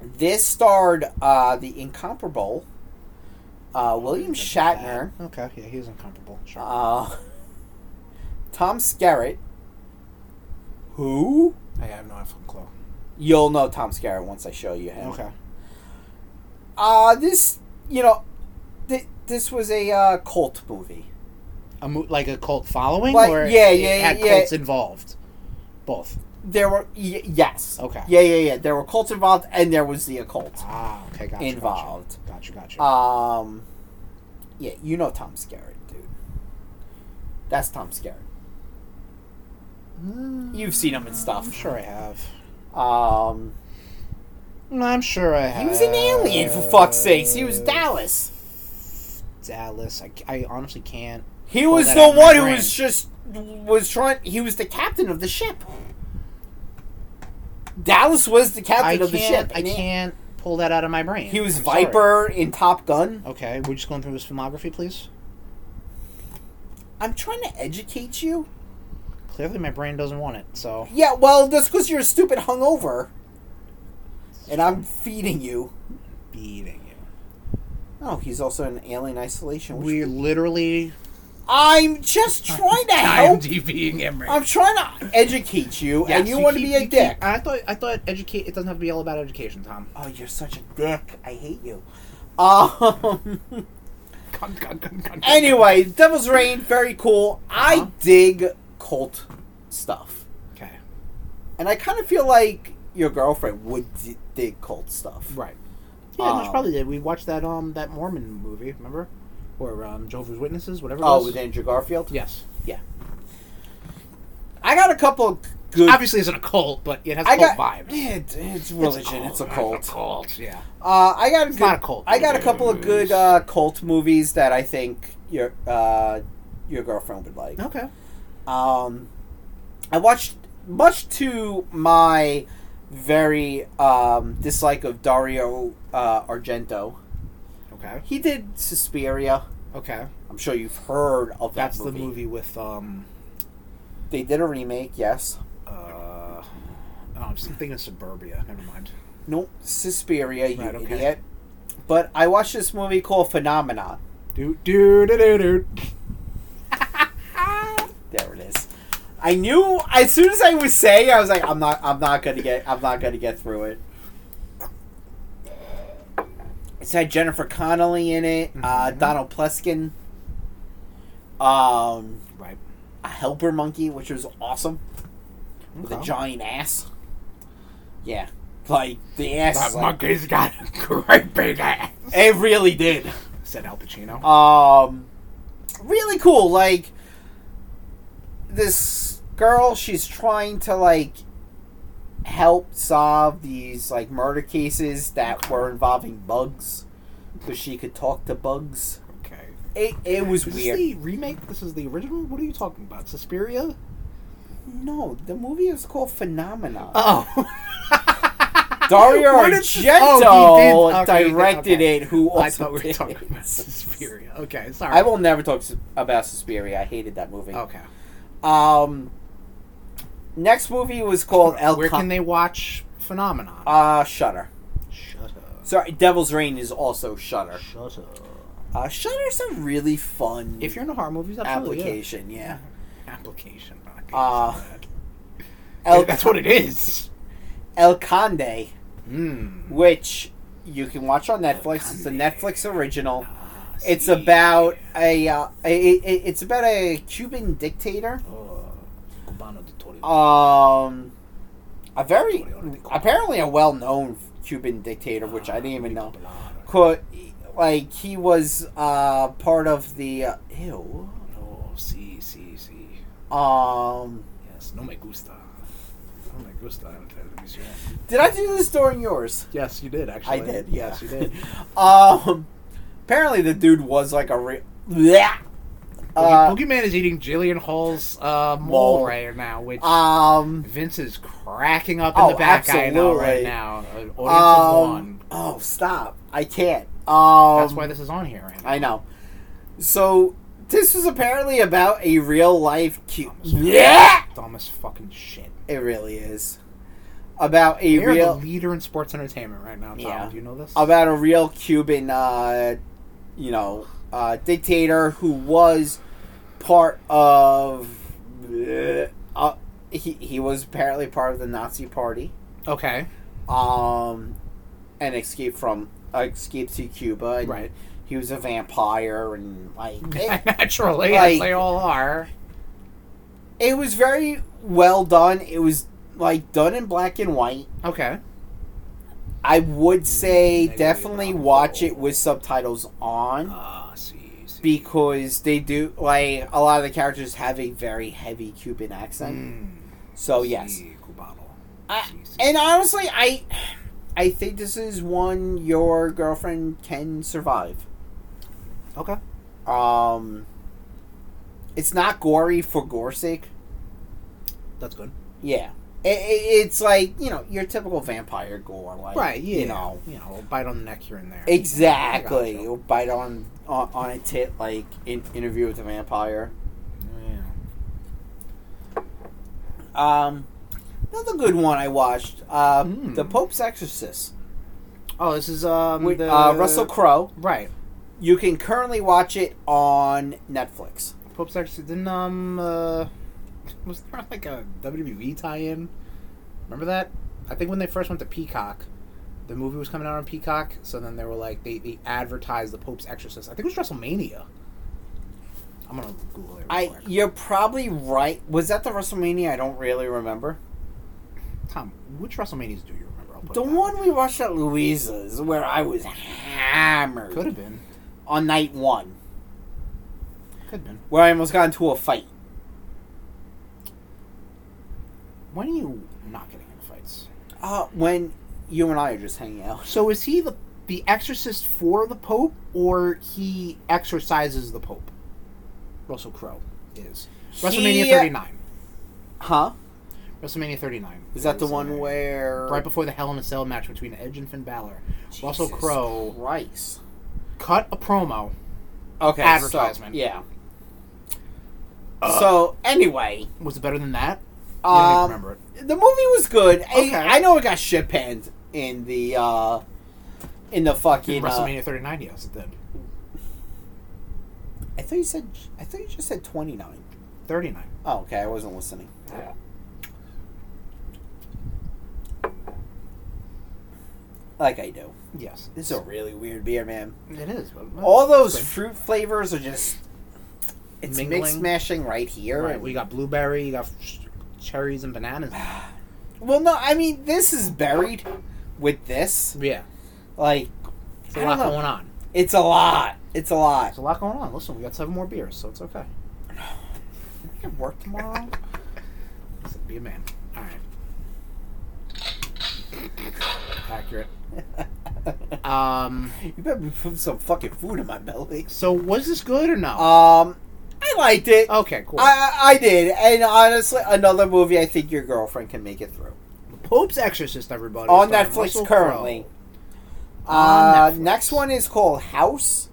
S2: This starred uh, the incomparable uh, William
S8: Good with
S2: Shatner,
S8: that. Okay. Yeah, he was incomparable. Sure.
S2: uh, Tom Skerritt. Who?
S8: I have no fucking clue.
S2: You'll know Tom Skerritt once I show you him.
S8: Okay.
S2: Uh, this, you know, th- this was a uh, cult movie.
S8: A mo- like a cult following,
S2: Like-
S8: or
S2: yeah,
S8: it
S2: yeah,
S8: had
S2: yeah.
S8: cults involved. Both.
S2: There were y- yes,
S8: Okay.
S2: yeah, yeah, yeah. There were cults involved, and there was the occult.
S8: Ah. Okay. Gotcha.
S2: Involved.
S8: Gotcha. Gotcha. gotcha.
S2: Um, yeah, you know Tom Skerritt, dude. That's Tom Skerritt.
S8: Mm,
S2: You've seen him in stuff.
S8: I'm sure I have.
S2: Um,
S8: I'm sure I have.
S2: he was an alien for fuck's sakes. He was Dallas.
S8: Dallas. I, c- I honestly can't.
S2: He
S8: Pull
S2: was
S8: that
S2: the
S8: out of my
S2: one who
S8: brain.
S2: was just was trying. He was the captain of the ship. Dallas was the
S8: I
S2: captain of the ship.
S8: can't. I
S2: and he-
S8: can't pull that out of my brain.
S2: He was
S8: I'm sorry.
S2: Viper in Top Gun.
S8: Okay, we're just going through his filmography, please.
S2: I'm trying to educate you.
S8: Clearly, my brain doesn't want it. So
S2: Yeah, well, that's because you're stupid hungover, and I'm feeding you.
S8: beating you.
S2: Oh, he's also in Alien Isolation. which-
S8: We're literally
S2: I'm just trying to help.
S8: IMDbing Emery.
S2: I'm trying to educate you, and you, want to be a dick.
S8: I thought I thought educate. It doesn't have to be all about education, Tom.
S2: oh, you're such a dick. I hate you. Um. anyway, Devil's Reign, very cool. I
S8: Uh-huh.
S2: dig cult stuff,
S8: Okay,
S2: and I kind of feel like your girlfriend would d- dig cult stuff.
S8: right. Uh, Yeah,
S2: Um,
S8: there's probably did. We watched that um that Mormon movie, remember? Or um, Jehovah's Oh, Witnesses, whatever. it
S2: Oh,
S8: was.
S2: with Andrew Garfield.
S8: yes.
S2: I got a couple good.
S8: obviously isn't a cult, but it has
S2: I
S8: cult
S2: got
S8: vibes.
S2: Yeah, it- it's religion. It's a cult.
S8: cult. Yeah.
S2: Uh, I got a good,
S8: not a cult.
S2: I got a couple of good uh, cult movies that I think your uh, your girlfriend would like.
S3: Okay.
S2: Um, I watched much to my very um, dislike of Dario uh, Argento.
S8: Okay.
S2: He did Suspiria.
S8: Okay.
S2: I'm sure you've heard of that
S8: That's
S2: movie.
S8: the movie with um.
S2: They did a remake, yes.
S8: Uh, oh, I'm just thinking of Suburbia. Never mind.
S2: No, Suspiria, you
S8: Right, okay.
S2: idiot. But I watched this movie called Phenomenon.
S8: Do do do do do.
S2: There it is. I knew as soon as I was saying, I was like, I'm not, I'm not gonna get, I'm not gonna get through it. It's had Jennifer Connelly in it, uh,
S8: Mhm.
S2: Donald Pleskin, um,
S8: Right.
S2: a helper monkey, which was awesome, with a
S3: Okay.
S2: giant ass. Yeah, like the ass. is like-
S8: monkey's got a great big ass.
S2: it really did.
S8: Said Al Pacino.
S2: Um, really cool. Like this girl, she's trying to like help solve these like murder cases that were involving bugs, because she could talk to bugs.
S8: okay.
S2: It it was
S8: Is
S2: weird.
S8: this the remake? This is the original? What are you talking about? Suspiria?
S2: No, the movie is called Phenomenon.
S8: Oh.
S2: Uh, Dario
S8: Where did this-
S2: Argento
S8: Oh, he did- okay, he did,
S2: directed
S8: okay.
S2: it. Who also
S8: I thought we were
S2: did
S8: talking about
S2: it.
S8: Suspiria. Okay, sorry.
S2: I will never talk s- about Suspiria. I hated that movie.
S8: Okay.
S2: Um, next movie was called El.
S8: Where
S2: Con-
S8: can they watch Phenomenon?
S2: Uh, Shutter.
S8: Shut up.
S2: Sorry, Devil's Rain is also Shutter.
S8: Shut up.
S2: Uh, Shutter's a really fun
S8: If you're into horror movies, absolutely. yeah.
S2: application. Yeah.
S8: Application. Okay,
S2: Uh,
S8: that's bad.
S2: El,
S8: That's what it is.
S2: El Conde,
S8: Mm.
S2: which you can watch on Netflix. It's a
S8: Conde.
S2: Netflix original.
S8: Ah,
S2: It's
S8: see.
S2: about a, uh, a, a- it's about a Cuban dictator.
S8: Oh, Cubano de Torre.
S2: Um, a very apparently a well-known Cuban dictator, which I didn't even know. Co- Like he was uh, part of the uh, ew.
S8: Oh, see, see, see.
S2: Um,
S8: Yes, no me gusta. No me gusta. la televisión.
S2: did I do this during yours?
S8: Yes, you did, actually.
S2: I did,
S8: Yes,
S2: yeah.
S8: you did.
S2: Um, apparently the dude was like a real. Yeah. Uh,
S8: Boogeyman is eating Jillian Hall's uh, mole,
S2: Mole.
S8: right now, which
S2: um,
S8: Vince is cracking up in
S2: Oh,
S8: the back I know
S2: absolutely.
S8: right now. An audience of
S2: um,
S8: one.
S2: oh, stop! I can't. Um,
S8: That's why this is on here right now.
S2: I know. So this was apparently about a real life. Cu- yeah,
S8: Dumbest fucking shit.
S2: it really is about a
S8: They are
S2: real
S8: the leader in sports entertainment right now, Tom.
S2: Yeah.
S8: Do you know this?
S2: about a real Cuban, uh, you know, uh, dictator who was part of. Uh, he he was apparently part of the Nazi Party.
S8: okay.
S2: Um, and escaped from uh, escaped to Cuba. And
S8: Right.
S2: He was a vampire, and like it,
S8: Naturally,
S2: Like-
S8: as they all are.
S2: it was very well done. It was like done in black and white.
S8: Okay.
S2: I would say
S8: Maybe
S2: definitely
S8: not.
S2: watch it with subtitles on.
S8: Ah, see, see.
S2: because they do like a lot of the characters have a very heavy Cuban accent.
S8: Mm.
S2: So Oh, yes,
S8: Si, Cubano.
S2: I-
S8: Si, si.
S2: and honestly, I I think this is one your girlfriend can survive.
S8: okay.
S2: Um, it's not gory for gore's sake.
S8: That's good.
S2: Yeah, I i it's like you know your typical vampire gore, like
S8: Right, yeah.
S2: you know
S8: you know, a bite on the neck here and there.
S2: exactly.
S8: Gotcha.
S2: You'll bite on, on on a tit like in Interview with the Vampire.
S8: Yeah.
S2: Um, another good one I watched. Uh,
S8: Hmm.
S2: The Pope's Exorcist.
S8: Oh, this is um
S2: With,
S8: the
S2: uh, Russell Crowe.
S8: Right.
S2: You can currently watch it on Netflix.
S8: Pope's actually didn't um uh, was there like a WWE tie-in? Remember that? I think when they first went to Peacock, the movie was coming out on Peacock. So then they were like they, they advertised the Pope's Exorcist. I think it was WrestleMania. I'm gonna Google it. Real
S2: I
S8: quick.
S2: you're probably right. Was that the WrestleMania? I don't really remember.
S8: Tom, which WrestleManias do you remember? I'll put it
S2: The
S8: that
S2: one we watched at Louisa's, where I was hammered
S8: could have been,
S2: on night one,
S8: could have been.
S2: where I almost got into a fight.
S8: When are you not getting into fights?
S2: Uh, when you and I are just hanging out.
S8: So is he the the exorcist for the Pope, or he exorcises the Pope? Russell Crowe is WrestleMania
S2: He-
S8: 39.
S2: Huh?
S8: WrestleMania 39.
S2: Is that the one
S8: WrestleMania.
S2: where
S8: right before the Hell in a Cell match between Edge and Finn Balor? Russell
S2: Jesus
S8: Crowe
S2: Christ.
S8: cut a promo.
S2: Okay.
S8: Advertisement. Uh.
S2: So, yeah. so anyway,
S8: Was it better than that? You don't even
S2: um,
S8: remember it.
S2: the movie was good.
S8: Okay.
S2: I, I know it got shit panned in the uh, in the fucking
S8: In
S2: uh,
S8: WrestleMania 39, yes, it did.
S2: I thought you said I thought you just said twenty nine.
S8: 39.
S2: Oh, okay. I wasn't listening. Like I do.
S8: Yes.
S2: This is a really weird beer, man.
S8: It is. but-
S2: All those
S8: Good.
S2: fruit flavors are just it's mix
S8: Mingling.
S2: smashing right here.
S8: Right, we got blueberry, you got sh- cherries and bananas.
S2: Well, no, I mean this is buried with this.
S8: yeah.
S2: Like
S8: It's a
S2: I
S8: lot
S2: don't know.
S8: going on.
S2: It's a lot. It's a lot.
S8: There's a lot going on. Listen, we got seven more beers, so it's okay.
S2: I have work tomorrow.
S8: Listen, be a man. All right. Accurate. Um.
S2: you better be putting some fucking food in my belly.
S8: So was this good or no?
S2: Um, I liked it.
S8: okay, Oh, cool.
S2: I I did, and honestly, another movie I think your girlfriend can make it through
S8: Pope's Exorcist, everybody.
S2: on
S8: starring
S2: Netflix
S8: Russell
S2: currently.
S8: On
S2: Uh,
S8: Netflix.
S2: next one is called House.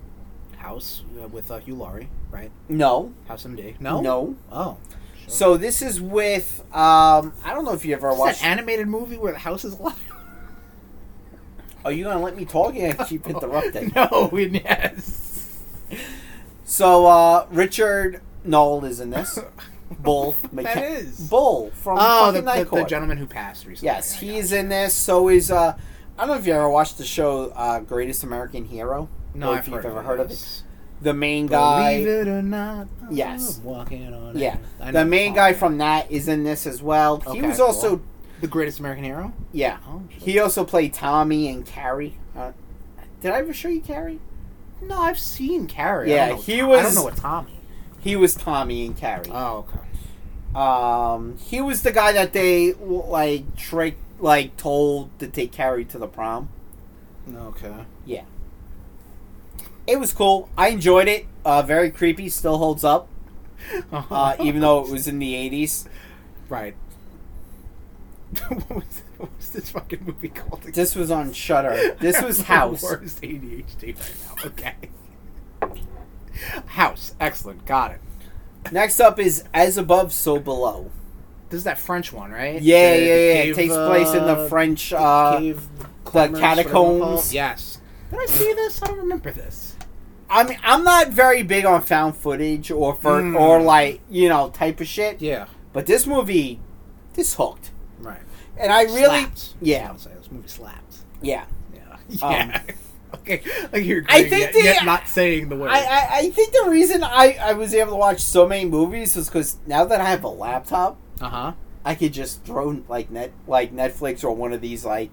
S8: Crowe. House uh, with uh, Hugh Laurie, right?
S2: No,
S8: House MD. No.
S2: no.
S8: Oh. Sure.
S2: So this is with um, I don't know if you ever
S8: Is that
S2: watched.
S8: an animated movie where the house is alive?
S2: Are you gonna let me talk and keep interrupting?
S8: no. Yes.
S2: So uh, Richard Knoll is in this. Bull, McKen-
S8: is.
S2: Bull from
S8: Oh,
S2: fucking
S8: the,
S2: Night
S8: the, the
S2: Court.
S8: gentleman who passed recently.
S2: Yes,
S8: I got
S2: he is in this. So is uh, I don't know if you ever watched the show uh, Greatest American Hero.
S8: it. No,
S2: or
S8: I've
S2: if you've
S8: heard
S2: ever
S8: of
S2: heard of it.
S8: this.
S2: The main
S8: Believe
S2: guy,
S8: it or not. I'm
S2: Yes.
S8: walking on.
S2: yeah,
S8: air. I know
S2: the main
S8: song.
S2: guy from that is in this as well.
S8: Okay,
S2: he was
S8: cool.
S2: also
S8: The Greatest American Hero.
S2: yeah,
S8: Oh, shit.
S2: he also played Tommy and Carrie. Uh, did I ever show you Carrie?
S8: No, I've seen Carrie.
S2: Yeah,
S8: I don't know
S2: he
S8: Tom- I don't
S2: was-
S8: know what Tommy.
S2: He was Tommy and Carrie.
S8: Oh, okay.
S2: Um, he was the guy that they like tricked, like told to take Carrie to the prom.
S8: Okay.
S2: It was cool. I enjoyed it. Uh, very creepy. Still holds up. uh, even though it was in the 80s.
S8: right. what, was, what was this fucking movie called? again?
S2: This was on Shutter. This was
S8: The
S2: House.
S8: Worst ADHD right now. Okay. House. Excellent. Got it.
S2: Next up is As Above, So Below.
S8: This is that French one, right?
S2: Yeah, yeah,
S8: The- the
S2: yeah.
S8: cave,
S2: it takes place in
S8: uh,
S2: the French. Uh,
S8: cave climbers,
S2: catacombs.
S8: whatever it's called. Yes. Did I see this? I don't remember this.
S2: I mean, I'm not very big on found footage or for,
S8: Mm.
S2: or like you know type of shit.
S8: Yeah.
S2: But this movie, this hooked,
S8: Right.
S2: and I really,
S8: Slapped.
S2: yeah,
S8: I'll say this movie slapped.
S2: yeah.
S8: Yeah.
S2: Um,
S8: Yeah. okay. Like you're
S2: I
S8: agreeing,
S2: think
S8: yet,
S2: the-
S8: yet not saying the word.
S2: I, I, I think the reason I, I was able to watch so many movies was because now that I have a laptop,
S8: uh huh.
S2: I could just throw like net like Netflix or one of these like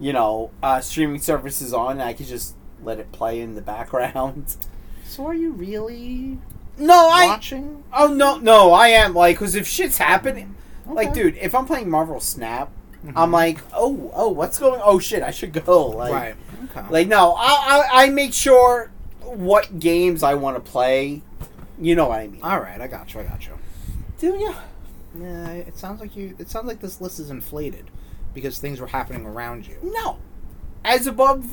S2: you know uh, streaming services on, and I could just let it play in the background.
S8: So are you really
S2: No, I
S8: watching?
S2: oh no no I am like because if shit's happening, like
S8: Okay. Mm-hmm.
S2: dude, if I'm playing Marvel Snap, I'm like oh oh what's going oh shit I should go like
S8: right. Okay.
S2: like no I, I I make sure what games I want to play, you know what I mean?
S8: All right. I got you. I got you.
S2: Do you?
S8: Yeah. It sounds like you. It sounds like this list is inflated because things were happening around you.
S2: No, as above.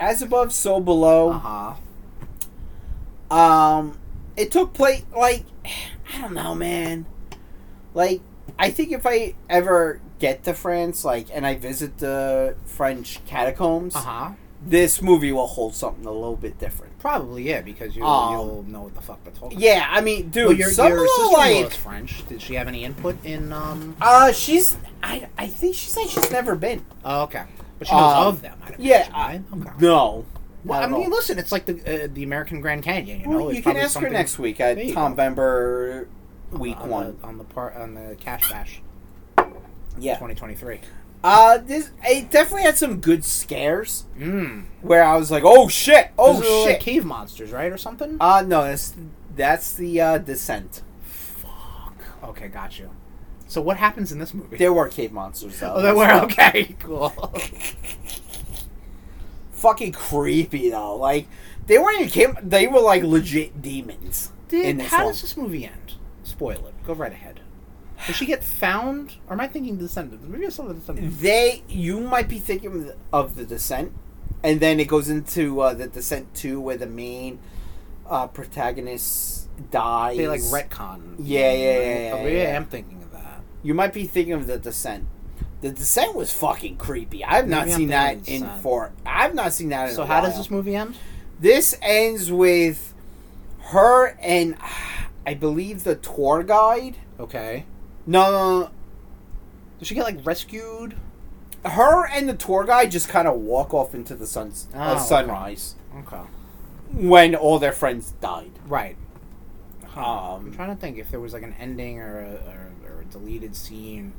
S2: as above, so below.
S8: Uh huh.
S2: Um, it took place like I don't know, man. Like I think if I ever get to France, like, and I visit the French catacombs,
S8: Uh huh.
S2: this movie will hold something a little bit different.
S8: Probably yeah, because you
S2: Um,
S8: you'll know what the fuck they're talking.
S2: Yeah, I mean, dude,
S8: About. Well, your
S2: some
S8: your
S2: of the,
S8: sister-in-law is
S2: like,
S8: French. Did she have any input in? Um.
S2: uh, she's I I think she said she's never been.
S8: Oh, okay. But she knows
S2: Um,
S8: of them. I'd
S2: yeah,
S8: imagine, right? Okay.
S2: No,
S8: Well,
S2: not
S8: I
S2: at
S8: mean,
S2: all.
S8: listen, it's like the uh, the American Grand Canyon. You know,
S2: Well,
S8: It's
S2: you can
S8: probably
S2: ask her
S8: something Uh,
S2: next week
S8: There
S2: at
S8: you
S2: Tom
S8: go.
S2: Bember
S8: on the-
S2: week
S8: on
S2: one.
S8: the, on the part on the Cash Bash
S2: Yeah,
S8: 2023.
S2: uh, this it definitely had some good scares.
S8: Mm.
S2: where I was like, "Oh shit! Oh
S8: Those are, like,
S2: shit!"
S8: cave monsters, right, or something?
S2: Uh no, that's that's the uh, descent.
S8: Fuck. Okay, got you. So what happens in this movie?
S2: There were cave monsters though.
S8: oh, there were. Okay, cool.
S2: fucking creepy though. Like they weren't even came. They were like legit demons. in
S8: Did,
S2: this
S8: how
S2: one.
S8: does this movie end? Spoil it. Go right ahead. Does she get found? Or am I thinking the Descendants? Maybe I saw the Descendants.
S2: They you might be thinking of the- of the descent, and then it goes into uh, the descent two where the main uh, protagonist dies.
S8: They like retcon.
S2: Yeah, yeah, yeah, yeah,
S8: Oh, yeah,
S2: yeah.
S8: I'm thinking of that.
S2: You might be thinking of the descent. The descent was fucking creepy. I've not
S8: Maybe I'm
S2: seen that
S8: thinking of The
S2: in
S8: Descent.
S2: for. I've not seen that in.
S8: So
S2: a
S8: how does
S2: while.
S8: this movie end?
S2: This ends with her and ah, I believe the tour guide.
S8: Okay.
S2: No, no, no,
S8: Does she get like rescued?
S2: her and the tour guide just kind of walk off into the sun,
S8: Oh,
S2: uh,
S8: okay.
S2: sunrise
S8: Okay.
S2: when all their friends died.
S8: Right. I'm
S2: Um,
S8: trying to think if there was like an ending or a, or, or a deleted scene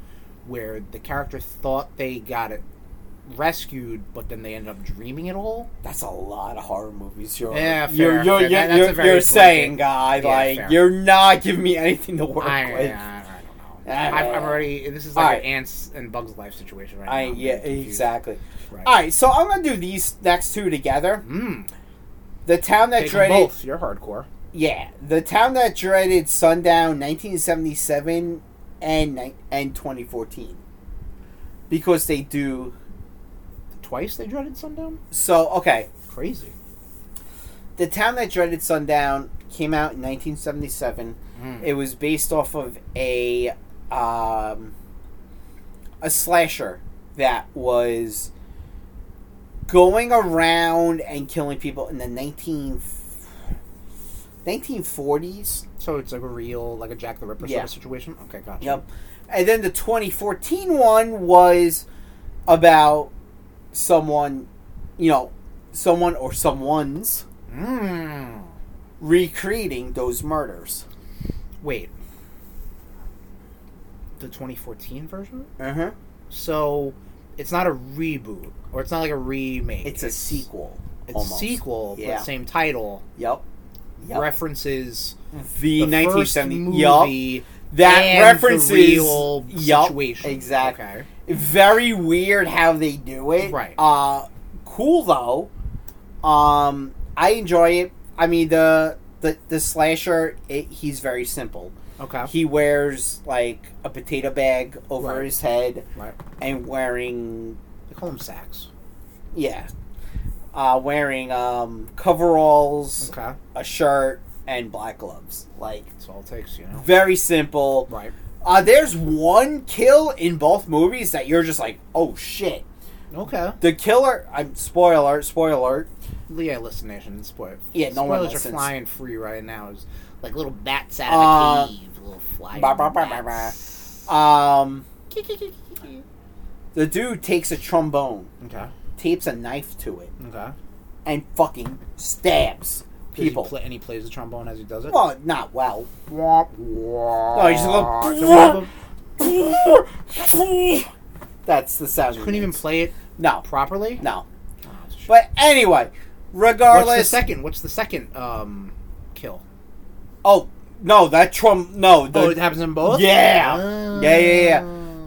S8: where the character thought they got it rescued, but then they ended up dreaming it all.
S2: that's a lot of horror movies. You're
S8: Yeah, fair,
S2: you're you're,
S8: fair.
S2: you're,
S8: That- that's a
S2: you're,
S8: very
S2: you're
S8: blanket.
S2: saying, guy,
S8: Yeah,
S2: like
S8: fair.
S2: you're not giving me anything to work
S8: I,
S2: with.
S8: I, I don't know.
S2: I don't
S8: I've, I'm
S2: know.
S8: already. This is
S2: All
S8: like
S2: right.
S8: an ants and bugs life situation right now.
S2: I,
S8: I'm
S2: yeah,
S8: getting confused.
S2: exactly.
S8: Right.
S2: All right, so I'm gonna do these next two together.
S8: Mm,
S2: The town that
S8: take 'em
S2: dreaded,
S8: both. You're hardcore.
S2: yeah, the town that dreaded sundown, 1977 and ni- and 2014, because they do
S8: Twice they dreaded sundown.
S2: so. Okay,
S8: Crazy.
S2: The Town That Dreaded Sundown came out in 1977.
S8: Mm.
S2: It was based off of a um, a slasher that was going around and killing people in the 19 1940s.
S8: So it's like a real, like a Jack the Ripper sort
S2: Yeah.
S8: of situation. Okay, gotcha.
S2: Yep. And then the 2014 one was about someone, you know, someone or someone's
S8: Mm.
S2: recreating those murders.
S8: Wait. The 2014 version.
S2: Uh huh.
S8: So it's not a reboot, or it's not like a remake.
S2: It's a sequel.
S8: It's
S2: almost.
S8: a sequel,
S2: Yeah.
S8: but same title
S2: Yep. Yep.
S8: references
S2: the
S8: the
S2: 1970
S8: first
S2: yup.
S8: movie
S2: That
S8: and
S2: references
S8: the real
S2: yup,
S8: situation.
S2: exactly.
S8: Okay.
S2: Very weird how they do it.
S8: Right.
S2: Uh, cool though. Um, I enjoy it. I mean the the the slasher. It, he's very simple.
S8: Okay.
S2: He wears like a potato bag over
S8: Right.
S2: his head
S8: right.
S2: and wearing
S8: They call him Sacks.
S2: yeah, uh, wearing um coveralls,
S8: Okay.
S2: a shirt, and black gloves. Like
S8: That's all it takes, you know.
S2: very simple.
S8: Right.
S2: Uh, there's one kill in both movies that you're just like, oh shit.
S8: Okay.
S2: The killer, I'm spoiler, alert, spoiler. alert.
S8: Leah Listen Nation. Spoil.
S2: Yeah, no one
S8: spoilers are
S2: listens.
S8: flying free right now. It's like little bats out of
S2: Uh,
S8: a cave. Little flying
S2: bah, bah, bah, bah,
S8: bats.
S2: Um, the dude takes a trombone,
S8: Okay.
S2: tapes a knife to it,
S8: Okay.
S2: and fucking stabs
S8: Does he
S2: people.
S8: play- and he plays the trombone as he does it.
S2: Well, not well.
S8: Oh,
S2: No, he's
S8: Alright,
S2: just
S8: so one of them
S2: like, that's the sound.
S8: couldn't even play it
S2: No,
S8: properly.
S2: no.
S8: Oh, it's a shame.
S2: But anyway,
S8: what's the
S2: regardless.
S8: second? What's the second um, kill?
S2: oh, no, that trom. No, the,
S8: oh, it happens in both.
S2: Yeah.
S8: Ah.
S2: Yeah, yeah, yeah.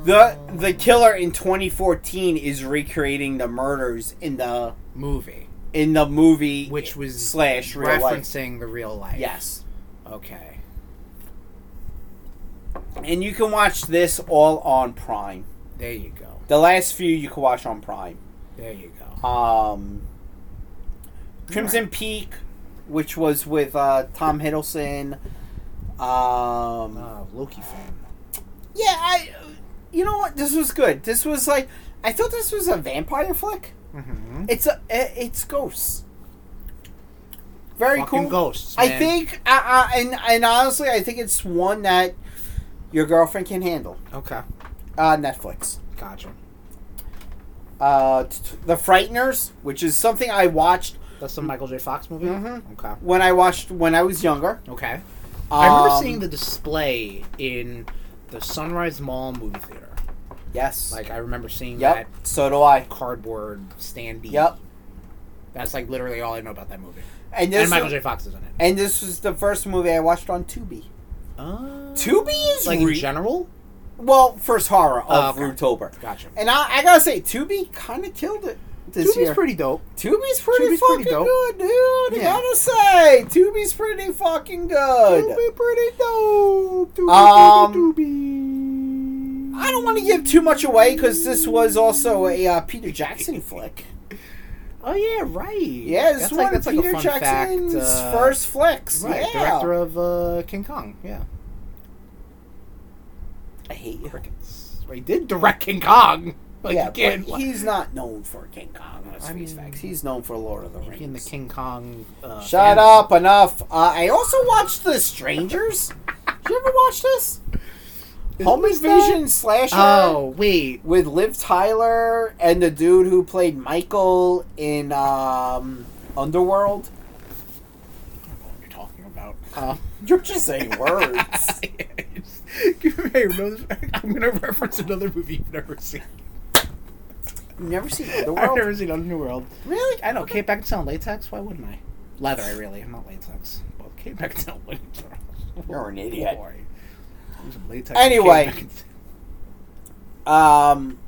S2: The the killer in 2014 is recreating the murders in the
S8: movie,
S2: in the movie,
S8: which was
S2: slash real life.
S8: referencing the real life.
S2: Yes,
S8: Okay.
S2: and you can watch this all on Prime.
S8: There you go.
S2: The last few you can watch on Prime.
S8: There you go.
S2: Um, Crimson Peak, which was with uh, Tom Hiddleston. Um,
S8: Oh, Loki fan.
S2: yeah, I. You know what? This was good. This was like I thought this was a vampire flick.
S8: Mm-hmm.
S2: It's a i- it's ghosts. Very
S8: Fucking
S2: cool.
S8: ghosts.
S2: I
S8: man.
S2: think uh, uh, and and honestly, I think it's one that your girlfriend can handle.
S8: Okay.
S2: Uh, Netflix.
S8: Gotcha.
S2: Uh, t- t- the Frighteners, which is something I watched
S8: That's the Michael J. Fox movie.
S2: Mhm.
S8: Okay.
S2: when I watched when I was younger.
S8: Okay. I
S2: Um,
S8: remember seeing the display in the Sunrise Mall movie theater.
S2: yes.
S8: Like I remember seeing
S2: yep. So do I.
S8: that cardboard standee.
S2: Yep.
S8: That's like literally all I know about that movie.
S2: And
S8: And
S2: this
S8: Michael J. Fox is in it.
S2: and this was the first movie I watched on Tubi.
S3: Ah.
S8: Uh,
S2: Tubi is
S8: like in
S2: re-
S8: general.
S2: well first horror of
S8: Oh, okay.
S2: Rootober,
S8: Gotcha.
S2: and I, I gotta say Tubi kind of killed it this
S3: Tubi's
S2: year.
S3: pretty dope.
S2: Tubi's pretty
S3: Tubi's
S2: fucking
S3: pretty dope.
S2: good, dude.
S3: Yeah.
S2: I gotta say, Tubi's pretty fucking good.
S3: pretty dope. Tubi,
S2: Um,
S3: Tubi.
S2: I don't want to give too much away because this was also a uh, Peter Jackson flick.
S3: Oh yeah, right.
S2: Yeah, this
S3: that's
S2: was
S3: like,
S2: one of
S3: that's like a
S2: Peter
S3: fun
S2: Jackson's
S3: fact, uh,
S2: first flicks.
S3: right,
S2: yeah.
S3: director of uh, King Kong. Yeah,
S2: I hate you.
S8: Crickets. Well, he did direct King Kong. Like,
S2: yeah,
S8: you can't-
S2: but he's not known for King Kong. Let's
S8: I
S2: face
S8: mean-
S2: facts. He's known for Lord of the Rings.
S8: in the King Kong. Uh,
S2: Shut
S8: family.
S2: up! Enough. Uh, I also watched The Strangers. Did you ever watch this? Home
S8: this
S2: invasion slasher.
S8: Oh wait,
S2: with Liv Tyler and the dude who played Michael in um, Underworld.
S8: what you're talking about?
S2: Uh, You're just saying words.
S8: hey, remember this- I'm gonna reference another movie you've never seen.
S2: You've never seen
S8: I've
S2: Underworld?
S8: never seen Underworld.
S2: Really?
S8: I know. Kate Beckinsale in latex. Why wouldn't I? Leather. I really. I'm not latex. Well, Kate Beckinsale in latex.
S2: You're an idiot.
S8: Boy. There's some latex in
S2: Anyway.
S8: Kate Beckinsale.
S2: Um,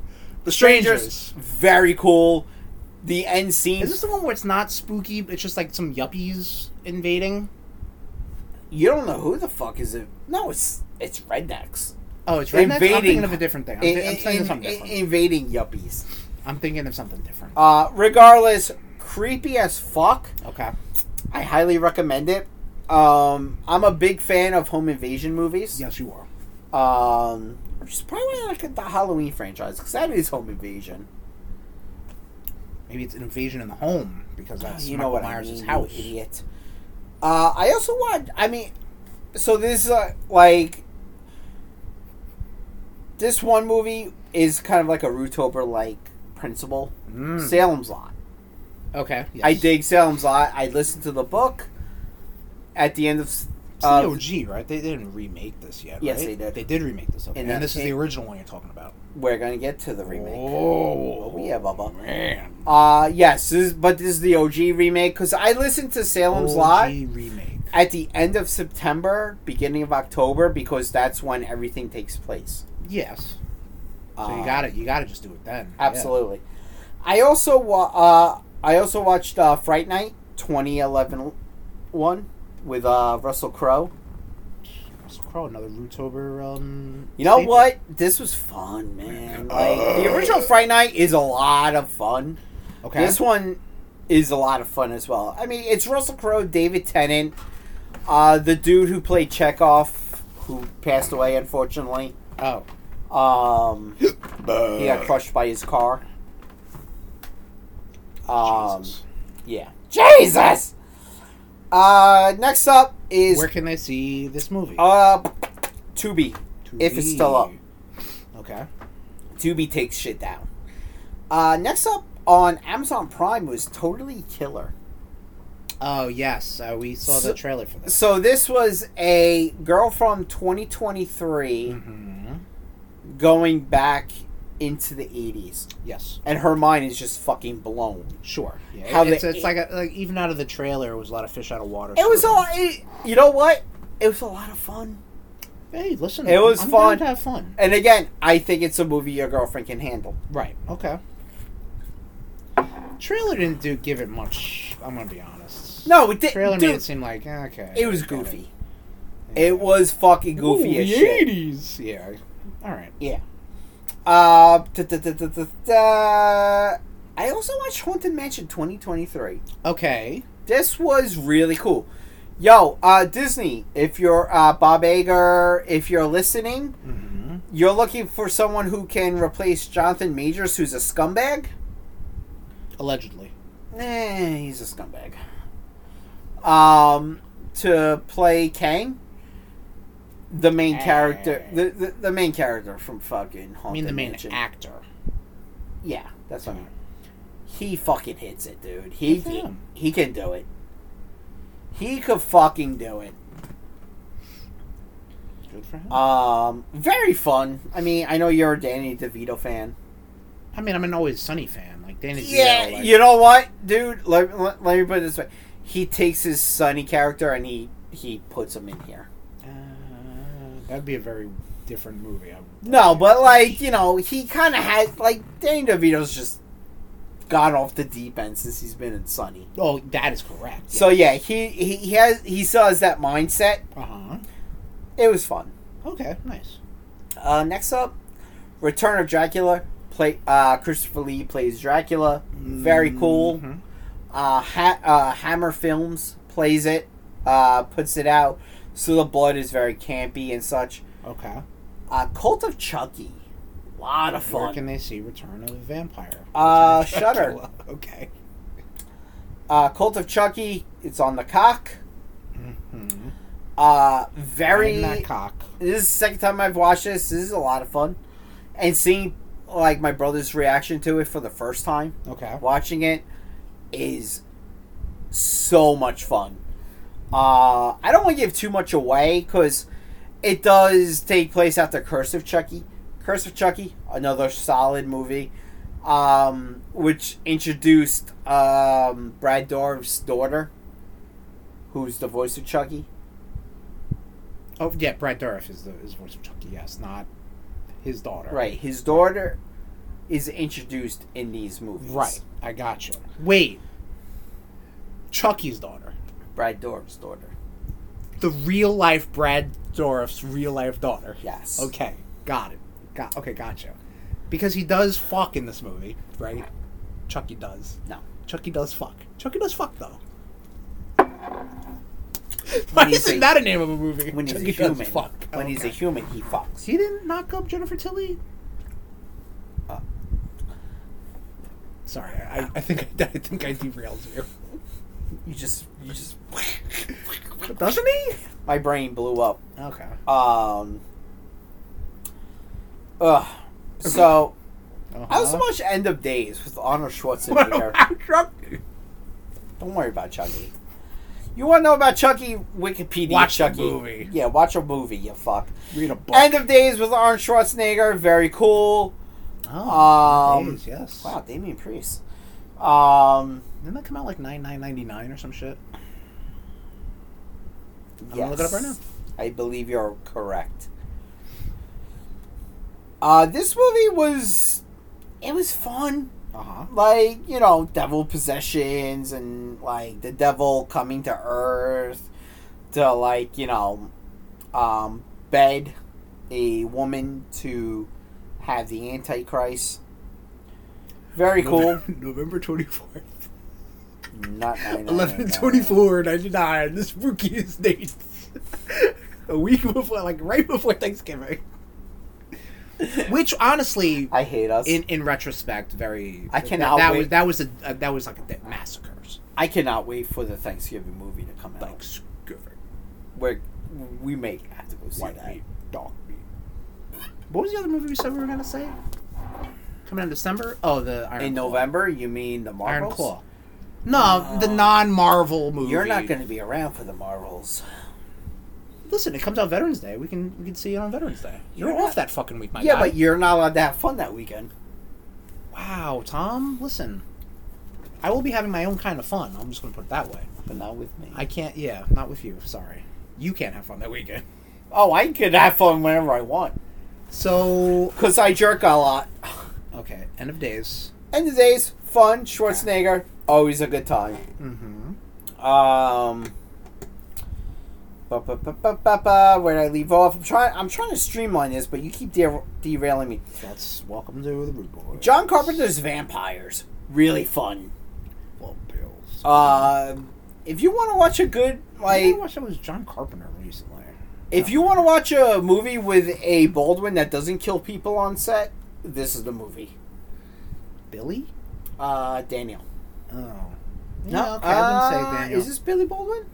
S8: The
S2: Strangers,
S8: Strangers.
S2: very cool. The end scene.
S8: Is this the one where it's not spooky? but It's just like some yuppies invading.
S2: you don't know who the fuck is it? No, it's it's rednecks.
S8: Oh, it's rednecks. I'm
S2: Invading.
S8: thinking of a different thing. I'm,
S2: In-
S8: thi- I'm thinking
S2: in-
S8: of something
S2: in-
S8: different.
S2: invading yuppies.
S8: I'm thinking of something different.
S2: Uh, regardless, creepy as fuck.
S8: Okay.
S2: I highly recommend it. Um, I'm a big fan of home invasion movies.
S8: Yes, you are.
S2: Um, which is probably like the Halloween franchise because that is home invasion.
S8: Maybe it's an invasion in the home because that's
S2: you know
S8: Michael
S2: what
S8: Myers'
S2: I mean, you
S8: house.
S2: idiot. Uh, I also want. I mean, so this is uh, like this one movie is kind of like a Rootober like principle.
S8: Mm.
S2: Salem's Lot.
S8: Okay. Yes.
S2: I dig Salem's Lot. I listened to the book. At the end of s-
S8: It's
S2: uh,
S8: the OG, right? They didn't remake this yet.
S2: Yes,
S8: right?
S2: they did.
S8: They did remake this. Okay.
S2: And
S8: And,
S2: that
S8: this is the
S2: came-
S8: original one you're talking about.
S2: we're gonna get to the remake.
S8: Oh,
S2: yeah, Bubba.
S8: Man.
S2: Uh yes, this is, but this is the OG remake because I listened to Salem's
S8: OG
S2: Lot
S8: remake.
S2: at the end of September, beginning of October, because that's when everything takes place.
S8: Yes. So
S2: Uh,
S8: you got to You got to just do it then. Yeah.
S2: Absolutely. I also wa- uh, I also watched uh, Fright Night 2011 one with uh, Russell Crowe.
S8: Russell Crowe, another Rootober. Um,
S2: You know
S8: staple.
S2: what? This was fun, man. Like the original Fright Night is a lot of fun.
S8: Okay.
S2: This one is a lot of fun as well. I mean, it's Russell Crowe, David Tennant, uh, the dude who played Chekhov, who passed away unfortunately.
S8: Oh.
S2: Um, he got crushed by his car. Um,
S8: Jesus.
S2: yeah. Jesus. Uh, next up is
S8: Where can they see this movie?
S2: uh, Tubi.
S8: To
S2: if it's still up.
S8: Okay.
S2: Tubi takes shit down. Uh, next up on Amazon Prime was Totally Killer.
S8: Oh yes, uh, we saw
S2: So-
S8: the trailer for this.
S2: So this was a girl from 2023
S8: hmm
S2: going back into the 80s,
S8: Yes,
S2: and her mind is just fucking blown.
S8: sure. Yeah,
S2: How
S8: it's,
S2: they-
S8: it's like a, like even out of the trailer, it was a lot of fish out of water.
S2: It was a
S8: sort of-
S2: lot. It, you know what? It was a lot of fun.
S8: Hey, listen,
S2: it was
S8: I'm
S2: fun.
S8: Down to have fun.
S2: And again, I think it's a movie your girlfriend can handle.
S8: Right. Okay. Trailer didn't do give it much. I'm gonna be honest.
S2: No, it did.
S8: trailer
S2: dude,
S8: made it seem like okay.
S2: it was
S8: I get
S2: goofy.
S8: Yeah.
S2: It was fucking goofy
S8: Ooh,
S2: as
S8: the
S2: shit.
S8: 80s. Yeah. All right.
S2: Yeah. Uh, da, da, da, da, da, da. I also watched Haunted Mansion 2023.
S8: Okay.
S2: This was really cool. Yo, uh, Disney, if you're uh, Bob Iger, if you're listening,
S8: Mm-hmm.
S2: you're looking for someone who can replace Jonathan Majors, who's a scumbag.
S8: Allegedly.
S2: Eh, he's a scumbag. Um, to play Kang, the main
S8: Eh.
S2: character, the, the the main character from fucking Haunted
S8: I mean the main
S2: Mansion.
S8: actor.
S2: Yeah, that's what I mean. He fucking hits it, dude. He
S8: Good for
S2: can,
S8: him.
S2: he can do it. He could fucking do it.
S8: Good for him.
S2: Um, very fun. I mean, I know you're a Danny DeVito fan.
S8: I mean, I'm an always sunny fan. Like Danny.
S2: Yeah,
S8: DeVito, like,
S2: you know what, dude? Let, let, let me put it this way: he takes his Sonny character and he he puts him in here.
S8: Uh, That'd be a very different movie. I,
S2: No, but like you know, he kind of had like Danny DeVito's just gone off the deep end since he's been in Sunny.
S8: oh, that is correct.
S2: So yeah, he, he he has he still has that mindset.
S8: Uh huh.
S2: It was fun.
S8: Okay. Nice.
S2: Uh, next up, Return of Dracula. Play uh, Christopher Lee plays Dracula. Very cool.
S8: Mhm.
S2: Uh, ha- uh, Hammer Films plays it. Uh, puts it out. So the blood is very campy and such.
S8: Okay.
S2: Uh, Cult of Chucky. Lot of
S8: Where can
S2: fun.
S8: they see Return of the Vampire?
S2: Uh,
S8: Return of Dracula. Okay.
S2: Uh, Cult of Chucky. It's on the cock.
S8: Mhm.
S2: Uh, very.
S8: And that cock.
S2: This is the second time I've watched this. This is a lot of fun, and seeing like my brother's reaction to it for the first time.
S8: Okay.
S2: watching it is so much fun. Uh, I don't want to give too much away because it does take place after Curse of Chucky. Curse of Chucky, another solid movie, um, which introduced um, Brad Dorff's daughter, who's the voice of Chucky.
S8: Oh yeah, Brad Dourif is the is voice of Chucky. Yes, not his daughter.
S2: Right, his daughter is introduced in these movies.
S8: Right. I got you. Wait. Chucky's daughter.
S2: Brad Dorff's daughter.
S8: The real life Brad Dourif's real life daughter.
S2: Yes.
S8: Okay. Got it. Got okay. Gotcha. Because he does fuck in this movie, right? Chucky does.
S2: No.
S8: Chucky does fuck. Chucky does fuck though.
S2: When
S8: Why
S2: he's
S8: isn't
S2: a-
S8: that a name of a movie?
S2: When he's
S8: Chucky
S2: a human,
S8: does fuck.
S2: when he's a
S8: Okay.
S2: human, he fucks.
S8: he didn't knock up Jennifer Tilly. Uh, sorry, I, I think I, I think I derailed you.
S2: You just, you just.
S8: Doesn't he?
S2: My brain blew up.
S8: Okay.
S2: Um. Ugh. So
S8: Uh-huh.
S2: I also watched End of Days with Arnold Schwarzenegger. Don't worry about Chucky. You want to know about Chucky? Wikipedia.
S8: Watch the
S2: Chucky.
S8: movie.
S2: Yeah, watch a movie. You fuck.
S8: Read a book.
S2: End of Days with Arnold Schwarzenegger. Very cool.
S8: Oh,
S2: Um,
S8: days, yes.
S2: Wow, Damien Priest. Um.
S8: Didn't that come out like nine nine ninety nine or some shit?
S2: Yes.
S8: I'm gonna look it up right now.
S2: I believe you're correct. Uh, this movie was, it was fun.
S8: Uh huh.
S2: Like you know, devil possessions and like the devil coming to Earth to like you know, um, bed a woman to have the Antichrist. Very cool.
S8: November twenty fourth.
S2: Not nine, nine, nine,
S8: Eleven
S2: nine.
S8: twenty four ninety nine. This rookie is dates. a week before, like right before Thanksgiving. Which honestly,
S2: I hate us.
S8: in in retrospect, very
S2: I
S8: that-
S2: cannot
S8: That,
S2: wait.
S8: was that was a, a that was like a de- massacres.
S2: I cannot wait for the Thanksgiving movie to come out.
S8: Thanksgiving,
S2: where we may have to go see
S8: white
S2: that.
S8: meat, dog meat. What was the other movie we said we were gonna say? Coming out in December. Oh, the Iron
S2: In
S8: Claw.
S2: November, you mean the Marvels?
S8: Iron Claw. No, the non-Marvel movie.
S2: You're not going to be around for the Marvels.
S8: listen. It comes out Veterans Day. We can we can see it on Veterans Day. You're,
S2: You're
S8: off
S2: not-
S8: that fucking week, my
S2: yeah,
S8: guy.
S2: but you're not allowed to have fun that weekend.
S8: Wow, Tom, listen. I will be having my own kind of fun. I'm just going to put it that way.
S2: But not with me.
S8: I can't, yeah, not with you. Sorry. You can't have fun that weekend.
S2: oh, I could have fun whenever I want.
S8: So,
S2: Because I jerk a lot.
S8: okay, end of days.
S2: End of days, fun, Schwarzenegger, always a good time.
S8: Mm-hmm.
S2: Um. Ba, ba, ba, ba, ba, ba, where did I leave off? I'm trying. I'm trying to streamline this, but you keep der- derailing me.
S8: That's welcome to the Rude Boy.
S2: John Carpenter's Vampires, really fun.
S8: Well, Bills.
S2: Uh, if you want to watch a good
S8: I
S2: like,
S8: watched that was John Carpenter recently.
S2: if you want to watch a movie with a Baldwin that doesn't kill people on set, this is the movie.
S8: Billy?
S2: Uh, Daniel.
S8: Oh. No, okay, I wouldn't say
S2: Uh,
S8: Daniel.
S2: Is this Billy Baldwin?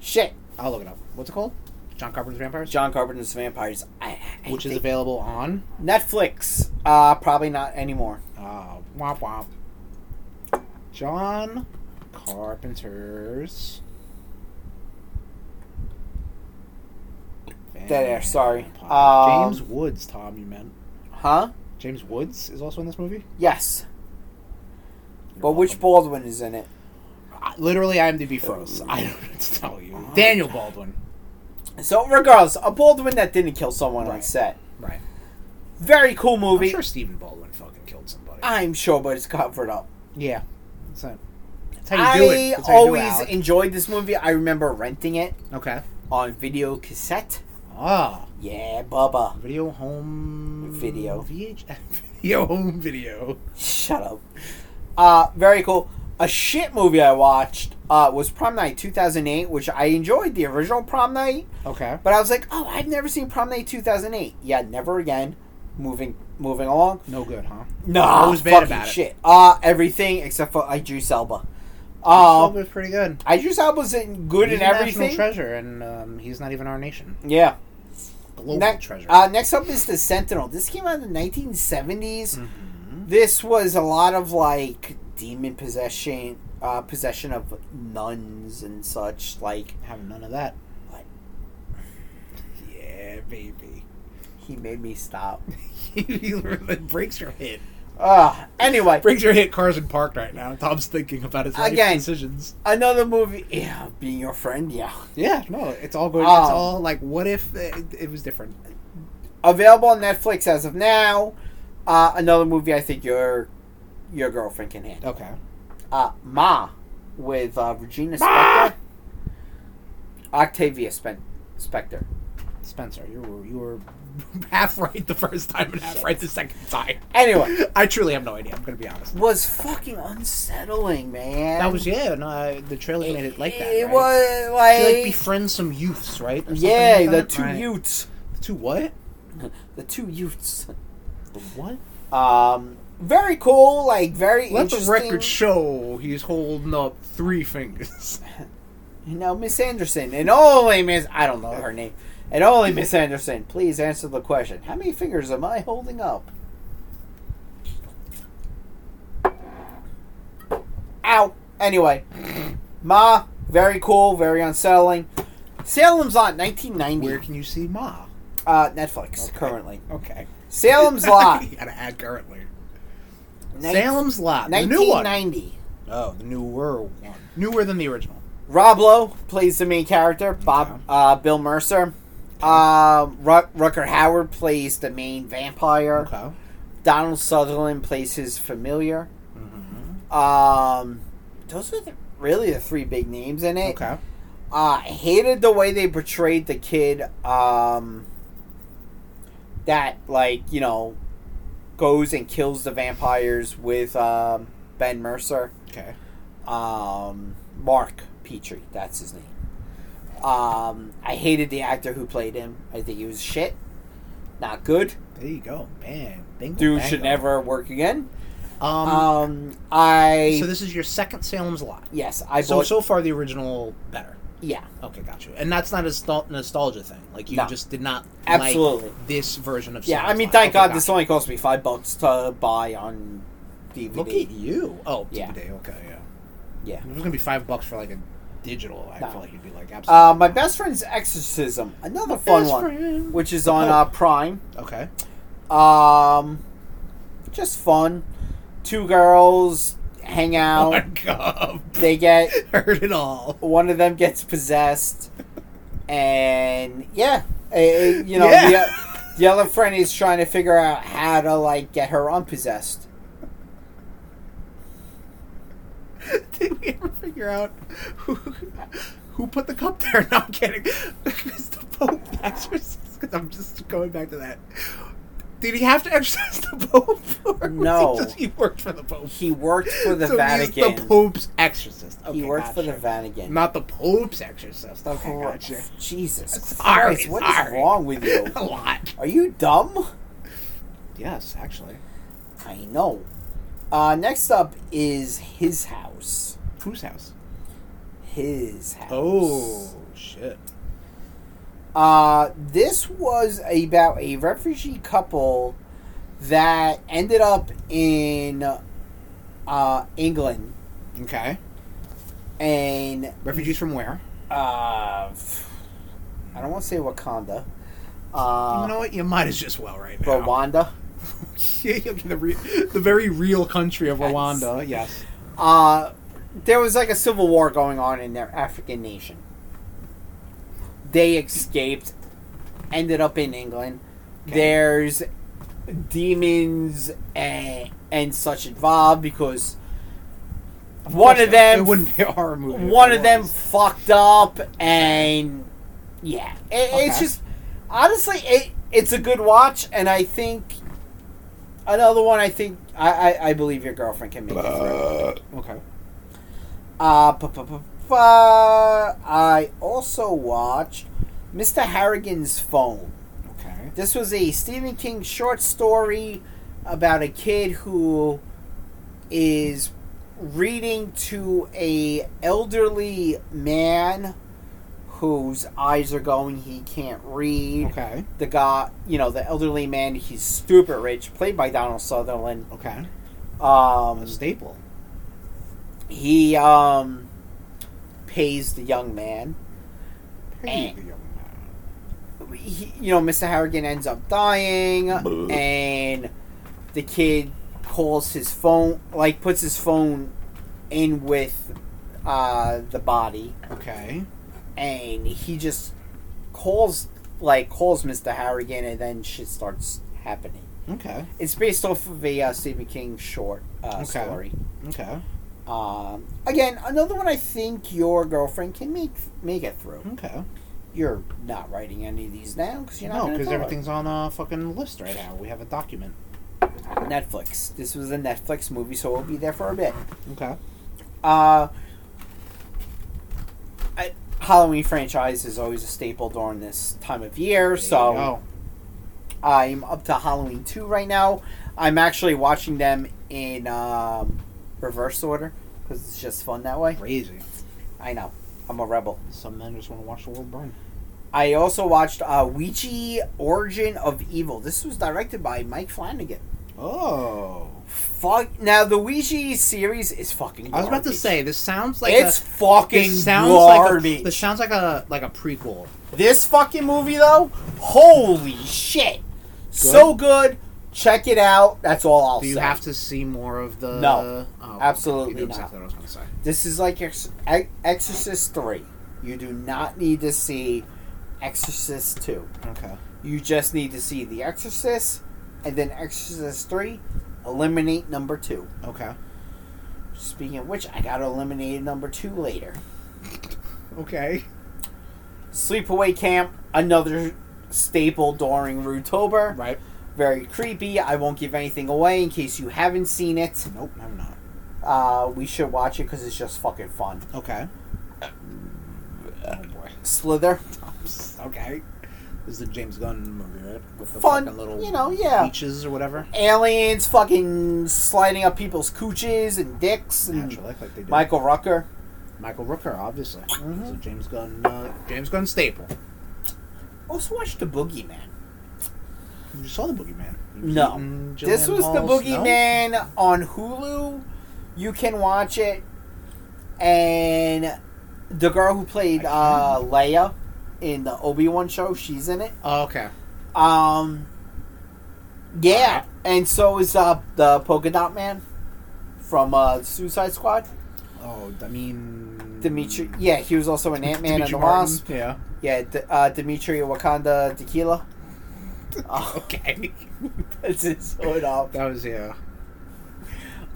S2: Shit,
S8: I'll look it up. What's it called? John Carpenter's Vampires?
S2: John Carpenter's Vampires, I, I
S8: Which is
S2: think-
S8: available on.
S2: Netflix. Uh, probably not anymore.
S8: Uh, womp womp. John Carpenter's.
S2: Dead air, sorry.
S8: Vampire.
S2: Um,
S8: James Woods, Tom, you meant.
S2: Huh?
S8: James Woods is also in this movie?
S2: Yes,
S8: You're
S2: but which
S8: welcome.
S2: Baldwin is in it?
S8: Uh,
S2: Uh,
S8: I- Literally, IMDb froze. I don't know what to tell you. Daniel Baldwin.
S2: So regardless, a Baldwin that didn't kill someone on
S8: Right.
S2: set.
S8: Right.
S2: Very cool
S8: I'm
S2: movie.
S8: sure Stephen Baldwin fucking killed somebody.
S2: I'm sure, but it's covered up.
S8: yeah. That's, not, that's how
S2: I
S8: you do it. That's how you do it,
S2: always
S8: Alec.
S2: enjoyed this movie. I remember renting it
S8: okay.
S2: on video cassette.
S8: Ah,
S2: Yeah, Bubba.
S8: video home
S2: Video.
S8: VH, video home video.
S2: Shut up. Uh, very cool. A shit movie I watched uh, was Prom Night 2008, which I enjoyed the original Prom Night,
S8: Okay.
S2: but I was like, oh, I've never seen Prom Night 2008. Yeah, never again. Moving, moving along.
S8: No good, huh?
S2: No,
S8: What was bad
S2: fucking
S8: about it?
S2: shit. Uh, everything except for Idris Elba. Um,
S8: was pretty good.
S2: Idris Elba's in good
S8: He's
S2: in
S8: a national
S2: everything.
S8: treasure, and um, he's not even our nation.
S2: yeah.
S8: Global
S2: Ne-
S8: treasure.
S2: uh, next up is the Sentinel. This came out in the 1970s.
S8: Mm-hmm.
S2: This was a lot of like demon possession, uh, possession of nuns and such. Like
S8: Have none of that.
S2: What?
S8: Yeah, baby.
S2: he made me stop.
S8: it breaks your hit.
S2: Uh, anyway,
S8: Breaks your hit. Cars in park right now. Tom's thinking about his life
S2: Again.
S8: decisions.
S2: another movie. Yeah, being your friend. Yeah,
S8: Yeah, no, it's all good.
S2: Um,
S8: it's all like, what if it, it was different?
S2: available on Netflix as of now. Uh, another movie I think your your girlfriend can handle.
S8: Okay.
S2: Uh, Ma with uh, Regina Spektor, Octavia Spen- Spector.
S8: Spencer, you were you were half right the first time and half right the second time.
S2: Anyway.
S8: I truly have no idea. I'm gonna be honest.
S2: was fucking unsettling, man.
S8: That was yeah. No, I- the trailer made it like that.
S2: It
S8: right?
S2: was
S8: She, like
S2: like,
S8: befriends some youths, right? Or something
S2: yeah,
S8: like
S2: the
S8: that?
S2: two
S8: Right.
S2: Utes,
S8: The two what?
S2: the two Utes.
S8: The what?
S2: Um, very cool, like very
S8: Let the
S2: interesting.
S8: record show he's holding up three fingers.
S2: you know, Miss Anderson, and only Miss I don't know her name, and only Miss Anderson. Please answer the question: How many fingers am I holding up? Ow. Anyway, Ma, very cool, very unsettling. Salem's Lot, 1990.
S8: Where can you see Ma?
S2: Uh, Netflix currently.
S8: Okay.
S2: Salem's Lot.
S8: you gotta add currently.
S2: Nin-
S8: Salem's Lot, the new one.
S2: 1990.
S8: Oh, the newer one. Newer than the original.
S2: Rob Lowe plays the main character. Bob,
S8: Okay.
S2: uh, Bill Mercer. Um, Ru- Rucker Howard plays the main vampire.
S8: Okay.
S2: Donald Sutherland plays his familiar.
S8: hmm
S2: Um, those are the, really the three big names in it.
S8: Okay.
S2: Uh, hated the way they portrayed the kid. Um, that like you know, goes and kills the vampires with um, Ben Mercer.
S8: Okay.
S2: um, Mark Petrie. That's his name. Um, I hated the actor who played him. I think he was shit. Not good.
S8: There you go, man. Bingo,
S2: Dude
S8: bango.
S2: should never work again.
S8: Um,
S2: Um, I
S8: so this is your second Salem's Lot.
S2: yes, I
S8: so
S2: bought
S8: so far the original better.
S2: yeah,
S8: Okay, gotcha. And that's not a nostal- nostalgia thing. Like you
S2: No.
S8: just did not
S2: Absolutely.
S8: like this version of.
S2: yeah. I
S8: Salem's
S2: mean,
S8: Lot.
S2: thank
S8: Okay,
S2: God
S8: gotcha.
S2: this only cost me five bucks to buy on DVD.
S8: Look at you! Oh,
S2: Yeah.
S8: DVD. Okay, yeah.
S2: Yeah.
S8: If it was gonna be five bucks for like a digital, I
S2: No.
S8: feel like you'd be like absolutely.
S2: Uh, my best friend's exorcism, another fun
S8: best
S2: one,
S8: friend.
S2: which is on uh, Prime.
S8: okay.
S2: Um, just fun. Two girls hang
S8: Oh my
S2: out.
S8: god!
S2: They get
S8: Heard it all.
S2: one of them gets possessed, and yeah, eh, eh, you know,
S8: Yeah.
S2: the, the other friend is trying to figure out how to like get her unpossessed.
S8: Did we ever figure out who who put the cup there? No, I'm kidding. Is the Pope the exorcist? Because I'm just going back to that. Did he have to exorcise the Pope? Or was
S2: No.
S8: He, just, he worked for the Pope.
S2: He worked for the
S8: so
S2: Vatican.
S8: He's the Pope's exorcist. Okay,
S2: he worked for the
S8: gotcha.
S2: Vatican.
S8: Not the Pope's exorcist. Okay,
S2: Cor-
S8: gotcha.
S2: Jesus
S8: Sorry,
S2: Christ, what is
S8: sorry.
S2: wrong with you?
S8: A lot.
S2: Are you dumb?
S8: Yes, actually.
S2: I know. Uh, next up is his house.
S8: Whose house?
S2: His house.
S8: Oh, shit.
S2: Uh, this was about a refugee couple that ended up in uh, England
S8: Okay.
S2: and
S8: Refugees from where?
S2: uh, f- I don't want to say Wakanda, uh,
S8: you know what? You might as just well right now.
S2: Rwanda.
S8: Yeah, yeah, the, re- the very real country of Rwanda. Yes.
S2: Uh, there was like a civil war going on in their African nation. they escaped, ended up in England. There's demons and, and such involved because one of
S8: it
S2: them
S8: wouldn't be a horror movie. if
S2: one
S8: it
S2: of them
S8: was.
S2: fucked up and yeah it, it's
S8: Okay.
S2: just honestly it, it's a good watch and i think another one i think i i, I believe your girlfriend can make it through
S8: Okay.
S2: uh, pa- pa- pa- pa- i also watched mr harrigan's phone
S8: Okay.
S2: this was a Stephen King short story about a kid who is reading to a elderly man whose eyes are going he can't read
S8: Okay.
S2: the guy you know the elderly man he's stupid rich played by donald sutherland
S8: Okay.
S2: um
S8: A staple.
S2: he um pays the young man
S8: Hey,
S2: Eh.
S8: the young man.
S2: he, you know, Mr. Harrigan ends up dying,
S1: Boo.
S2: and the kid calls his phone, like puts his phone in with uh, the body,
S8: Okay.
S2: and he just calls, like calls Mr. Harrigan, and then shit starts happening.
S8: Okay.
S2: It's based off of a uh, Stephen King short uh,
S8: Okay.
S2: story.
S8: Okay.
S2: Um, again, another one I think your girlfriend can make make it through.
S8: Okay.
S2: You're not writing any of these now because you're not.
S8: No,
S2: gonna
S8: because
S2: tell her.
S8: everything's on a fucking list right now. We have a document.
S2: Netflix. This was a Netflix movie, so we'll be there for a bit.
S8: Okay.
S2: Uh, I, Halloween franchise is always a staple during this time of year, so
S8: Oh.
S2: I'm up to Halloween 2 right now. I'm actually watching them in um, reverse order because it's just fun that way.
S8: Crazy.
S2: I know. I'm a rebel.
S8: Some men just want to watch the world burn.
S2: I also watched uh, Ouija Origin of Evil. This was directed by Mike Flanagan.
S8: Oh.
S2: Fuck. Now, the Ouija series is fucking
S8: I was about to
S2: garbage.
S8: say this sounds like
S2: it's
S8: a,
S2: fucking
S8: this sounds like
S2: garbage.
S8: a, this sounds like a like a prequel.
S2: this fucking movie though, holy shit, so good. Check it out. That's all I'll
S8: Do you
S2: say.
S8: have to see more of the?
S2: No.
S8: Oh,
S2: Absolutely
S8: you
S2: not.
S8: know exactly what I was going to say.
S2: This is like Ex- Ex- Exorcist three. You do not need to see Exorcist two.
S8: Okay.
S2: You just need to see The Exorcist and then Exorcist three. Eliminate number two.
S8: Okay.
S2: Speaking of which, I got eliminated number two later.
S8: Okay.
S2: Sleepaway Camp, another staple during Rootober.
S8: Right.
S2: very creepy. I won't give anything away in case you haven't seen it.
S8: Nope. I'm not.
S2: Uh, we should watch it because it's just fucking fun.
S8: Okay. Oh boy.
S2: Slither,
S8: Okay. This is the James Gunn movie, right? With the
S2: Fun,
S8: fucking little
S2: you know, yeah.
S8: beaches or whatever.
S2: aliens, fucking sliding up people's cooches and dicks, and
S8: Naturally, like they do.
S2: Michael Rucker.
S8: Michael Rooker, obviously. It's a
S2: Mm-hmm.
S8: James Gunn. Uh, James Gunn staple.
S2: Also watch the Boogeyman.
S8: You saw the Boogeyman. You've
S2: No,
S8: eaten
S2: this was the
S8: Gyllenhaal's- no?
S2: Boogeyman on Hulu. You can watch it, and the girl who played uh, Leia in the Obi Wan show, she's in it.
S8: Oh, okay.
S2: Um, yeah, and so is uh, the polka dot man from uh, Suicide Squad.
S8: Oh, I mean.
S2: Dimitri, yeah, he was also an Ant Man and
S8: Mm. Dimitri
S2: the
S8: Martin,
S2: Wasp.
S8: Yeah.
S2: Yeah, D- uh, Dimitri Wakanda Tequila. Oh,
S8: Okay.
S2: that's his hood up.
S8: that was yeah.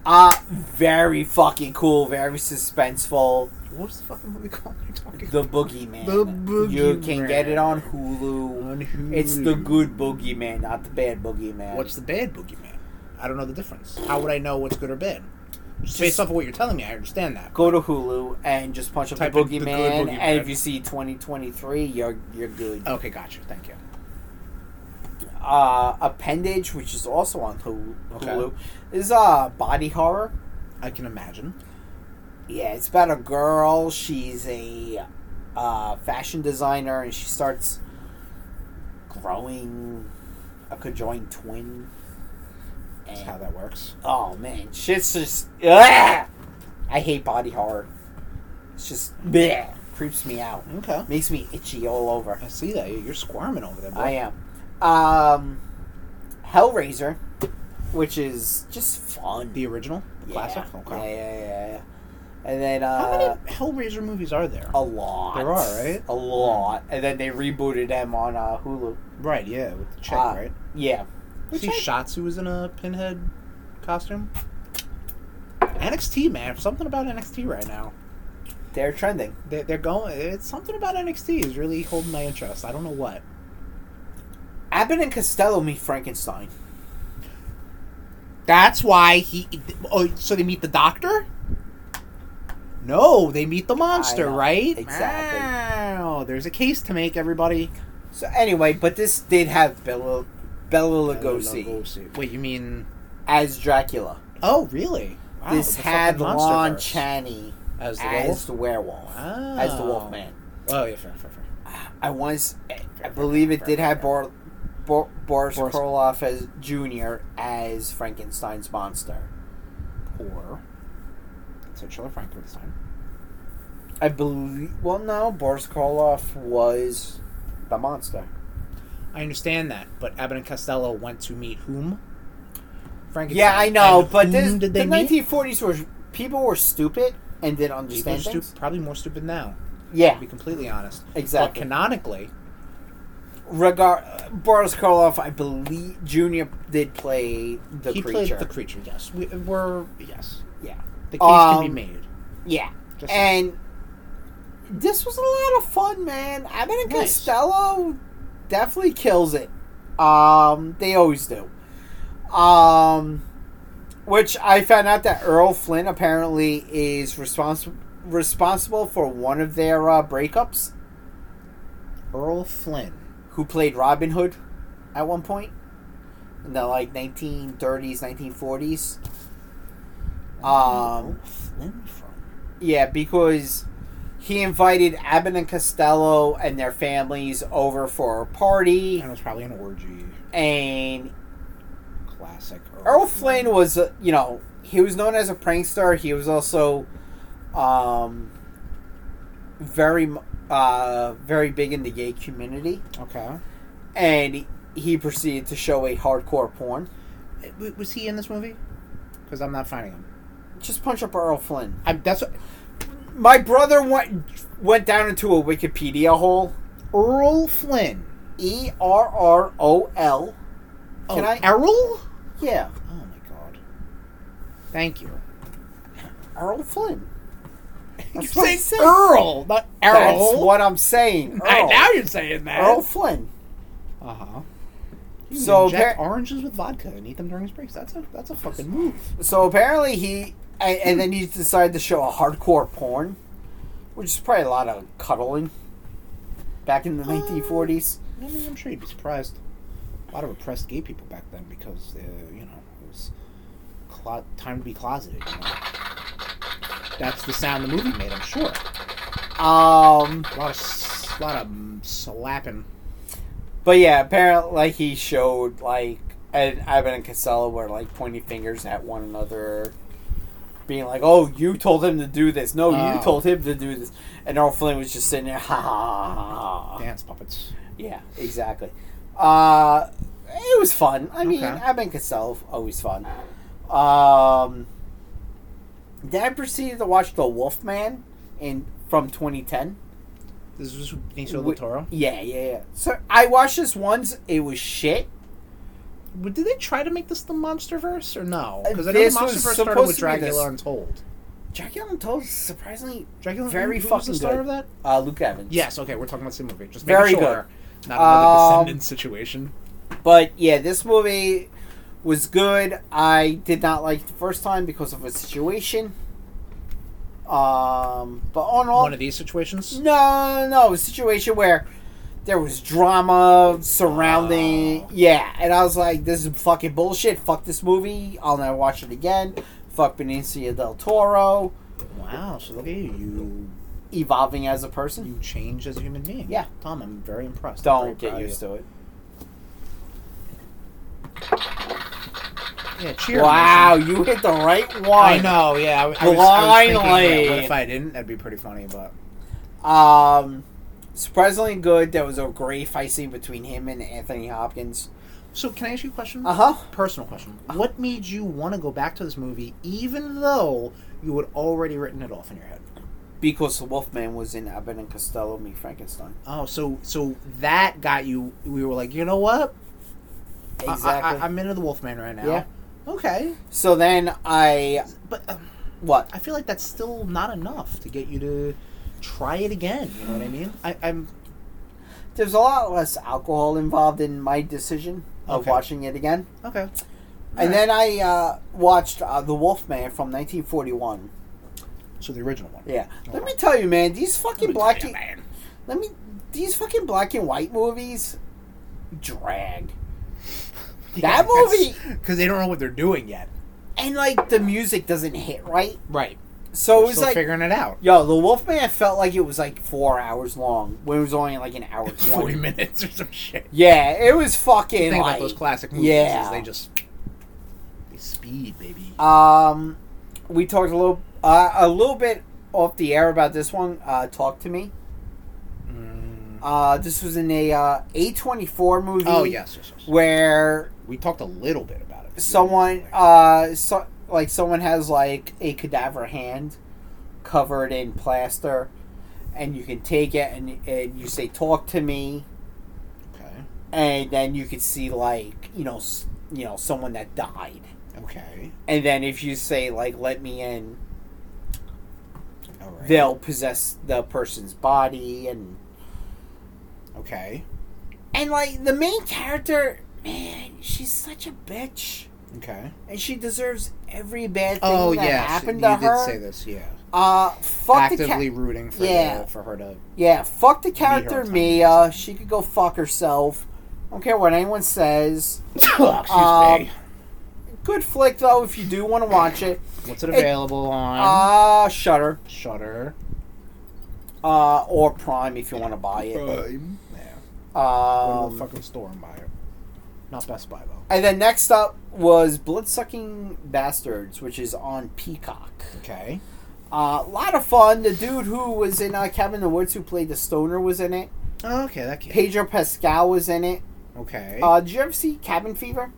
S2: Uh, very fucking cool, very suspenseful.
S8: What was the fucking movie called? You're talking
S2: The Boogeyman.
S8: The
S2: You can get it on
S8: about?
S2: Hulu.
S8: On Hulu.
S2: It's the good Boogeyman, not the bad Boogeyman.
S8: What's the bad boogeyman? I don't know the difference. How would I know what's good or bad? Just,
S2: Just-
S8: based off of what you're telling me, I understand that.
S2: go to Hulu and just punch up the
S8: Type in the
S2: Boogeyman,
S8: good Boogeyman. Oh.
S2: and if you see 2023, you're you're good.
S8: Okay, gotcha. Thank you.
S2: Uh, Appendage, which is also on Hulu,
S8: Okay.
S2: Hulu is uh body horror.
S8: I can imagine.
S2: Yeah, it's about a girl. She's a uh, fashion designer, and she starts growing a conjoined twin.
S8: That's how
S2: And,
S8: that works.
S2: oh man, shit's just. Ah! I hate body horror. It's just bleh, creeps me out.
S8: Okay.
S2: Makes me itchy all over.
S8: I see that. You're squirming over there. Boy.
S2: I am. Um, Hellraiser, which is just fun.
S8: The original? The
S2: Yeah.
S8: classic? Okay.
S2: Yeah, yeah, yeah, yeah. and then uh,
S8: How many Hellraiser movies are there?
S2: a lot.
S8: There are, right?
S2: A lot, and then they rebooted them on uh, Hulu.
S8: Right, yeah, with the chick,
S2: Uh,
S8: right?
S2: Yeah,
S8: See,
S2: I-
S8: Shatsu was in a pinhead costume. NXT, man, something about NXT right now.
S2: they're trending.
S8: They're, they're going. It's something about NXT is really holding my interest. I don't know what.
S2: Abbott and Costello meet Frankenstein.
S8: That's why he. Oh, so they meet the doctor? No, they meet the monster,
S2: I know.
S8: right?
S2: Exactly.
S8: Wow, there's a case to make, everybody.
S2: So anyway, but this did have Bella Bella Lugosi
S8: Wait, you mean?
S2: as Dracula.
S8: Oh, really? Wow,
S2: this
S8: the
S2: had
S8: fucking
S2: Lon
S8: Monsterverse.
S2: Chaney
S8: as the
S2: as
S8: wolf.
S2: the werewolf,
S8: Wow.
S2: as the Wolfman.
S8: Oh yeah, fair, fair, fair.
S2: I once, I believe it did have Bor, Bor, Boris,
S8: Boris.
S2: Karloff as Junior as Frankenstein's monster.
S8: Or titular Frankenstein.
S2: I believe. Well, no, Boris Karloff was the monster.
S8: I understand that, but Abbott and Costello went to meet whom? Frankenstein.
S2: Yeah, I know,
S8: And
S2: but
S8: whom
S2: this,
S8: did
S2: the
S8: they meet?
S2: 1940s were people were stupid and didn't
S8: People are
S2: understand
S8: stu-
S2: things.
S8: probably more stupid now.
S2: Yeah,
S8: To be completely honest,
S2: Exactly.
S8: But canonically,
S2: regard Boris Karloff, I believe Junior did play the
S8: he
S2: creature.
S8: played the creature. Yes, we, we're yes.
S2: yeah,
S8: The case can
S2: Um,
S8: be made.
S2: yeah,
S8: Just
S2: and this was a lot of fun, man. Abbott and
S8: Nice.
S2: Costello definitely kills it. Um, they always do. Um, which I found out that Earl Flynn apparently is responsible responsible for one of their uh, breakups.
S8: Earl Flynn.
S2: Who played Robin Hood at one point in the like 1930s, 1940s. Um,
S8: Flynn from
S2: yeah, because he invited Abbott and Costello and their families over for a party,
S8: and it was probably an orgy.
S2: and
S8: Classic.
S2: Earl Flynn was, uh, you know, he was known as a prankster. He was also, um, very, mu- uh, very big in the gay community,
S8: Okay.
S2: and he proceeded to show a hardcore porn.
S8: Uh, w- Was he in this movie? Because I'm not finding him.
S2: Just punch up Earl Flynn.
S8: I'm, that's what,
S2: My brother went went down into a Wikipedia hole.
S8: Earl Flynn.
S2: E R R O L.
S8: Oh,
S2: Can I-
S8: Errol?
S2: Yeah,
S8: Oh my god. Thank you.
S2: Earl Flynn. That's
S8: You
S2: what,
S8: say
S2: I'm saying.
S8: Earl, not
S2: That's
S8: Errol.
S2: what I'm saying. Earl.
S8: Hey, now you're saying that.
S2: Earl Flynn.
S8: Uh huh.
S2: So
S8: So inject
S2: appar-
S8: oranges with vodka and eat them during his breaks. That's a that's a fucking move.
S2: So apparently he, and, and then he decided to show a hardcore porn, which is probably a lot of cuddling. Back in the 1940s,
S8: I mean, I'm sure you'd be surprised. A lot of oppressed gay people back then because uh, you know it was clo- time to be closeted. You know? That's the sound the movie made. I'm sure.
S2: um,
S8: A lot of s- lot of mm, slapping.
S2: but yeah, apparently like he showed like and Ivan and Casella were like pointing fingers at one another, being like, "Oh, you told him to do this. No,
S8: Oh.
S2: you told him to do this." And Earl Flynn was just sitting there, ha ha ha ha. ha.
S8: Dance puppets.
S2: Yeah, exactly. Uh, it was fun. I mean,
S8: Okay.
S2: Abbott and Costello always fun. Um, then I proceeded to watch The Wolfman in from 2010.
S8: This was Benicio del
S2: Wi-
S8: Toro.
S2: Yeah, yeah, yeah. So I watched this once. It was shit.
S8: But did they try to make this the MonsterVerse or no?
S2: Uh,
S8: Because I know the
S2: this was
S8: MonsterVerse started
S2: supposed
S8: with
S2: to be
S8: Dracula
S2: this-
S8: Untold.
S2: Dracula Untold is surprisingly
S8: Dracula
S2: Very
S8: Untold was
S2: fucking
S8: the star
S2: good.
S8: of that.
S2: uh, Luke Evans.
S8: Yes. Okay, we're talking about the same movie. Just
S2: Very
S8: making sure. Not
S2: Um,
S8: another descendant situation.
S2: But yeah, this movie was good. I did not like it the first time because of a situation. Um, but on all,
S8: One of these situations.
S2: No, no, a situation where there was drama surrounding.
S8: Oh.
S2: Yeah, and I was like, this is fucking bullshit. Fuck this movie. I'll never watch it again. Fuck Benicio del Toro
S8: Wow. So look at you. You
S2: evolving as a person.
S8: you change as a human being.
S2: Yeah.
S8: Tom, I'm very impressed.
S2: Don't get used to it.
S8: Yeah. Cheer.
S2: Wow,
S8: Mason.
S2: you hit the right
S8: I
S2: one.
S8: know. Yeah. I, I was, I was thinking,
S2: Blindly.
S8: yeah, what if I didn't? That'd be pretty funny. But
S2: know. Um, surprisingly good. There was a great fight scene between him and Anthony Hopkins.
S8: So can I ask you a question?
S2: Uh huh.
S8: Personal question.
S2: Uh-huh.
S8: What made you want to go back to this movie, even though you had already written it off in your head?
S2: Because the Wolfman was in Abbott and Costello Meet Frankenstein.
S8: Oh, so so that got you. We were like, you know what? I- I, I, am into the Wolfman right now.
S2: Yeah.
S8: Okay,
S2: so then I
S8: but um,
S2: what?
S8: I feel like that's still not enough to get you to try it again. You know what I mean? I, I'm
S2: There's a lot less alcohol involved in my decision of
S8: Okay.
S2: watching it again.
S8: okay.
S2: And then I uh, watched uh, The Wolfman from 1941.
S8: So the original one.
S2: Yeah. Let me tell you, man, these fucking black and,
S8: man.
S2: let me these fucking black and white movies drag. That movie
S8: because they don't know what they're doing yet.
S2: and like the music doesn't hit right.
S8: Right.
S2: So
S8: They're
S2: it was
S8: still
S2: like
S8: figuring it out.
S2: Yo, The Wolfman felt like it was like four hours long when it was only like an hour twenty.
S8: Forty minutes or some shit.
S2: Yeah, it was fucking.
S8: The thing
S2: like,
S8: about those classic movies
S2: yeah.
S8: is they just they speed, baby.
S2: Um, we talked a little, uh, a little bit off the air about this one. Uh, Talk to me. Uh, this was in a uh, A twenty four movie.
S8: Mm. oh yes, yes, yes.
S2: where
S8: We talked a little bit about it.
S2: someone, uh, so, like someone has like a cadaver hand covered in plaster, and you can take it and and you say, "Talk to me."
S8: Okay.
S2: and then you could see like you know s- you know someone that died
S8: Okay.
S2: and then if you say like let me in
S8: All right.
S2: they'll possess the person's body and
S8: okay.
S2: and like the main character man she's such a bitch
S8: Okay.
S2: and she deserves every bad thing
S8: Oh
S2: that
S8: yeah,
S2: happened
S8: you
S2: to
S8: did
S2: her
S8: say this. Yeah.
S2: uh fuck the
S8: Actively
S2: ca-
S8: rooting for
S2: Yeah.
S8: the, for her to.
S2: yeah fuck the
S8: her
S2: character
S8: on
S2: mia she could go fuck herself I don't care what anyone says
S8: Excuse
S2: Um, good flick though if you do want to watch it
S8: What's it available on?
S2: uh shutter
S8: Shutter.
S2: uh, or Prime if you want to buy it.
S1: Prime.
S8: Yeah. Go to the
S2: Um,
S8: fucking store and buy it. Not Best Buy though.
S2: and then next up was Bloodsucking Bastards, which is on Peacock.
S8: Okay.
S2: A uh, lot of fun. The dude who was in uh, Cabin in the Woods, who played the stoner, was in it.
S8: Oh, okay, that kid.
S2: Pedro Pascal was in it.
S8: Okay.
S2: Uh, did you ever see Cabin Fever?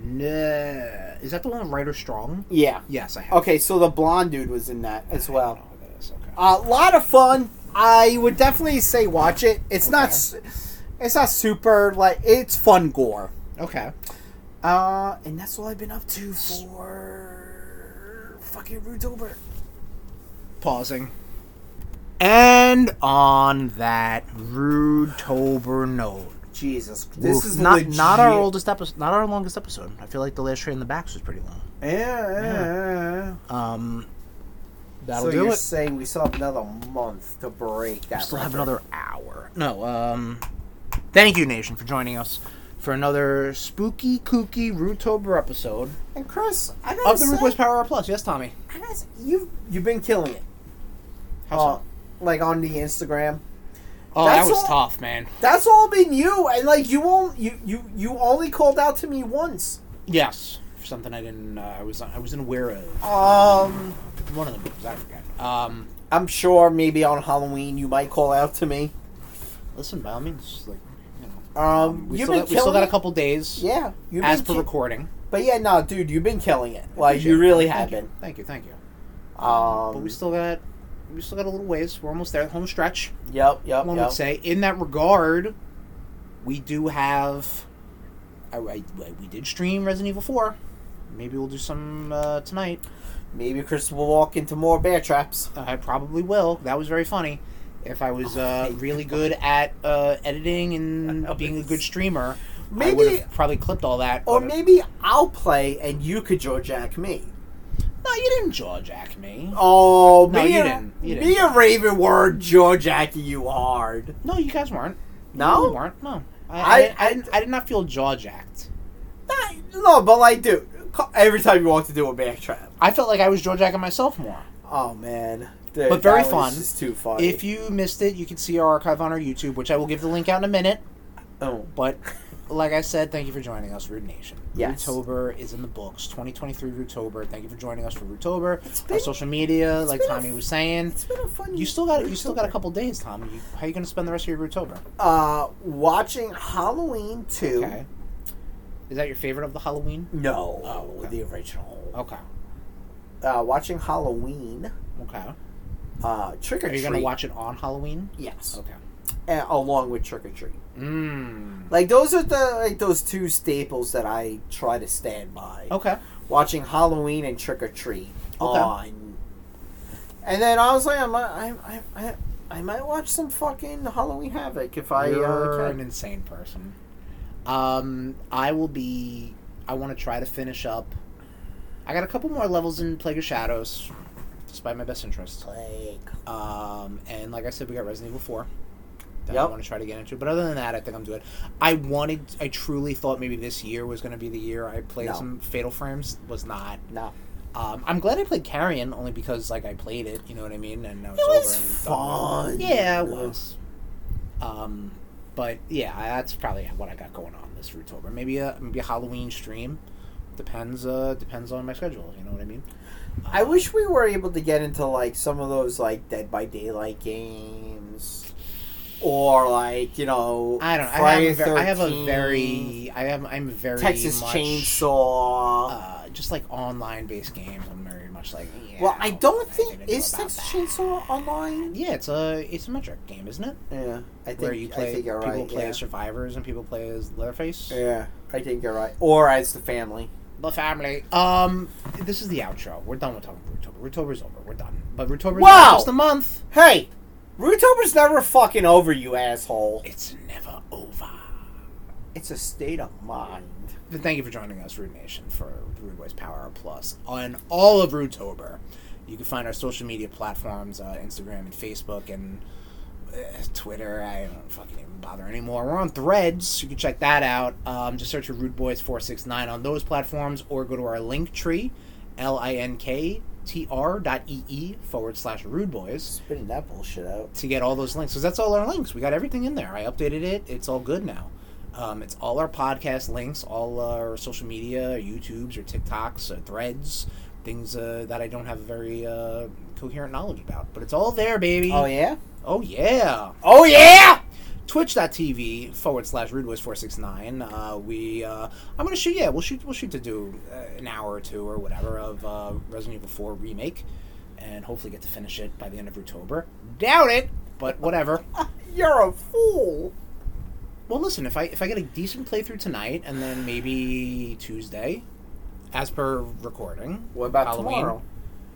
S8: nah. Is that the one with Ryder Strong?
S2: Yeah.
S8: Yes, I have.
S2: Okay, Uh, so the blonde dude was in that as
S8: I
S2: well.
S8: don't know who that is. Okay.
S2: A lot of fun. I would definitely say watch it. It's not.
S8: Okay.
S2: s- It's not super like it's fun gore.
S8: okay.
S2: Uh, and that's all I've been up to for fucking Rootober.
S8: Pausing. And on that rude Tober note.
S2: Jesus,
S8: Oof. not not our oldest episode, not our longest episode. I feel like the last train in the backs was pretty long.
S2: Yeah, yeah, yeah.
S8: Um, that'll
S2: so
S8: do
S2: you're
S8: it.
S2: saying we still have another month to break that?
S8: still have
S2: record.
S8: another hour. No, um, thank you, Nation, for joining us for another spooky, kooky Rootober episode
S2: And Chris, I gotta
S8: of the
S2: say,
S8: Request Power Hour Plus. Yes, Tommy.
S2: I gotta say, you've you've been killing it.
S8: How
S2: Uh, like on the Instagram.
S8: Oh,
S2: that's
S8: that was
S2: all-
S8: tough, man.
S2: That's all been you, and like you won't you you you only called out to me once.
S8: Yes, something I didn't. Uh, I was I was unaware of
S2: Um,
S8: one of the movies. I forgot. Um,
S2: I'm sure maybe on Halloween you might call out to me.
S8: listen, by all means, like you know,
S2: Um,
S8: we
S2: you've
S8: still
S2: been
S8: got, we still
S2: killing
S8: got a
S2: it.
S8: couple days.
S2: Yeah, you've
S8: As
S2: been
S8: per
S2: ki-
S8: recording,
S2: But yeah, no, dude, you've been killing it. Like
S8: Appreciate
S2: you
S8: it.
S2: really
S8: Thank
S2: have
S8: you.
S2: been.
S8: Thank you, thank you.
S2: Um,
S8: But we still got we still got a little ways. We're almost there. Home stretch.
S2: yep, yep,
S8: one
S2: yep.
S8: would say. In that regard, we do have. I, I- I- we did stream Resident Evil Four. Maybe we'll do some uh, tonight.
S2: Maybe Chris will walk into more bear traps.
S8: I probably will. That was very funny. If I was uh, really good at uh, editing and being a good streamer, I would
S2: Maybe-
S8: have probably clipped all that.
S2: Or
S8: but-
S2: maybe I'll play and you could Joe Jack me.
S8: no, you didn't jaw jack me.
S2: Oh,
S8: No,
S2: me,
S8: you
S2: and-
S8: didn't. You
S2: me and Raven were Joe Jacking you hard.
S8: No, you guys weren't.
S2: No?
S8: you weren't. No, I I,
S2: I-
S8: I, didn't, I did not feel jaw jacked.
S2: Not- no, but like, dude, ca- every time you walked into a bear trap.
S8: I felt like I was jaw jacking myself more.
S2: Oh man, Dude,
S8: But very
S2: that was
S8: fun.
S2: Just too fun.
S8: If you missed it, you can see our archive on our YouTube, which I will give the link out in a minute.
S2: oh,
S8: But like I said, thank you for joining us, Rude Nation.
S2: Yes.
S8: Rootober is in the books. 2023 Rootober. Thank you for joining us for Rootober.
S2: been-
S8: our social media, like
S2: been a-
S8: Tommy was saying.
S2: it's been a fun.
S8: You still got you still got a couple days, Tommy. You, how are you going to spend the rest of your Rootober?
S2: Uh, watching Uh, Halloween two.
S8: Okay. Is that your favorite of the Halloween?
S2: No.
S8: Oh, okay.
S2: the original.
S8: Okay.
S2: Uh, watching Halloween.
S8: Okay.
S2: Uh, Trick or
S8: Are you
S2: Treat.
S8: gonna watch it on Halloween?
S2: Yes.
S8: Okay.
S2: And, along with Trick or Treat.
S8: Mm.
S2: Like those are the like those two staples that I try to stand by.
S8: Okay.
S2: Watching Halloween and Trick or Treat
S8: Okay.
S2: on. And then honestly, I might I, I, I, I might watch some fucking Halloween Havoc if I
S8: You're
S2: uh,
S8: an
S2: can.
S8: insane person. Um, I will be. I want to try to finish up. I got a couple more levels in Plague of Shadows, despite my best interest.
S2: Like,
S8: Um, and like I said, we got Resident Evil Four. That I
S2: Yep.
S8: want to try to get into, but other than that, I think I'm good. I wanted, I truly thought maybe this year was going to be the year I played
S2: No.
S8: some Fatal Frames. Was not.
S2: no.
S8: Um, I'm glad I played Carrion only because like I played it, you know what I mean, and now it's
S2: It was
S8: over. and done
S2: fun.
S8: with. Yeah, it was. Um, but yeah, I- that's probably what I got going on this Rootober. Maybe a maybe a Halloween stream. Depends. Uh, depends on my schedule. You know what I mean.
S2: I wish we were able to get into like some of those like Dead by Daylight games, or like you know
S8: I don't. know. I
S2: Friday
S8: have, a ver- I have a
S2: 13,
S8: very. I am. I'm very
S2: Texas
S8: much,
S2: Chainsaw.
S8: Uh, just like online based games. I'm very much like. Yeah,
S2: well, I don't
S8: what am
S2: think
S8: gonna do
S2: is
S8: about
S2: Texas
S8: that?
S2: Chainsaw online.
S8: Yeah, it's a it's a metric game, isn't it?
S2: Yeah, I think
S8: Where you play,
S2: I think you're
S8: people
S2: right.
S8: play
S2: yeah.
S8: as survivors and people play as Leatherface.
S2: Yeah, I think you're right. Or as the family.
S8: The family. Um, this is the outro. We're done with talking Rootober. Rootober's over. We're done. But Rootober's
S2: Wow!
S8: not just a month.
S2: Hey, Rootober's never fucking over, you asshole.
S8: It's never over.
S2: It's a state of mind.
S8: But thank you for joining us, Root Nation, for Rude Boys Power Hour Plus on all of Rootober. You can find our social media platforms, uh, Instagram and Facebook and uh, Twitter. I don't fucking even bother anymore. We're on Threads. You can check that out. Um, just search for Rude Boys four six nine on those platforms, or go to our link tree, l i n k t r dot e e forward slash Rude Boys
S2: Spitting that bullshit out.
S8: to get all those links because that's all our links. We got everything in there. I updated it. It's all good now. Um, it's all our podcast links, all our social media, our YouTubes, or TikToks, or threads, things uh, that I don't have very uh, coherent knowledge about. But it's all there, baby.
S2: Oh yeah.
S8: Oh, yeah.
S2: Oh yeah.
S8: Twitch.tv forward slash rudeboys469. Uh, we, uh, I'm gonna shoot. Yeah, we'll shoot. We'll shoot to do uh, an hour or two or whatever of uh, Resident Evil 4 remake, and hopefully get to finish it by the end of October. Doubt it, but whatever.
S2: You're a fool.
S8: Well, listen, if I if I get a decent playthrough tonight and then maybe Tuesday, as per recording,
S2: What about
S8: Halloween?
S2: tomorrow?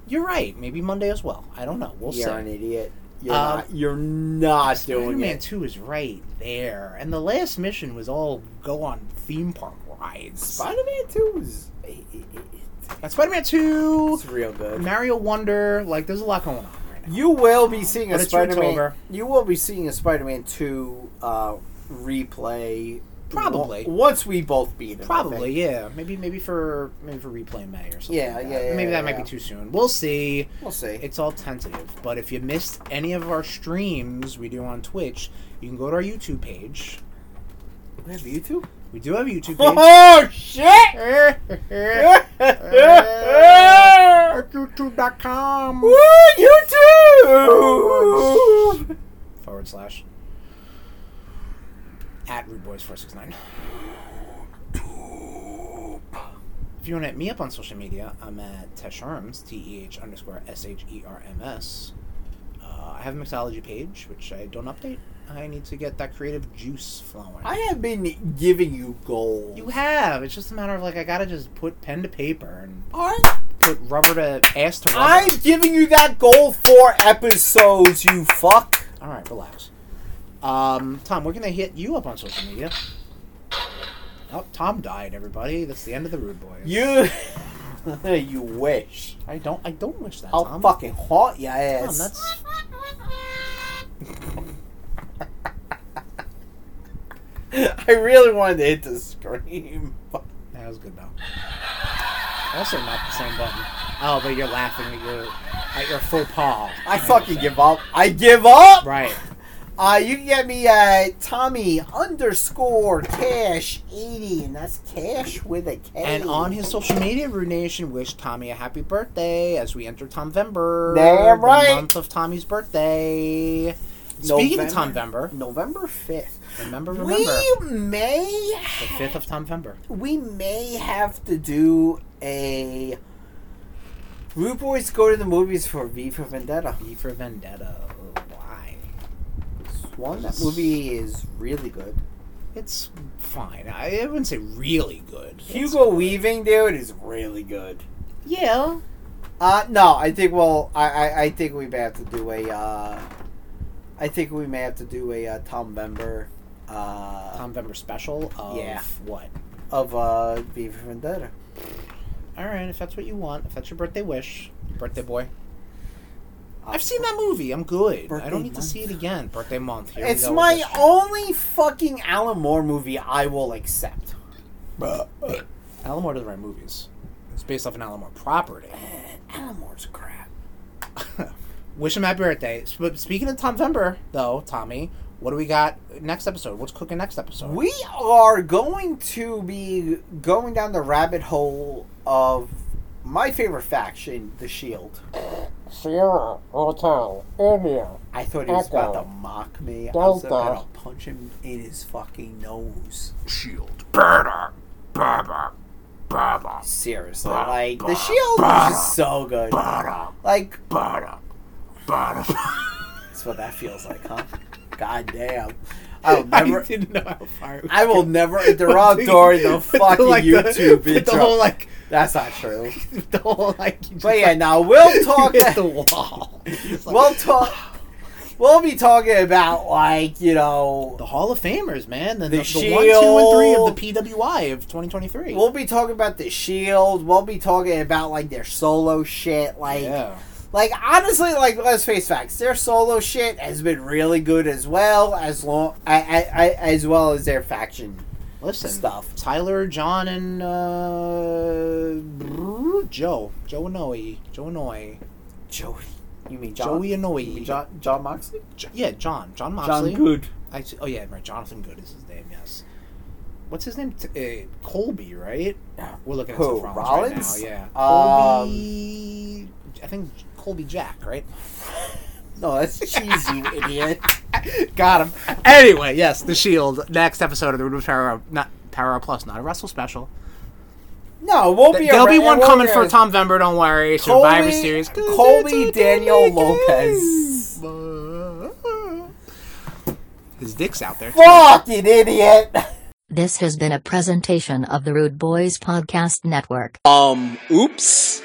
S8: you're right. Maybe Monday as well. I don't know. We'll
S2: you're an
S8: see.
S2: idiot. You're
S8: Um,
S2: not. You're not doing
S8: Spider-Man
S2: it.
S8: Two is right there, and the last mission was all go on theme park rides.
S2: Spider-Man Two was. it- it-
S8: Got Spider-Man Two,
S2: It's real good.
S8: Mario Wonder. Like, there's a lot going on right now.
S2: You will be seeing a
S8: But it's
S2: Spider-Man.
S8: October.
S2: You will be seeing a Spider-Man Two uh, replay.
S8: Probably.
S2: o- once we both beat it. I
S8: Probably,
S2: think.
S8: yeah. Maybe, maybe for maybe for replay in May or something.
S2: Yeah,
S8: like that.
S2: yeah, yeah,
S8: Maybe that might
S2: yeah.
S8: be too soon. We'll see.
S2: We'll see.
S8: It's all tentative. But if you missed any of our streams we do on Twitch, you can go to our YouTube page.
S2: we have YouTube.
S8: We do have a YouTube page.
S2: Oh shit! Woo!
S8: YouTube.com
S2: YouTube.
S8: forward slash at rudeboys469. If you want to hit me up on social media, I'm at Tesharms, T E H underscore S H E R M S. Uh, I have a mixology page, which I don't update. I need to get that creative juice flowing.
S2: I have been giving you gold.
S8: you have. It's just a matter of like I gotta just put pen to paper and
S2: are.
S8: put rubber to ass to rubber.
S2: I'm giving you that gold for episodes. You fuck.
S8: All right, relax. Um, Tom, we're gonna hit you up on social media. Oh, Tom died, everybody. That's the end of the rude boys.
S2: You. you wish.
S8: I don't. I don't wish that.
S2: I'll
S8: Tom.
S2: fucking haunt your
S8: Tom,
S2: ass.
S8: that's.
S2: I really wanted to hit the scream. but-
S8: That was good though. Also, not the same button. Oh, but you're laughing at your at your faux pas.
S2: I fucking give up. I give up.
S8: Right.
S2: Uh, you can get me at Tommy underscore cash eighty, and that's cash with a K.
S8: And on his social media, Rude Nation wished Tommy a happy birthday as we enter Tomvember.
S2: Damn
S8: the
S2: right.
S8: month of Tommy's birthday. Speaking of
S2: November.
S8: Tomvember,
S2: November fifth.
S8: remember, remember
S2: We may
S8: the fifth of Tomvember.
S2: we may have to do a Rude Boys go to the movies for V for Vendetta.
S8: B E for Vendetta. Why?
S2: One, that movie is really good.
S8: It's fine. I, I wouldn't say really good.
S2: Hugo Weaving, dude, is really good.
S8: Yeah.
S2: Uh, no, I think well, I, I, I think we may have to do a, uh, I think we may have to do a uh, Tom Member, uh,
S8: Tomvember special of
S2: Yeah.
S8: what?
S2: of uh, V for Vendetta.
S8: All right, if that's what you want, if that's your birthday wish, birthday boy. I've seen that movie. I'm good. I
S2: Birthday
S8: don't need to
S2: month.
S8: see it again. Birthday month. Here we
S2: It's
S8: go with
S2: my
S8: this one.
S2: only fucking Alan Moore movie I will accept.
S8: Alan Moore doesn't write movies. It's based off an Alan Moore property.
S2: Alan Moore's crap.
S8: Wish him happy birthday. Sp- Speaking of Tom Vember, though, Tommy, what do we got next episode? What's cooking next episode?
S2: We are going to be going down the rabbit hole of my favorite faction, the Shield.
S11: Sierra, Hotel, India.
S2: I thought he was about to
S11: Echo.
S2: mock me. I was
S11: Delta.
S2: about to punch him in his fucking nose.
S1: Shield. Burner. Burner. Burner.
S2: Seriously, like the Shield is just so good. Like
S1: Burner. Burner.
S2: that's what that feels like, huh? God damn. I will never.
S8: didn't know how far. It was
S2: I will never interrupt during the fucking YouTube
S8: the, with the
S2: intro.
S8: whole like,
S2: That's not true.
S8: with the whole like. you just,
S2: But yeah,
S8: like,
S2: now we'll talk.
S8: hit the wall. It's like-
S2: we'll talk. We'll be talking about like you know.
S8: the Hall of Famers, man. The,
S2: The
S8: the, one, two,
S2: Shield.
S8: and three of the PWI of 2023.
S2: We'll be talking about the Shield. We'll be talking about like their solo shit. Like,
S8: yeah.
S2: like honestly, like let's face facts. Their solo shit has been really good as well as long I, I, I, as well as their faction.
S8: Listen,
S2: stuff.
S8: Tyler, John, and uh, Joe, Joe Inouye, Joe Inouye,
S2: Joey, you mean John?
S8: Joey
S2: You mean
S8: Inouye,
S2: John, John Moxley?
S8: Jo- yeah, John, John
S2: John
S8: Moxley.
S2: Good.
S8: I, oh yeah, right. Jonathan Good is his name. Yes. What's his name? T- uh, Colby, right? We're looking at
S2: Who,
S8: some Rollins,
S2: Rollins?
S8: right now. Yeah.
S2: Um,
S8: Colby. I think Colby Jack, right?
S2: No, that's cheesy, you idiot.
S8: Got him. Anyway, yes, the Shield. Next episode of the Root of Power, not Power Hour Plus, not a Wrestle special.
S2: No, it won't be. a
S8: There'll be
S2: ra- it
S8: one
S2: won't
S8: coming
S2: be a-
S8: for Tom Vember. Don't worry. Survivor
S2: Colby-
S8: Series.
S2: Colby Daniel Lopez.
S8: His dick's out there.
S2: Fucking idiot.
S12: This has been a presentation of the Rude Boys Podcast Network.
S13: Um, oops.